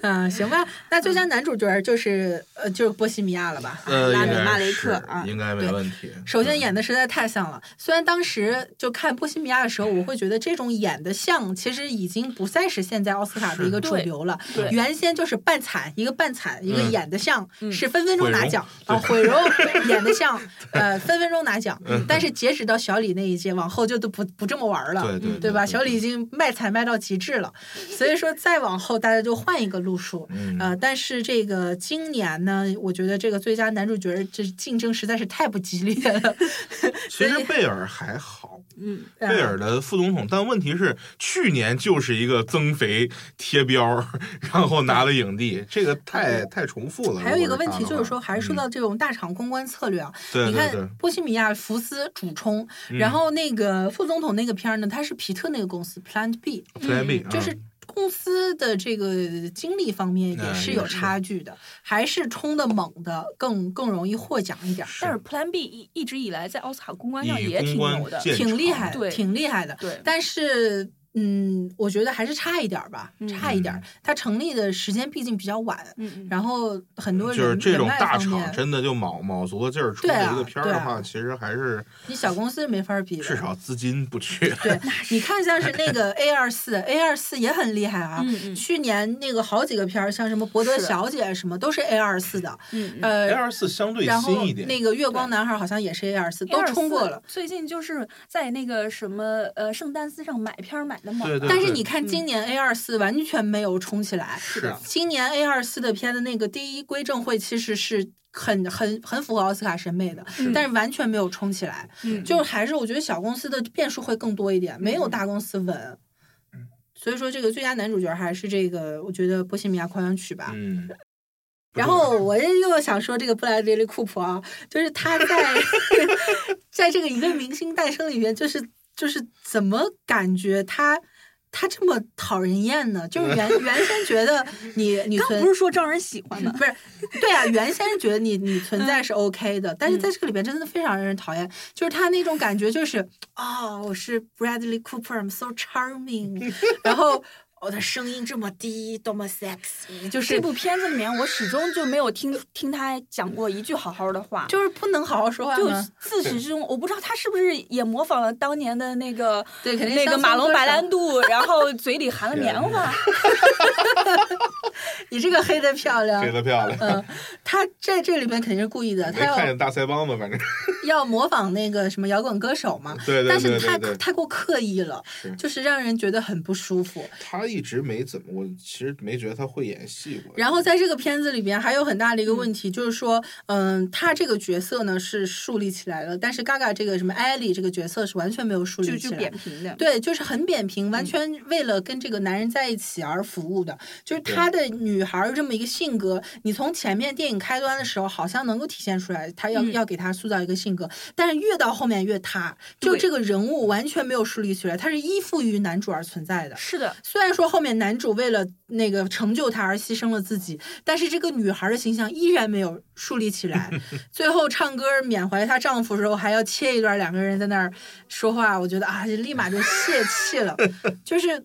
Speaker 1: 嗯，行
Speaker 2: [laughs]
Speaker 1: 吧，那最佳男主角就是呃就是波西米亚了吧？
Speaker 2: [laughs] 呃，
Speaker 1: 拉
Speaker 2: 应
Speaker 1: 美
Speaker 2: 该
Speaker 1: 马雷
Speaker 2: 是
Speaker 1: 克啊。
Speaker 2: 应该没
Speaker 1: 对
Speaker 2: 问题。
Speaker 1: 首先
Speaker 2: 嗯
Speaker 1: 演的实在太像了，虽然当时就看《波西米亚》的时候，我会觉得这种演的像，其实已经不再是现在奥斯卡的一个主
Speaker 3: 对
Speaker 1: 流了。
Speaker 3: 对
Speaker 1: 原先就是扮惨，一个扮惨，一个
Speaker 2: 嗯
Speaker 1: 演的像，
Speaker 3: 嗯
Speaker 1: 是分分钟拿奖啊，
Speaker 2: 毁
Speaker 1: 毁
Speaker 2: [laughs]
Speaker 1: 容演的像，呃，分分钟拿奖。
Speaker 2: 嗯
Speaker 1: 但是截止到小李那一届，往后就都不不这么玩了，
Speaker 2: 对对
Speaker 1: 对吧？
Speaker 2: 对
Speaker 1: 小李已经卖惨卖到极致了，所以说再往后大家就换一个路数。
Speaker 2: 嗯
Speaker 1: 呃，但是这个今年呢，我觉得这个最佳男主角儿这竞争实在是太不激烈了。 [laughs]
Speaker 2: 其实贝尔还好，
Speaker 3: 嗯，
Speaker 1: 呃
Speaker 2: 贝尔的副总统，但问题是去年就是一个增肥贴标儿，然后拿了影帝，这个太太重复了。
Speaker 1: 还有一个
Speaker 2: 如果
Speaker 1: 问
Speaker 2: 他
Speaker 1: 题
Speaker 2: 的
Speaker 1: 就是
Speaker 2: 话
Speaker 1: 说，还是说到这种大厂公关策略啊，
Speaker 2: 对
Speaker 1: 你
Speaker 2: 对对
Speaker 1: 看，波西米亚福斯主冲，
Speaker 2: 嗯
Speaker 1: 然后那个副总统那个片儿呢，它是皮特那个公司 Plan B，
Speaker 2: Plan B
Speaker 1: 嗯就
Speaker 2: 啊
Speaker 1: 是。公司的这个经历方面也
Speaker 2: 哎
Speaker 1: 是
Speaker 2: 也
Speaker 1: 有
Speaker 2: 是
Speaker 1: 差距的，还是冲的猛的更更容易获奖一点儿，
Speaker 3: 但是 Plan B 一一直以来在奥斯卡公关上
Speaker 2: 以
Speaker 3: 也挺
Speaker 2: 公关
Speaker 3: 牛的，
Speaker 2: 见
Speaker 1: 挺厉
Speaker 2: 长
Speaker 1: 害的，
Speaker 3: 对
Speaker 1: 挺厉害的。
Speaker 3: 对，
Speaker 1: 但是，嗯，我觉得还是差一点儿吧，
Speaker 3: 嗯
Speaker 1: 差一点儿。它成立的时间毕竟比较晚，
Speaker 3: 嗯嗯，
Speaker 1: 然后很多人
Speaker 2: 就是这种
Speaker 1: 人脉
Speaker 2: 大
Speaker 1: 方面
Speaker 2: 厂真的就卯卯足了劲儿出
Speaker 1: 对
Speaker 2: 了
Speaker 1: 啊
Speaker 2: 一个片儿的
Speaker 1: 对
Speaker 2: 话，
Speaker 1: 啊
Speaker 2: 其实还是
Speaker 1: 你小公司没法比的，
Speaker 2: 至少资金不缺。
Speaker 1: 对，你看像是那个 A 二四，A 二四也很厉害啊。
Speaker 3: 嗯嗯
Speaker 1: 去年那个好几个片儿，像什么《博德
Speaker 3: 是
Speaker 1: 小姐》什么，都是 A 二四的。
Speaker 3: 嗯嗯。
Speaker 2: A
Speaker 1: 呃，
Speaker 2: 二四相对
Speaker 1: 然后
Speaker 2: 新一点，
Speaker 1: 那个《月光男孩》好像也是 A 二四，都冲过了。。
Speaker 3: 最近就是在那个什么呃圣丹斯上买片儿买的猛，
Speaker 2: 对对
Speaker 1: 但是你
Speaker 3: 嗯
Speaker 1: 看，今年 A 二四完全没有冲起来。
Speaker 2: 是的
Speaker 1: 今年 A 二四的片的那个第一归正会其实是很很很符合奥斯卡审美的，
Speaker 3: 嗯
Speaker 1: 但是完全没有冲起来。
Speaker 3: 嗯
Speaker 1: 就是还是我觉得小公司的变数会更多一点，没有大公司稳。所以说，这个最佳男主角还是这个，我觉得《波西米亚狂想曲》吧。
Speaker 2: 嗯，
Speaker 1: 然后我又想说，这个布莱德利库珀啊，就是他在在这个一个明星诞生里面，就是就是怎么感觉他他这么讨人厌呢？就是原原先觉得你
Speaker 3: [laughs]
Speaker 1: 你
Speaker 3: 刚
Speaker 1: 存
Speaker 3: 不是说招人喜欢吗？
Speaker 1: 啊不是对啊，原先是觉得你你存
Speaker 2: 嗯
Speaker 1: 在是 OK 的，但是在这个里边真的非常让人讨厌，就是他那种感觉就是哦，我是 Bradley Cooper，I'm so
Speaker 2: [laughs]
Speaker 1: charming，然后。哦，他声音这么低，多么 sexy，就是
Speaker 3: [laughs] 这部片子里面，我始终就没有听听他讲过一句好好的话。
Speaker 1: 就是不能好好说话
Speaker 3: 就
Speaker 1: 吗？
Speaker 3: 自始至终，我不知道他是不是也模仿了当年的那个
Speaker 1: 对肯定
Speaker 3: 那
Speaker 1: 乡
Speaker 3: 个
Speaker 1: 村
Speaker 3: 马龙
Speaker 1: 歌
Speaker 3: 白
Speaker 1: 手
Speaker 3: 兰度，然后嘴里含了棉花。
Speaker 1: 你这个黑的漂亮
Speaker 2: 黑。的漂亮，
Speaker 1: 嗯，他在这里面肯定是故意的，
Speaker 2: 没
Speaker 1: 呃他要
Speaker 2: 看见大腮帮子，
Speaker 1: [laughs]
Speaker 2: 反正
Speaker 1: 要模仿那个什么摇滚歌手嘛，
Speaker 2: 对对
Speaker 1: 但
Speaker 2: 对
Speaker 1: 是
Speaker 2: 对
Speaker 1: 太
Speaker 2: 对。
Speaker 1: 太过刻意了
Speaker 2: 是，
Speaker 1: 就是让人觉得很不舒服。
Speaker 2: 他一直没怎么，我其实没觉得他会演戏过。
Speaker 1: 然后在这个片子里边还有很大的一个问题，就是说，嗯，他这个角色呢是树立起来了，但是 Gaga 这个什么艾莉这个角色是完全没有树
Speaker 3: 就
Speaker 1: 立
Speaker 3: 就
Speaker 1: 起来
Speaker 3: 扁。嗯平的，
Speaker 1: 对，就是很扁平，完全为了跟这个男人在一起而服务的，就是
Speaker 2: 对
Speaker 1: 她的女孩儿这么一个性格，你从前面电影开端的时候好像能够体现出来，她要、
Speaker 3: 嗯
Speaker 1: 要给她塑造一个性格，但是越到后面越塌，就
Speaker 3: 对
Speaker 1: 这个人物完全没有树立起来，他是依附于男主而存在的。
Speaker 3: 是的，
Speaker 1: 虽然说后面男主为了那个成就她而牺牲了自己，但是这个女孩的形象依然没有树立起来。最后唱歌缅怀她丈夫的时候，还要切一段两个人在那儿说话，我觉得啊，立马就泄气了。就是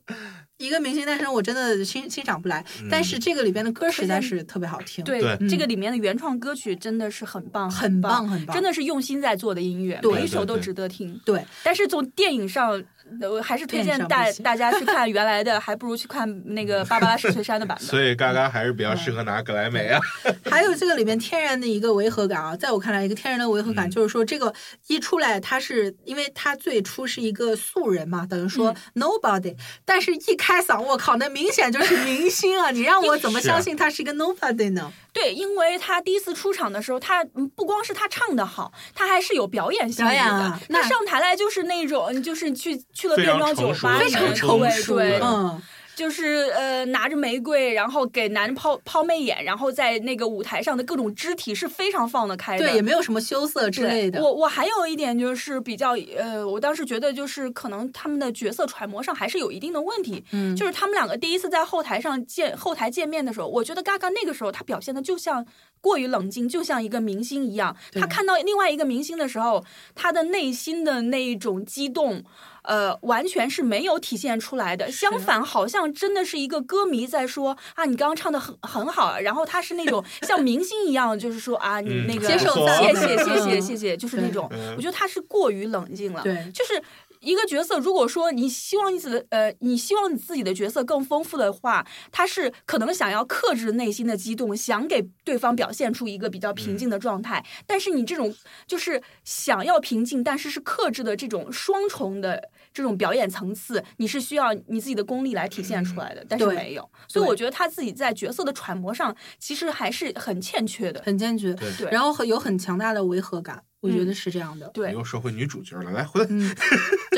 Speaker 1: 一个明星诞生，我真的欣欣赏不来，但是这个里边的歌实在是特别好听。
Speaker 3: 对
Speaker 2: 对
Speaker 3: 这个里面的原创歌曲真的是很棒，
Speaker 1: 嗯很棒
Speaker 3: 棒，
Speaker 1: 很棒
Speaker 3: 真的是用心在做的音乐，
Speaker 1: 对
Speaker 3: 每一首
Speaker 2: 对
Speaker 3: 都
Speaker 2: 对
Speaker 3: 值得听。
Speaker 1: 对
Speaker 3: 但是从电影上我还是推
Speaker 1: 电
Speaker 3: 荐
Speaker 1: 商不
Speaker 3: 大
Speaker 1: 行
Speaker 3: 大家去看原来的，还不如去看那个芭芭拉史翠珊
Speaker 1: [laughs]
Speaker 3: 的版本。
Speaker 2: 所以嘎嘎还是比较
Speaker 1: 嗯
Speaker 2: 适合拿格莱美啊。
Speaker 1: 还有这个里面天然的一个违和感啊，在我看来，一个天然的违和感
Speaker 2: 嗯
Speaker 1: 就是说，这个一出来，他是因为他最初是一个素人嘛，等于说
Speaker 3: 嗯
Speaker 1: nobody，、但是一开嗓，我靠，那明显就是明星啊！你让我怎么
Speaker 2: 是啊
Speaker 1: 相信他是一个 nobody 呢？
Speaker 3: 对，因为他第一次出场的时候，他嗯不光是他唱的好，他还是有表演性质
Speaker 1: 表演
Speaker 3: 的
Speaker 1: 啊。
Speaker 3: 他
Speaker 1: 那
Speaker 3: 上台来就是那种，就是去去了
Speaker 2: 非
Speaker 3: 变
Speaker 2: 常
Speaker 3: 装
Speaker 2: 成
Speaker 3: 酒
Speaker 2: 熟
Speaker 3: 吧
Speaker 2: 的
Speaker 3: 里
Speaker 1: 非常
Speaker 3: 面，
Speaker 1: 成
Speaker 3: 对
Speaker 1: 熟，
Speaker 3: 啊对，
Speaker 1: 嗯，
Speaker 3: 就是呃拿着玫瑰，然后给男人抛抛媚眼，然后在那个舞台上的各种肢体是非常放得开的。
Speaker 1: 对，也没有什么羞涩之
Speaker 3: 对
Speaker 1: 类的。
Speaker 3: 我我还有一点就是比较呃，我当时觉得就是可能他们的角色揣摩上还是有一定的问题。
Speaker 1: 嗯，
Speaker 3: 就是他们两个第一次在后台上见后台见面的时候，我觉得嘎嘎那个时候他表现的就像过于冷静，就像一个明星一样。
Speaker 1: 对
Speaker 3: 他看到另外一个明星的时候，他的内心的那一种激动，呃，完全是没有体现出来的。
Speaker 1: 啊
Speaker 3: 相反，好像真的是一个歌迷在说啊，你刚刚唱的很很好，然后他是那种 [laughs] 像明星一样，就是说啊，你
Speaker 2: 嗯
Speaker 3: 那个
Speaker 1: 接受赞
Speaker 3: 谢
Speaker 1: 美
Speaker 3: 谢谢谢
Speaker 1: 嗯
Speaker 3: 谢谢，就是那
Speaker 1: 对
Speaker 3: 种
Speaker 2: 嗯，
Speaker 3: 我觉得他是过于冷静了。
Speaker 1: 对，
Speaker 3: 就是一个角色，如果说你希望你自己的呃，你希望你自己的角色更丰富的话，他是可能想要克制内心的激动，想给对方表现出一个比较平
Speaker 1: 嗯
Speaker 3: 静的状态。但是你这种就是想要平静，但是是克制的这种双重的这种表演层次，你是需要你自己的功力来体现出来的，但是
Speaker 1: 嗯对
Speaker 3: 没有。所以我觉得他自己在角色的揣摩上，其实还是很欠缺的。
Speaker 1: 很坚决，
Speaker 2: 对
Speaker 3: 对，嗯
Speaker 1: 然后很有很强大的违和感，我觉得是这样的。
Speaker 3: 对
Speaker 2: 又说回女主角了，来回来。
Speaker 1: 嗯，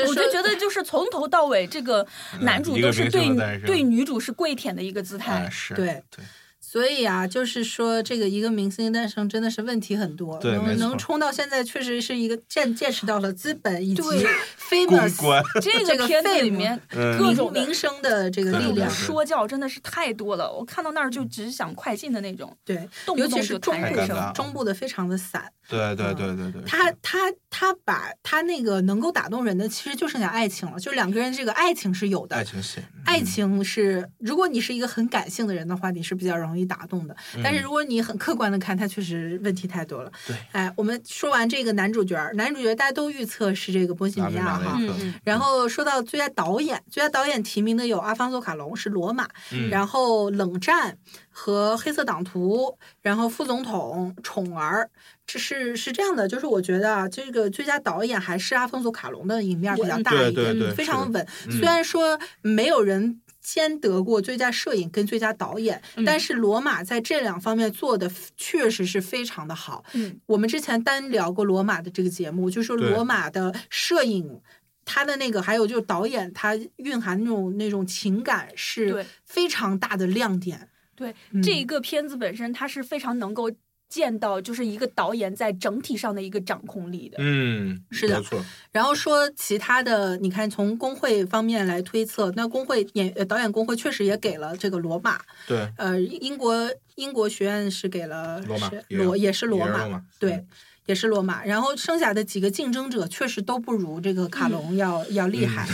Speaker 3: 我就觉得就是从头到尾，这个男主
Speaker 2: 嗯一
Speaker 3: 都
Speaker 2: 个
Speaker 3: 是
Speaker 2: 明星
Speaker 3: 对
Speaker 2: 的诞生
Speaker 3: 对女主是跪舔的一个姿态
Speaker 2: 啊，。是
Speaker 1: 对
Speaker 2: 对，
Speaker 1: 所以啊，就是说这个一个明星诞生真的是问题很多，
Speaker 2: 对没
Speaker 1: 能
Speaker 2: 错
Speaker 1: 能冲到现在，确实是一个见见识到了资本以及
Speaker 3: 对
Speaker 1: [laughs] famous
Speaker 2: 公关，
Speaker 3: 这
Speaker 1: 这
Speaker 3: 个
Speaker 1: 个
Speaker 3: 片子
Speaker 1: 废
Speaker 3: 里
Speaker 1: 物
Speaker 3: 面
Speaker 2: 嗯
Speaker 3: 各
Speaker 1: 民
Speaker 3: 种的
Speaker 1: 民生的这个
Speaker 2: 各
Speaker 1: 力
Speaker 2: 种
Speaker 1: 量
Speaker 2: 的，是
Speaker 3: 说教真的是太多了，我看到那儿就只想快进的那种，
Speaker 1: 对，
Speaker 3: 动不
Speaker 1: 尤其
Speaker 3: 动
Speaker 1: 是
Speaker 3: 就
Speaker 1: 中
Speaker 3: 谈
Speaker 2: 太
Speaker 1: 部
Speaker 2: 尴
Speaker 3: 人
Speaker 2: 尬了
Speaker 3: 生。
Speaker 1: 的中部的非常的散，
Speaker 2: 对对对对对，
Speaker 1: 他
Speaker 2: 是
Speaker 1: 他他把他那个能够打动人的，其实就剩下爱情了，就两个人这个爱情是有
Speaker 2: 爱
Speaker 1: 的。
Speaker 2: 情线，嗯
Speaker 1: 爱情是，如果你是一个很感性的人的话，你是比较容易打动的。但是如果你很客观的看，它确实问题太多了。
Speaker 2: 嗯对，
Speaker 1: 哎，我们说完这个男主角儿，男主角大家都预测是这个波西
Speaker 2: 达
Speaker 1: 米
Speaker 2: 米
Speaker 1: 亚
Speaker 2: 马
Speaker 1: 哈。
Speaker 2: 雷克
Speaker 3: 嗯嗯，
Speaker 1: 然后说到最佳导演，最佳导演提名的有阿方索·卡隆是《罗马》，
Speaker 2: 嗯
Speaker 1: 然后《冷战》和《黑色党徒》，然后《副总统》《宠儿》，这是是这样的，就是我觉得啊，这个最佳导演还是阿方索·卡隆的赢面比较大
Speaker 2: 对
Speaker 1: 一点，
Speaker 2: 对对
Speaker 1: 非
Speaker 2: 是
Speaker 1: 常
Speaker 2: 的
Speaker 1: 稳。
Speaker 2: 嗯
Speaker 1: 虽然说没有人。兼得过最佳摄影跟最佳导演，
Speaker 3: 嗯
Speaker 1: 但是罗马在这两方面做的确实是非常的好。
Speaker 3: 嗯，
Speaker 1: 我们之前单聊过罗马的这个节目，就是说
Speaker 2: 对
Speaker 1: 罗马的摄影，它的那个还有就是导演，它蕴含那种那种情感是
Speaker 3: 对
Speaker 1: 非常大的亮点。
Speaker 3: 对，
Speaker 1: 嗯
Speaker 3: 这一个片子本身它是非常能够见到，就是一个导演在整体上的一个掌控力的。
Speaker 2: 嗯，
Speaker 1: 是的
Speaker 2: 没错，
Speaker 1: 然后说其他的，你看从工会方面来推测，那工会演呃导演工会确实也给了这个罗马，
Speaker 2: 对，
Speaker 1: 呃，英国英国学院是给了
Speaker 2: 罗马
Speaker 1: 是
Speaker 2: 也有
Speaker 1: 罗也是罗
Speaker 2: 也是
Speaker 1: 马，
Speaker 2: 罗马
Speaker 1: 对
Speaker 2: 嗯，
Speaker 1: 也是罗马。然后剩下的几个竞争者确实都不如这个卡
Speaker 2: 嗯
Speaker 1: 隆要、要厉害。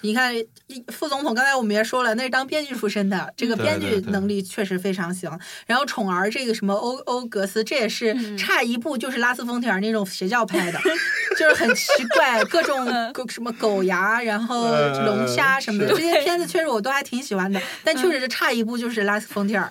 Speaker 1: 你看，一副总统刚才我们也说了，那是当编剧出身的，这个
Speaker 2: 对
Speaker 1: 编
Speaker 2: 对
Speaker 1: 剧
Speaker 2: 对
Speaker 1: 能力确实非常行。然后宠儿这个什么欧欧格斯，这也是
Speaker 3: 嗯
Speaker 1: 差一步就是拉斯冯提尔那种邪教派的，就是很奇怪，各种
Speaker 3: 嗯
Speaker 1: 狗什么狗牙，然后
Speaker 2: 呃
Speaker 1: 龙虾什么的，
Speaker 2: 是嗯
Speaker 1: 这些片子确实我都还挺喜欢的，但确实是差一步就是拉斯冯提尔。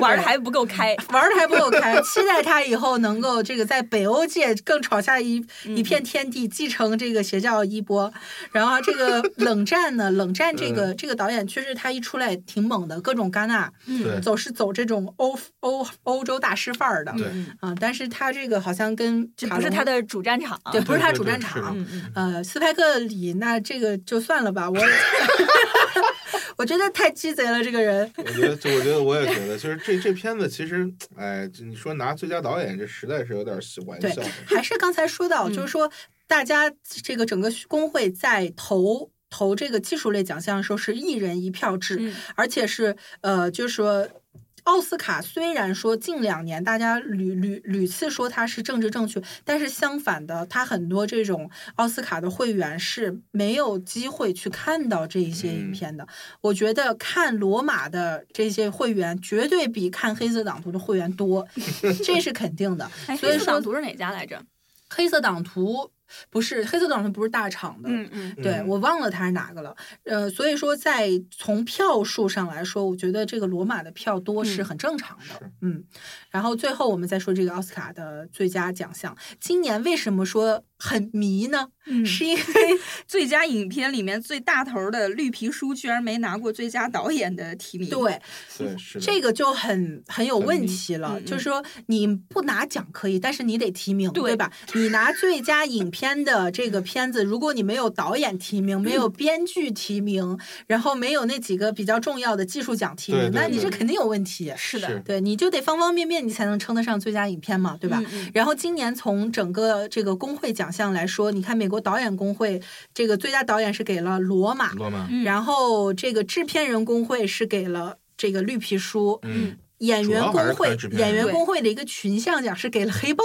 Speaker 3: 玩的还不够开，
Speaker 1: 玩的还不够开，期待他以后能够这个在北欧界更闯下一
Speaker 2: 嗯
Speaker 1: 一片天地，继承这个邪教衣钵。然后这个冷战呢，冷战这个
Speaker 2: 嗯
Speaker 1: 这个导演确实他一出来挺猛的，各种戛纳
Speaker 3: 嗯
Speaker 2: 对
Speaker 1: 走是走这种欧欧欧洲大师范儿的，
Speaker 2: 对
Speaker 3: 嗯，
Speaker 1: 啊，但是他这个好像跟
Speaker 3: 这
Speaker 1: 卡
Speaker 3: 不是
Speaker 1: 隆
Speaker 3: 他的主战场。啊
Speaker 1: 对，不是
Speaker 2: 对
Speaker 1: 他
Speaker 2: 啊对
Speaker 1: 主
Speaker 2: 对
Speaker 1: 战
Speaker 2: 是的
Speaker 1: 场，
Speaker 3: 嗯嗯，
Speaker 1: 呃，斯派克里那这个就算了吧，我 [laughs] 我觉得太鸡贼了，这个人。
Speaker 2: 我觉得，就我觉得，我也觉得，就是这这片子其实，哎，就你说拿最佳导演，这实在是有点儿玩
Speaker 1: 对
Speaker 2: 笑的。
Speaker 1: 还是刚才说到，
Speaker 3: 嗯
Speaker 1: 就是说大家这个整个工会在投投这个技术类奖项的时候是一人一票制，
Speaker 3: 嗯
Speaker 1: 而且是呃，就是说。奥斯卡虽然说近两年大家屡屡屡次说它是政治正确，但是相反的，它很多这种奥斯卡的会员是没有机会去看到这一些影
Speaker 2: 嗯
Speaker 1: 片的。我觉得看罗马的这些会员绝对比看黑色党徒的会
Speaker 3: [laughs]
Speaker 1: 员多，这是肯定的。
Speaker 3: 哎，
Speaker 1: 所以
Speaker 3: 黑色
Speaker 1: 说
Speaker 3: 党徒是哪家来着？
Speaker 1: 黑色党徒不是黑色动物城不是大厂的，
Speaker 3: 嗯嗯，
Speaker 1: 对
Speaker 2: 嗯
Speaker 1: 我忘了它是哪个了。呃，所以说在从票数上来说，我觉得这个罗马的票多是
Speaker 3: 嗯
Speaker 1: 很正常的，
Speaker 2: 是
Speaker 1: 嗯。然后最后我们再说这个奥斯卡的最佳奖项，今年为什么说很迷呢？
Speaker 3: 嗯
Speaker 1: 是因为 [laughs]
Speaker 4: 最佳影片里面最大头的绿皮书居然没拿过最佳导演的提名。，
Speaker 1: 对
Speaker 2: 对，是的
Speaker 1: 这个就很很有
Speaker 2: 很
Speaker 1: 问
Speaker 2: 迷
Speaker 1: 题了，
Speaker 4: 嗯
Speaker 1: 就
Speaker 4: 嗯
Speaker 1: 是说你不拿奖可以，但是你得提名，对
Speaker 3: 对
Speaker 1: 吧？你拿最佳影片的这个片子，如果你没有导演提名，没有编剧提名，然后没有那几个比较重要的技术奖提
Speaker 2: 对
Speaker 1: 名，
Speaker 2: 对
Speaker 1: 那你这
Speaker 2: 对
Speaker 1: 肯定有问题。
Speaker 3: 是的，
Speaker 2: 是
Speaker 1: 对，你就得方方面面，你才能称得上最佳影片嘛，对吧？
Speaker 3: 嗯
Speaker 1: 然后今年从整个这个工会奖项来说，你看美国导演工会这个最佳导演是给了《罗马》，
Speaker 2: 罗马，
Speaker 3: 嗯
Speaker 1: 然后这个制片人工会是给了这个绿皮书，
Speaker 2: 嗯，
Speaker 1: 演员
Speaker 2: 主要还
Speaker 1: 工
Speaker 2: 是
Speaker 1: 会
Speaker 2: 看制片人
Speaker 1: 演员
Speaker 3: 对
Speaker 1: 工会的一个群像奖是给了
Speaker 2: [laughs]
Speaker 1: 黑豹。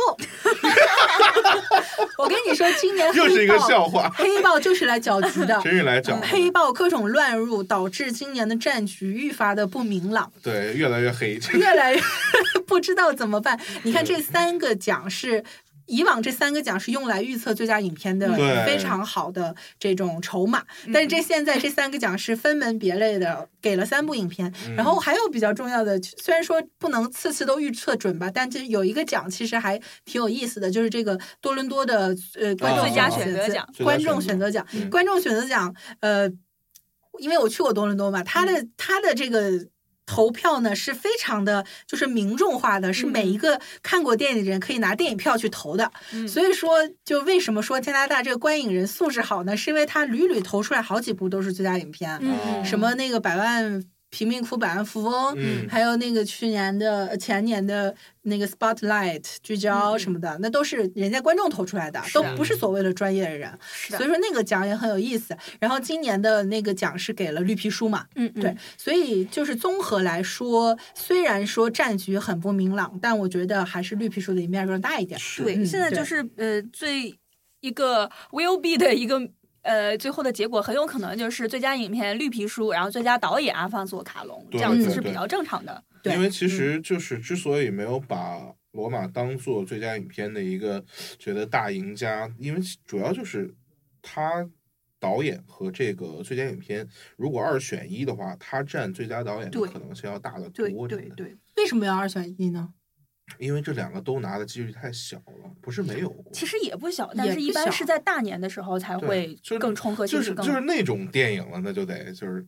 Speaker 1: 我跟你说，今年
Speaker 2: 嗯又是
Speaker 1: 黑
Speaker 2: 一个
Speaker 1: 豹
Speaker 2: 笑话，
Speaker 1: 黑豹就是来搅局的。
Speaker 2: [laughs] 真是来讲，
Speaker 1: 黑豹各种乱入，导致今年的战局愈发的不明朗，
Speaker 2: 对，越来越黑，这
Speaker 1: 越来越不知道怎么
Speaker 2: [laughs]
Speaker 1: 办。你看这三个奖是。以往这三个奖是用来预测最佳影片的
Speaker 2: 对
Speaker 1: 非常好的这种筹码，
Speaker 2: 嗯
Speaker 1: 但是这现在这三个奖是分门别类的给了三部影片，
Speaker 2: 嗯
Speaker 1: 然后还有比较重要的，虽然说不能次次都预测准吧，但这有一个奖其实还挺有意思的，就是这个多伦多的呃观众
Speaker 2: 最佳
Speaker 1: 选
Speaker 3: 选择奖
Speaker 2: 最佳
Speaker 1: 观众选
Speaker 2: 选
Speaker 1: 择
Speaker 2: 择
Speaker 1: 奖
Speaker 2: 嗯，
Speaker 1: 观众选择奖，呃，因为我去过多伦多嘛，他的
Speaker 2: 嗯
Speaker 1: 他的这个。投票呢是非常的，就是民众化的，是
Speaker 2: 嗯
Speaker 1: 每一个看过电影的人可以拿电影票去投的。
Speaker 3: 嗯
Speaker 1: 所以说，就为什么说加拿大这个观影人素质好呢？是因为他屡屡投出来好几部都是最佳影片。
Speaker 2: 嗯
Speaker 1: 什么那个百万贫民窟、百万富翁，
Speaker 2: 嗯
Speaker 1: 还有那个去年的、呃前年的那个 Spotlight 聚焦什么的，那都是人家观众投出来的，
Speaker 3: 嗯是
Speaker 1: 都
Speaker 3: 啊
Speaker 1: 不是所谓的专业的人。
Speaker 3: 是
Speaker 1: 所
Speaker 3: 的，
Speaker 1: 以说那个奖也很有意思。然后今年的那个奖是给了绿皮书嘛，
Speaker 4: 嗯嗯，
Speaker 1: 对，所以就是综合来说，虽然说战局很不明朗，但我觉得还是绿皮书的一面更大一点。
Speaker 4: 对，
Speaker 1: 嗯
Speaker 4: 现在
Speaker 1: 对
Speaker 4: 就是
Speaker 3: 呃，最一个 will be 的一个。呃，最后的结果很有可能就是最佳影片《绿皮书》，然后最佳导演阿方索·卡隆，这
Speaker 2: 对
Speaker 3: 样子
Speaker 2: 对
Speaker 3: 是比
Speaker 2: 对
Speaker 3: 较正常的。
Speaker 1: 对嗯
Speaker 2: 因为其实就是之所以没有把罗马当做最佳影片的一个觉得大赢家，因为其主要就是他导演和这个最佳影片如果二选一的话，他占最佳导演的
Speaker 4: 对
Speaker 2: 可能性要大得
Speaker 4: 对
Speaker 2: 多。
Speaker 4: 对
Speaker 2: 真的，
Speaker 4: 对，
Speaker 1: 为什么要二选一呢？
Speaker 2: 因为这两个都拿的几率太小了，不是没有过。
Speaker 3: 其实也不小，但
Speaker 1: 也
Speaker 3: 是一
Speaker 1: 不
Speaker 3: 般
Speaker 1: 小
Speaker 3: 是在大年的时候才
Speaker 2: 对
Speaker 3: 会
Speaker 2: 就是
Speaker 3: 更冲和
Speaker 2: 就
Speaker 3: 形
Speaker 2: 是
Speaker 3: 式更。
Speaker 2: 就是那种电影了，那就得就是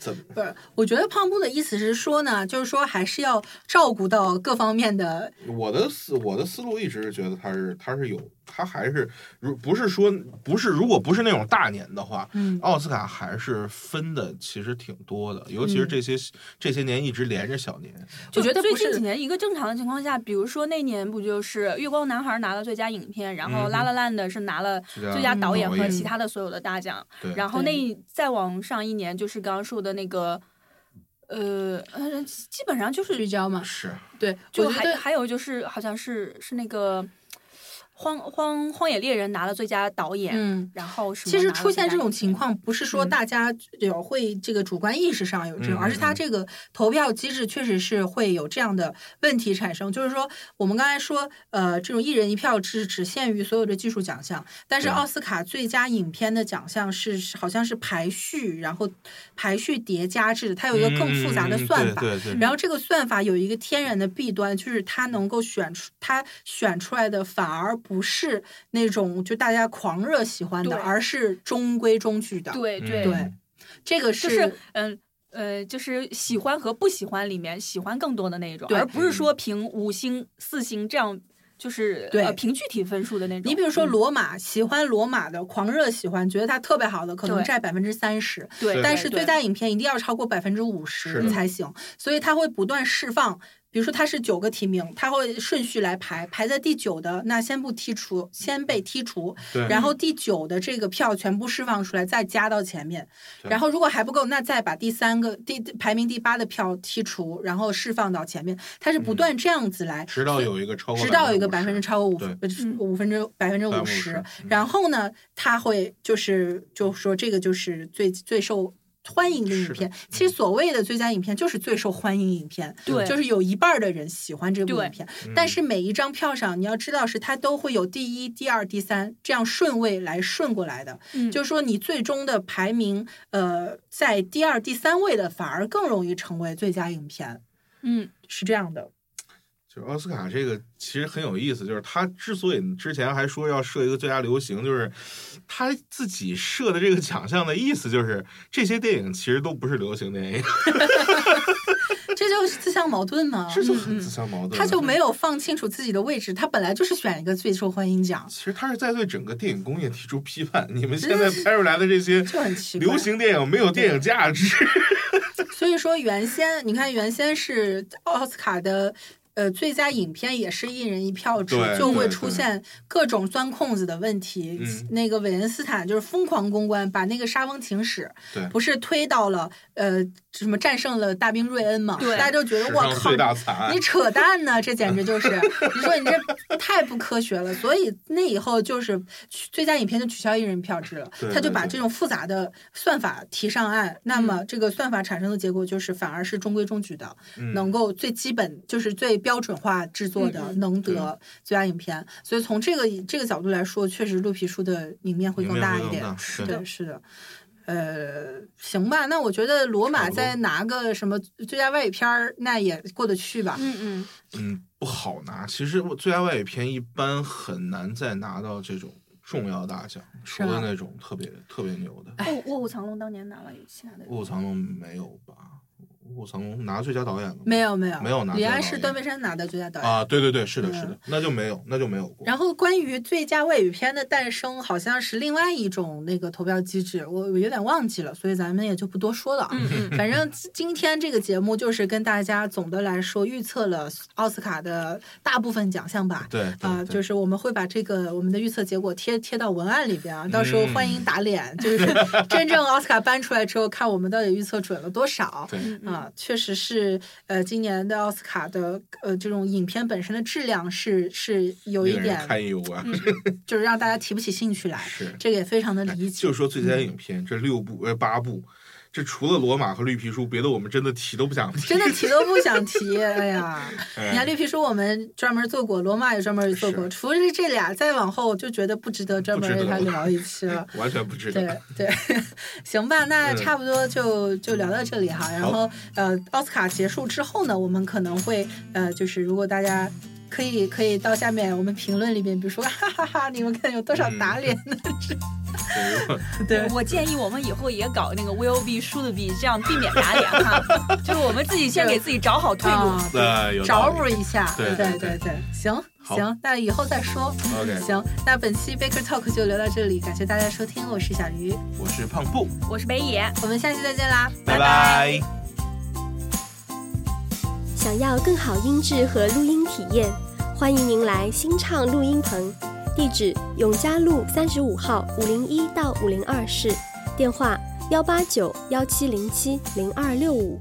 Speaker 2: 怎么
Speaker 1: 不是，我觉得胖布的意思是说呢，就是说还是要照顾到各方面的
Speaker 2: 我的思我的思路一直是觉得他是他是有他还是如不是说不是如果不是那种大年的话，
Speaker 1: 嗯
Speaker 2: 奥斯卡还是分的其实挺多的，尤其是
Speaker 1: 嗯
Speaker 2: 这些、这些年一直连着小年，
Speaker 1: 我觉得
Speaker 3: 最
Speaker 1: 不
Speaker 3: 近
Speaker 1: 是
Speaker 3: 几年一个正常的情况下，比如说那年不就是《月光男孩》拿了最佳影片，然
Speaker 2: 嗯
Speaker 3: 后《拉拉烂》的是拿了
Speaker 2: 最
Speaker 1: 啊
Speaker 3: 最佳导
Speaker 1: 嗯
Speaker 3: 演和
Speaker 2: 演
Speaker 3: 其他的所有的大奖，
Speaker 2: 对，
Speaker 3: 然后
Speaker 1: 对
Speaker 3: 那再往上一年就是刚刚说的那个，呃呃，基本上就是
Speaker 1: 聚焦嘛。
Speaker 2: 是
Speaker 1: 对，
Speaker 3: 就
Speaker 1: 我觉
Speaker 3: 还
Speaker 1: 得
Speaker 3: 还有就是好像是是那个荒荒荒野猎人拿了最佳导演，
Speaker 1: 嗯。
Speaker 3: 然后什么
Speaker 1: 其实
Speaker 3: 拿了
Speaker 1: 出
Speaker 3: 最
Speaker 1: 现
Speaker 3: 佳
Speaker 1: 这种
Speaker 3: 影
Speaker 1: 情
Speaker 3: 片，
Speaker 1: 况，不是说
Speaker 3: 嗯
Speaker 1: 大家有会这个主观意识上有这种，
Speaker 2: 嗯
Speaker 1: 而是它
Speaker 2: 嗯嗯
Speaker 1: 这个投票机制确实是会有这样的问题产生。就是说，我们刚才说，呃，这种一人一票是只限于所有的技术奖项，但是
Speaker 2: 对
Speaker 1: 奥斯卡最佳影片的奖项是是好像是排序，然后排序叠加制，它有一个更复杂的
Speaker 2: 嗯嗯嗯
Speaker 1: 算法。
Speaker 2: 对对对，
Speaker 1: 然后这个算法有一个天然的弊端，就是它能够选出它选出来的反而不是那种就大家狂热喜欢的，
Speaker 3: 对
Speaker 1: 而是中规中矩的。
Speaker 3: 对
Speaker 2: 嗯
Speaker 1: 嗯
Speaker 3: 对，
Speaker 1: 对这个、
Speaker 3: 就是是嗯。呃，就是喜欢和不喜欢里面喜欢更多的那一种，
Speaker 1: 对嗯
Speaker 3: 而不是说评五星、四星这样，就是
Speaker 1: 对
Speaker 3: 呃凭具体分数的那种。
Speaker 1: 你比如说
Speaker 3: 嗯
Speaker 1: 罗马，喜欢罗马的狂热喜欢，觉得它特别好的，可能
Speaker 3: 对
Speaker 1: 占百分之三十，
Speaker 3: 对，
Speaker 1: 但
Speaker 3: 对
Speaker 1: 是
Speaker 3: 对
Speaker 1: 最佳影片一定要超过百分之五
Speaker 2: 是
Speaker 1: 十
Speaker 2: 的
Speaker 1: 才行，所以它会不断释放。比如说它是九个提名，它会顺序来排，排在第九的那先不剔除，先
Speaker 2: 嗯
Speaker 1: 被剔除，
Speaker 2: 对
Speaker 1: 然后第九的这个票全部释放出来，再加到前面，
Speaker 2: 对
Speaker 1: 然后如果还不够，那再把第三个第排名第八的票剔除，然后释放到前面，它是不断这样子来，
Speaker 2: 直到有一个超过
Speaker 1: 直到有一个百分之
Speaker 2: 50%
Speaker 1: 超过五
Speaker 2: 对
Speaker 1: 呃
Speaker 3: 嗯
Speaker 1: 五分之百分之五十
Speaker 2: 50%，
Speaker 1: 然后呢，它会就是就说这个就是最最受欢迎的
Speaker 2: 是
Speaker 1: 影
Speaker 2: 的
Speaker 1: 片。其实所谓的最佳影片就是最受欢迎影片，
Speaker 3: 对
Speaker 1: 就是有一半儿的人喜欢这部
Speaker 3: 对
Speaker 1: 影片。
Speaker 2: 嗯
Speaker 1: 但是每一张票上，你要知道是它都会有第一、第二、第三这样顺位来顺过来的。
Speaker 3: 嗯
Speaker 1: 就是说你最终的排名，呃，在第二、第三位的反而更容易成为最佳影片，
Speaker 3: 嗯
Speaker 1: 是这样的。
Speaker 2: 就是奥斯卡这个其实很有意思，就是他之所以之前还说要设一个最佳流行，就是他自己设的这个奖项的意思就是这些电影其实都不是流行电影，
Speaker 1: 哦这就是自相矛盾嘛。
Speaker 2: [laughs] 这就很自相矛盾
Speaker 1: 嗯
Speaker 2: 了。
Speaker 1: 他就没有放清楚自己的位置，他本来就是选一个最受欢迎奖，
Speaker 2: 其实他是在对整个电影工业提出批判。你们现在拍出来的这些
Speaker 1: 嗯就很奇怪。
Speaker 2: 流行电影没有电影价值，
Speaker 1: 所以说原先你看原先是奥斯卡的。呃，最佳影片也是一人一票制
Speaker 2: 对，
Speaker 1: 就会
Speaker 2: 对
Speaker 1: 出
Speaker 2: 对
Speaker 1: 现各种钻空子的问题。
Speaker 2: 嗯
Speaker 1: 那个韦恩斯坦就是疯狂公关，把那个《沙翁情史
Speaker 2: 对》
Speaker 1: 不是推到了呃什么战胜了大兵瑞恩嘛？
Speaker 3: 对
Speaker 1: 大家就觉得
Speaker 2: 史
Speaker 1: 我
Speaker 2: 上
Speaker 1: 靠，
Speaker 2: 最大惨案
Speaker 1: 你。扯淡呢，这简直就是你说你这太不科学了。所以那以后就是取最佳影片就取消一人票制了
Speaker 2: 对，
Speaker 1: 他就把
Speaker 2: 对对
Speaker 1: 这种复杂的算法提上岸。那
Speaker 3: 嗯
Speaker 1: 么这个算法产生的结果就是反而是中规中矩的，
Speaker 2: 嗯
Speaker 1: 能够最基本就是最标准化制作的、
Speaker 3: 嗯
Speaker 1: 能
Speaker 2: 对
Speaker 1: 得最佳影片。所以从这个这个角度来说，确实绿皮书的赢面会
Speaker 2: 影
Speaker 1: 更
Speaker 2: 面
Speaker 1: 大
Speaker 2: 会
Speaker 1: 一
Speaker 2: 更
Speaker 1: 点
Speaker 2: 大。
Speaker 1: 是
Speaker 2: 对
Speaker 1: 的，是的。呃，行吧，那我觉得罗
Speaker 2: 差
Speaker 1: 马
Speaker 2: 不多
Speaker 1: 再拿个什么最佳外语片儿，那也过得去吧。
Speaker 4: 嗯嗯，
Speaker 2: 嗯，不好拿。其实我最佳外语片一般很难再拿到这种重要大奖，除
Speaker 1: 啊
Speaker 2: 了那种特别特别牛的。
Speaker 1: 哎
Speaker 3: 哦卧卧虎藏龙当年拿了，有其他的
Speaker 2: 卧虎藏龙没有吧？卧虎藏龙拿最佳导演了吗？
Speaker 1: 没有没有
Speaker 2: 没有拿
Speaker 1: 李
Speaker 2: 最佳
Speaker 1: 安
Speaker 2: 导
Speaker 1: 是
Speaker 2: 演
Speaker 1: 段佩山拿的最佳导演。
Speaker 2: 啊，对对对，是的，
Speaker 1: 嗯
Speaker 2: 是的，那就没有，那就没有过。
Speaker 1: 然后关于最佳外语片的诞生，好像是另外一种那个投票机制，我我有点忘记了，所以咱们也就不多说了。啊。[laughs]
Speaker 3: 嗯嗯
Speaker 1: 反正今今天这个节目就是跟大家总的来说预测了奥斯卡的大部分奖项吧。
Speaker 2: 对
Speaker 1: 啊、
Speaker 2: 对对
Speaker 1: 就是我们会把这个我们的预测结果贴贴到文案里边啊，到时
Speaker 2: 嗯
Speaker 1: 候欢迎打脸，就是真正奥斯卡颁出来之后，看我们到底预测准了多少。
Speaker 3: 嗯
Speaker 2: 对，
Speaker 1: 啊，确实是，呃，今年的奥斯卡的呃这种影片本身的质量是是有一
Speaker 2: 令人
Speaker 1: 点，嗯
Speaker 2: 堪忧啊！
Speaker 1: 就是让大家提不起兴趣来，
Speaker 2: 是，哎
Speaker 1: 这个也非常的理解。
Speaker 2: 就说最佳影片这六部呃八部，这除了《罗马》和《绿皮书》，别的我们真的提都不想提。
Speaker 1: 真的提都不想提，
Speaker 2: [laughs]
Speaker 1: 哎呀！你看
Speaker 2: 哎，
Speaker 1: 绿皮书，我们专门做过，罗马也专门做过，
Speaker 2: 是
Speaker 1: 除了这俩，再往后就觉得不值得专门
Speaker 2: 不值
Speaker 1: 为
Speaker 2: 得
Speaker 1: 它
Speaker 2: 了
Speaker 1: 聊一期了。
Speaker 2: 完全不值
Speaker 1: 对
Speaker 2: 得。
Speaker 1: 对， [laughs] 行吧，那
Speaker 2: 嗯
Speaker 1: 差不多就就聊到这里哈。然
Speaker 2: 好
Speaker 1: 后呃，奥斯卡结束之后呢，我们可能会呃，就是如果大家。可以可以到下面我们评论里面，比如说哈哈哈你们看有多少
Speaker 2: 嗯
Speaker 1: 打脸的？
Speaker 2: 对如果
Speaker 1: 对
Speaker 2: 嗯
Speaker 3: 我建议我们以后也搞那个 will be should be，这样避免打脸哈。 [laughs] 就是我们自己先给自己找好退路。
Speaker 1: 啊，
Speaker 2: 那有
Speaker 1: 找
Speaker 2: 道
Speaker 1: 补
Speaker 2: 理。
Speaker 1: 一下，
Speaker 2: 对
Speaker 1: 对
Speaker 2: 对
Speaker 1: 对
Speaker 2: 对
Speaker 1: 对，行
Speaker 2: 好
Speaker 1: 行，那以后再说。
Speaker 2: OK
Speaker 1: 行，那本期 Baker Talk 就聊到这里，感谢大家收听，我是小鱼，
Speaker 2: 我是胖布，
Speaker 3: 我是北野，
Speaker 1: 我们下期再见啦，
Speaker 2: 拜
Speaker 1: 拜。
Speaker 2: 拜
Speaker 5: 想要更好音质和录音体验，欢迎您来新畅录音棚，地址永嘉路三十五号五零一到五零二室，电话幺八九幺七零七零二六五。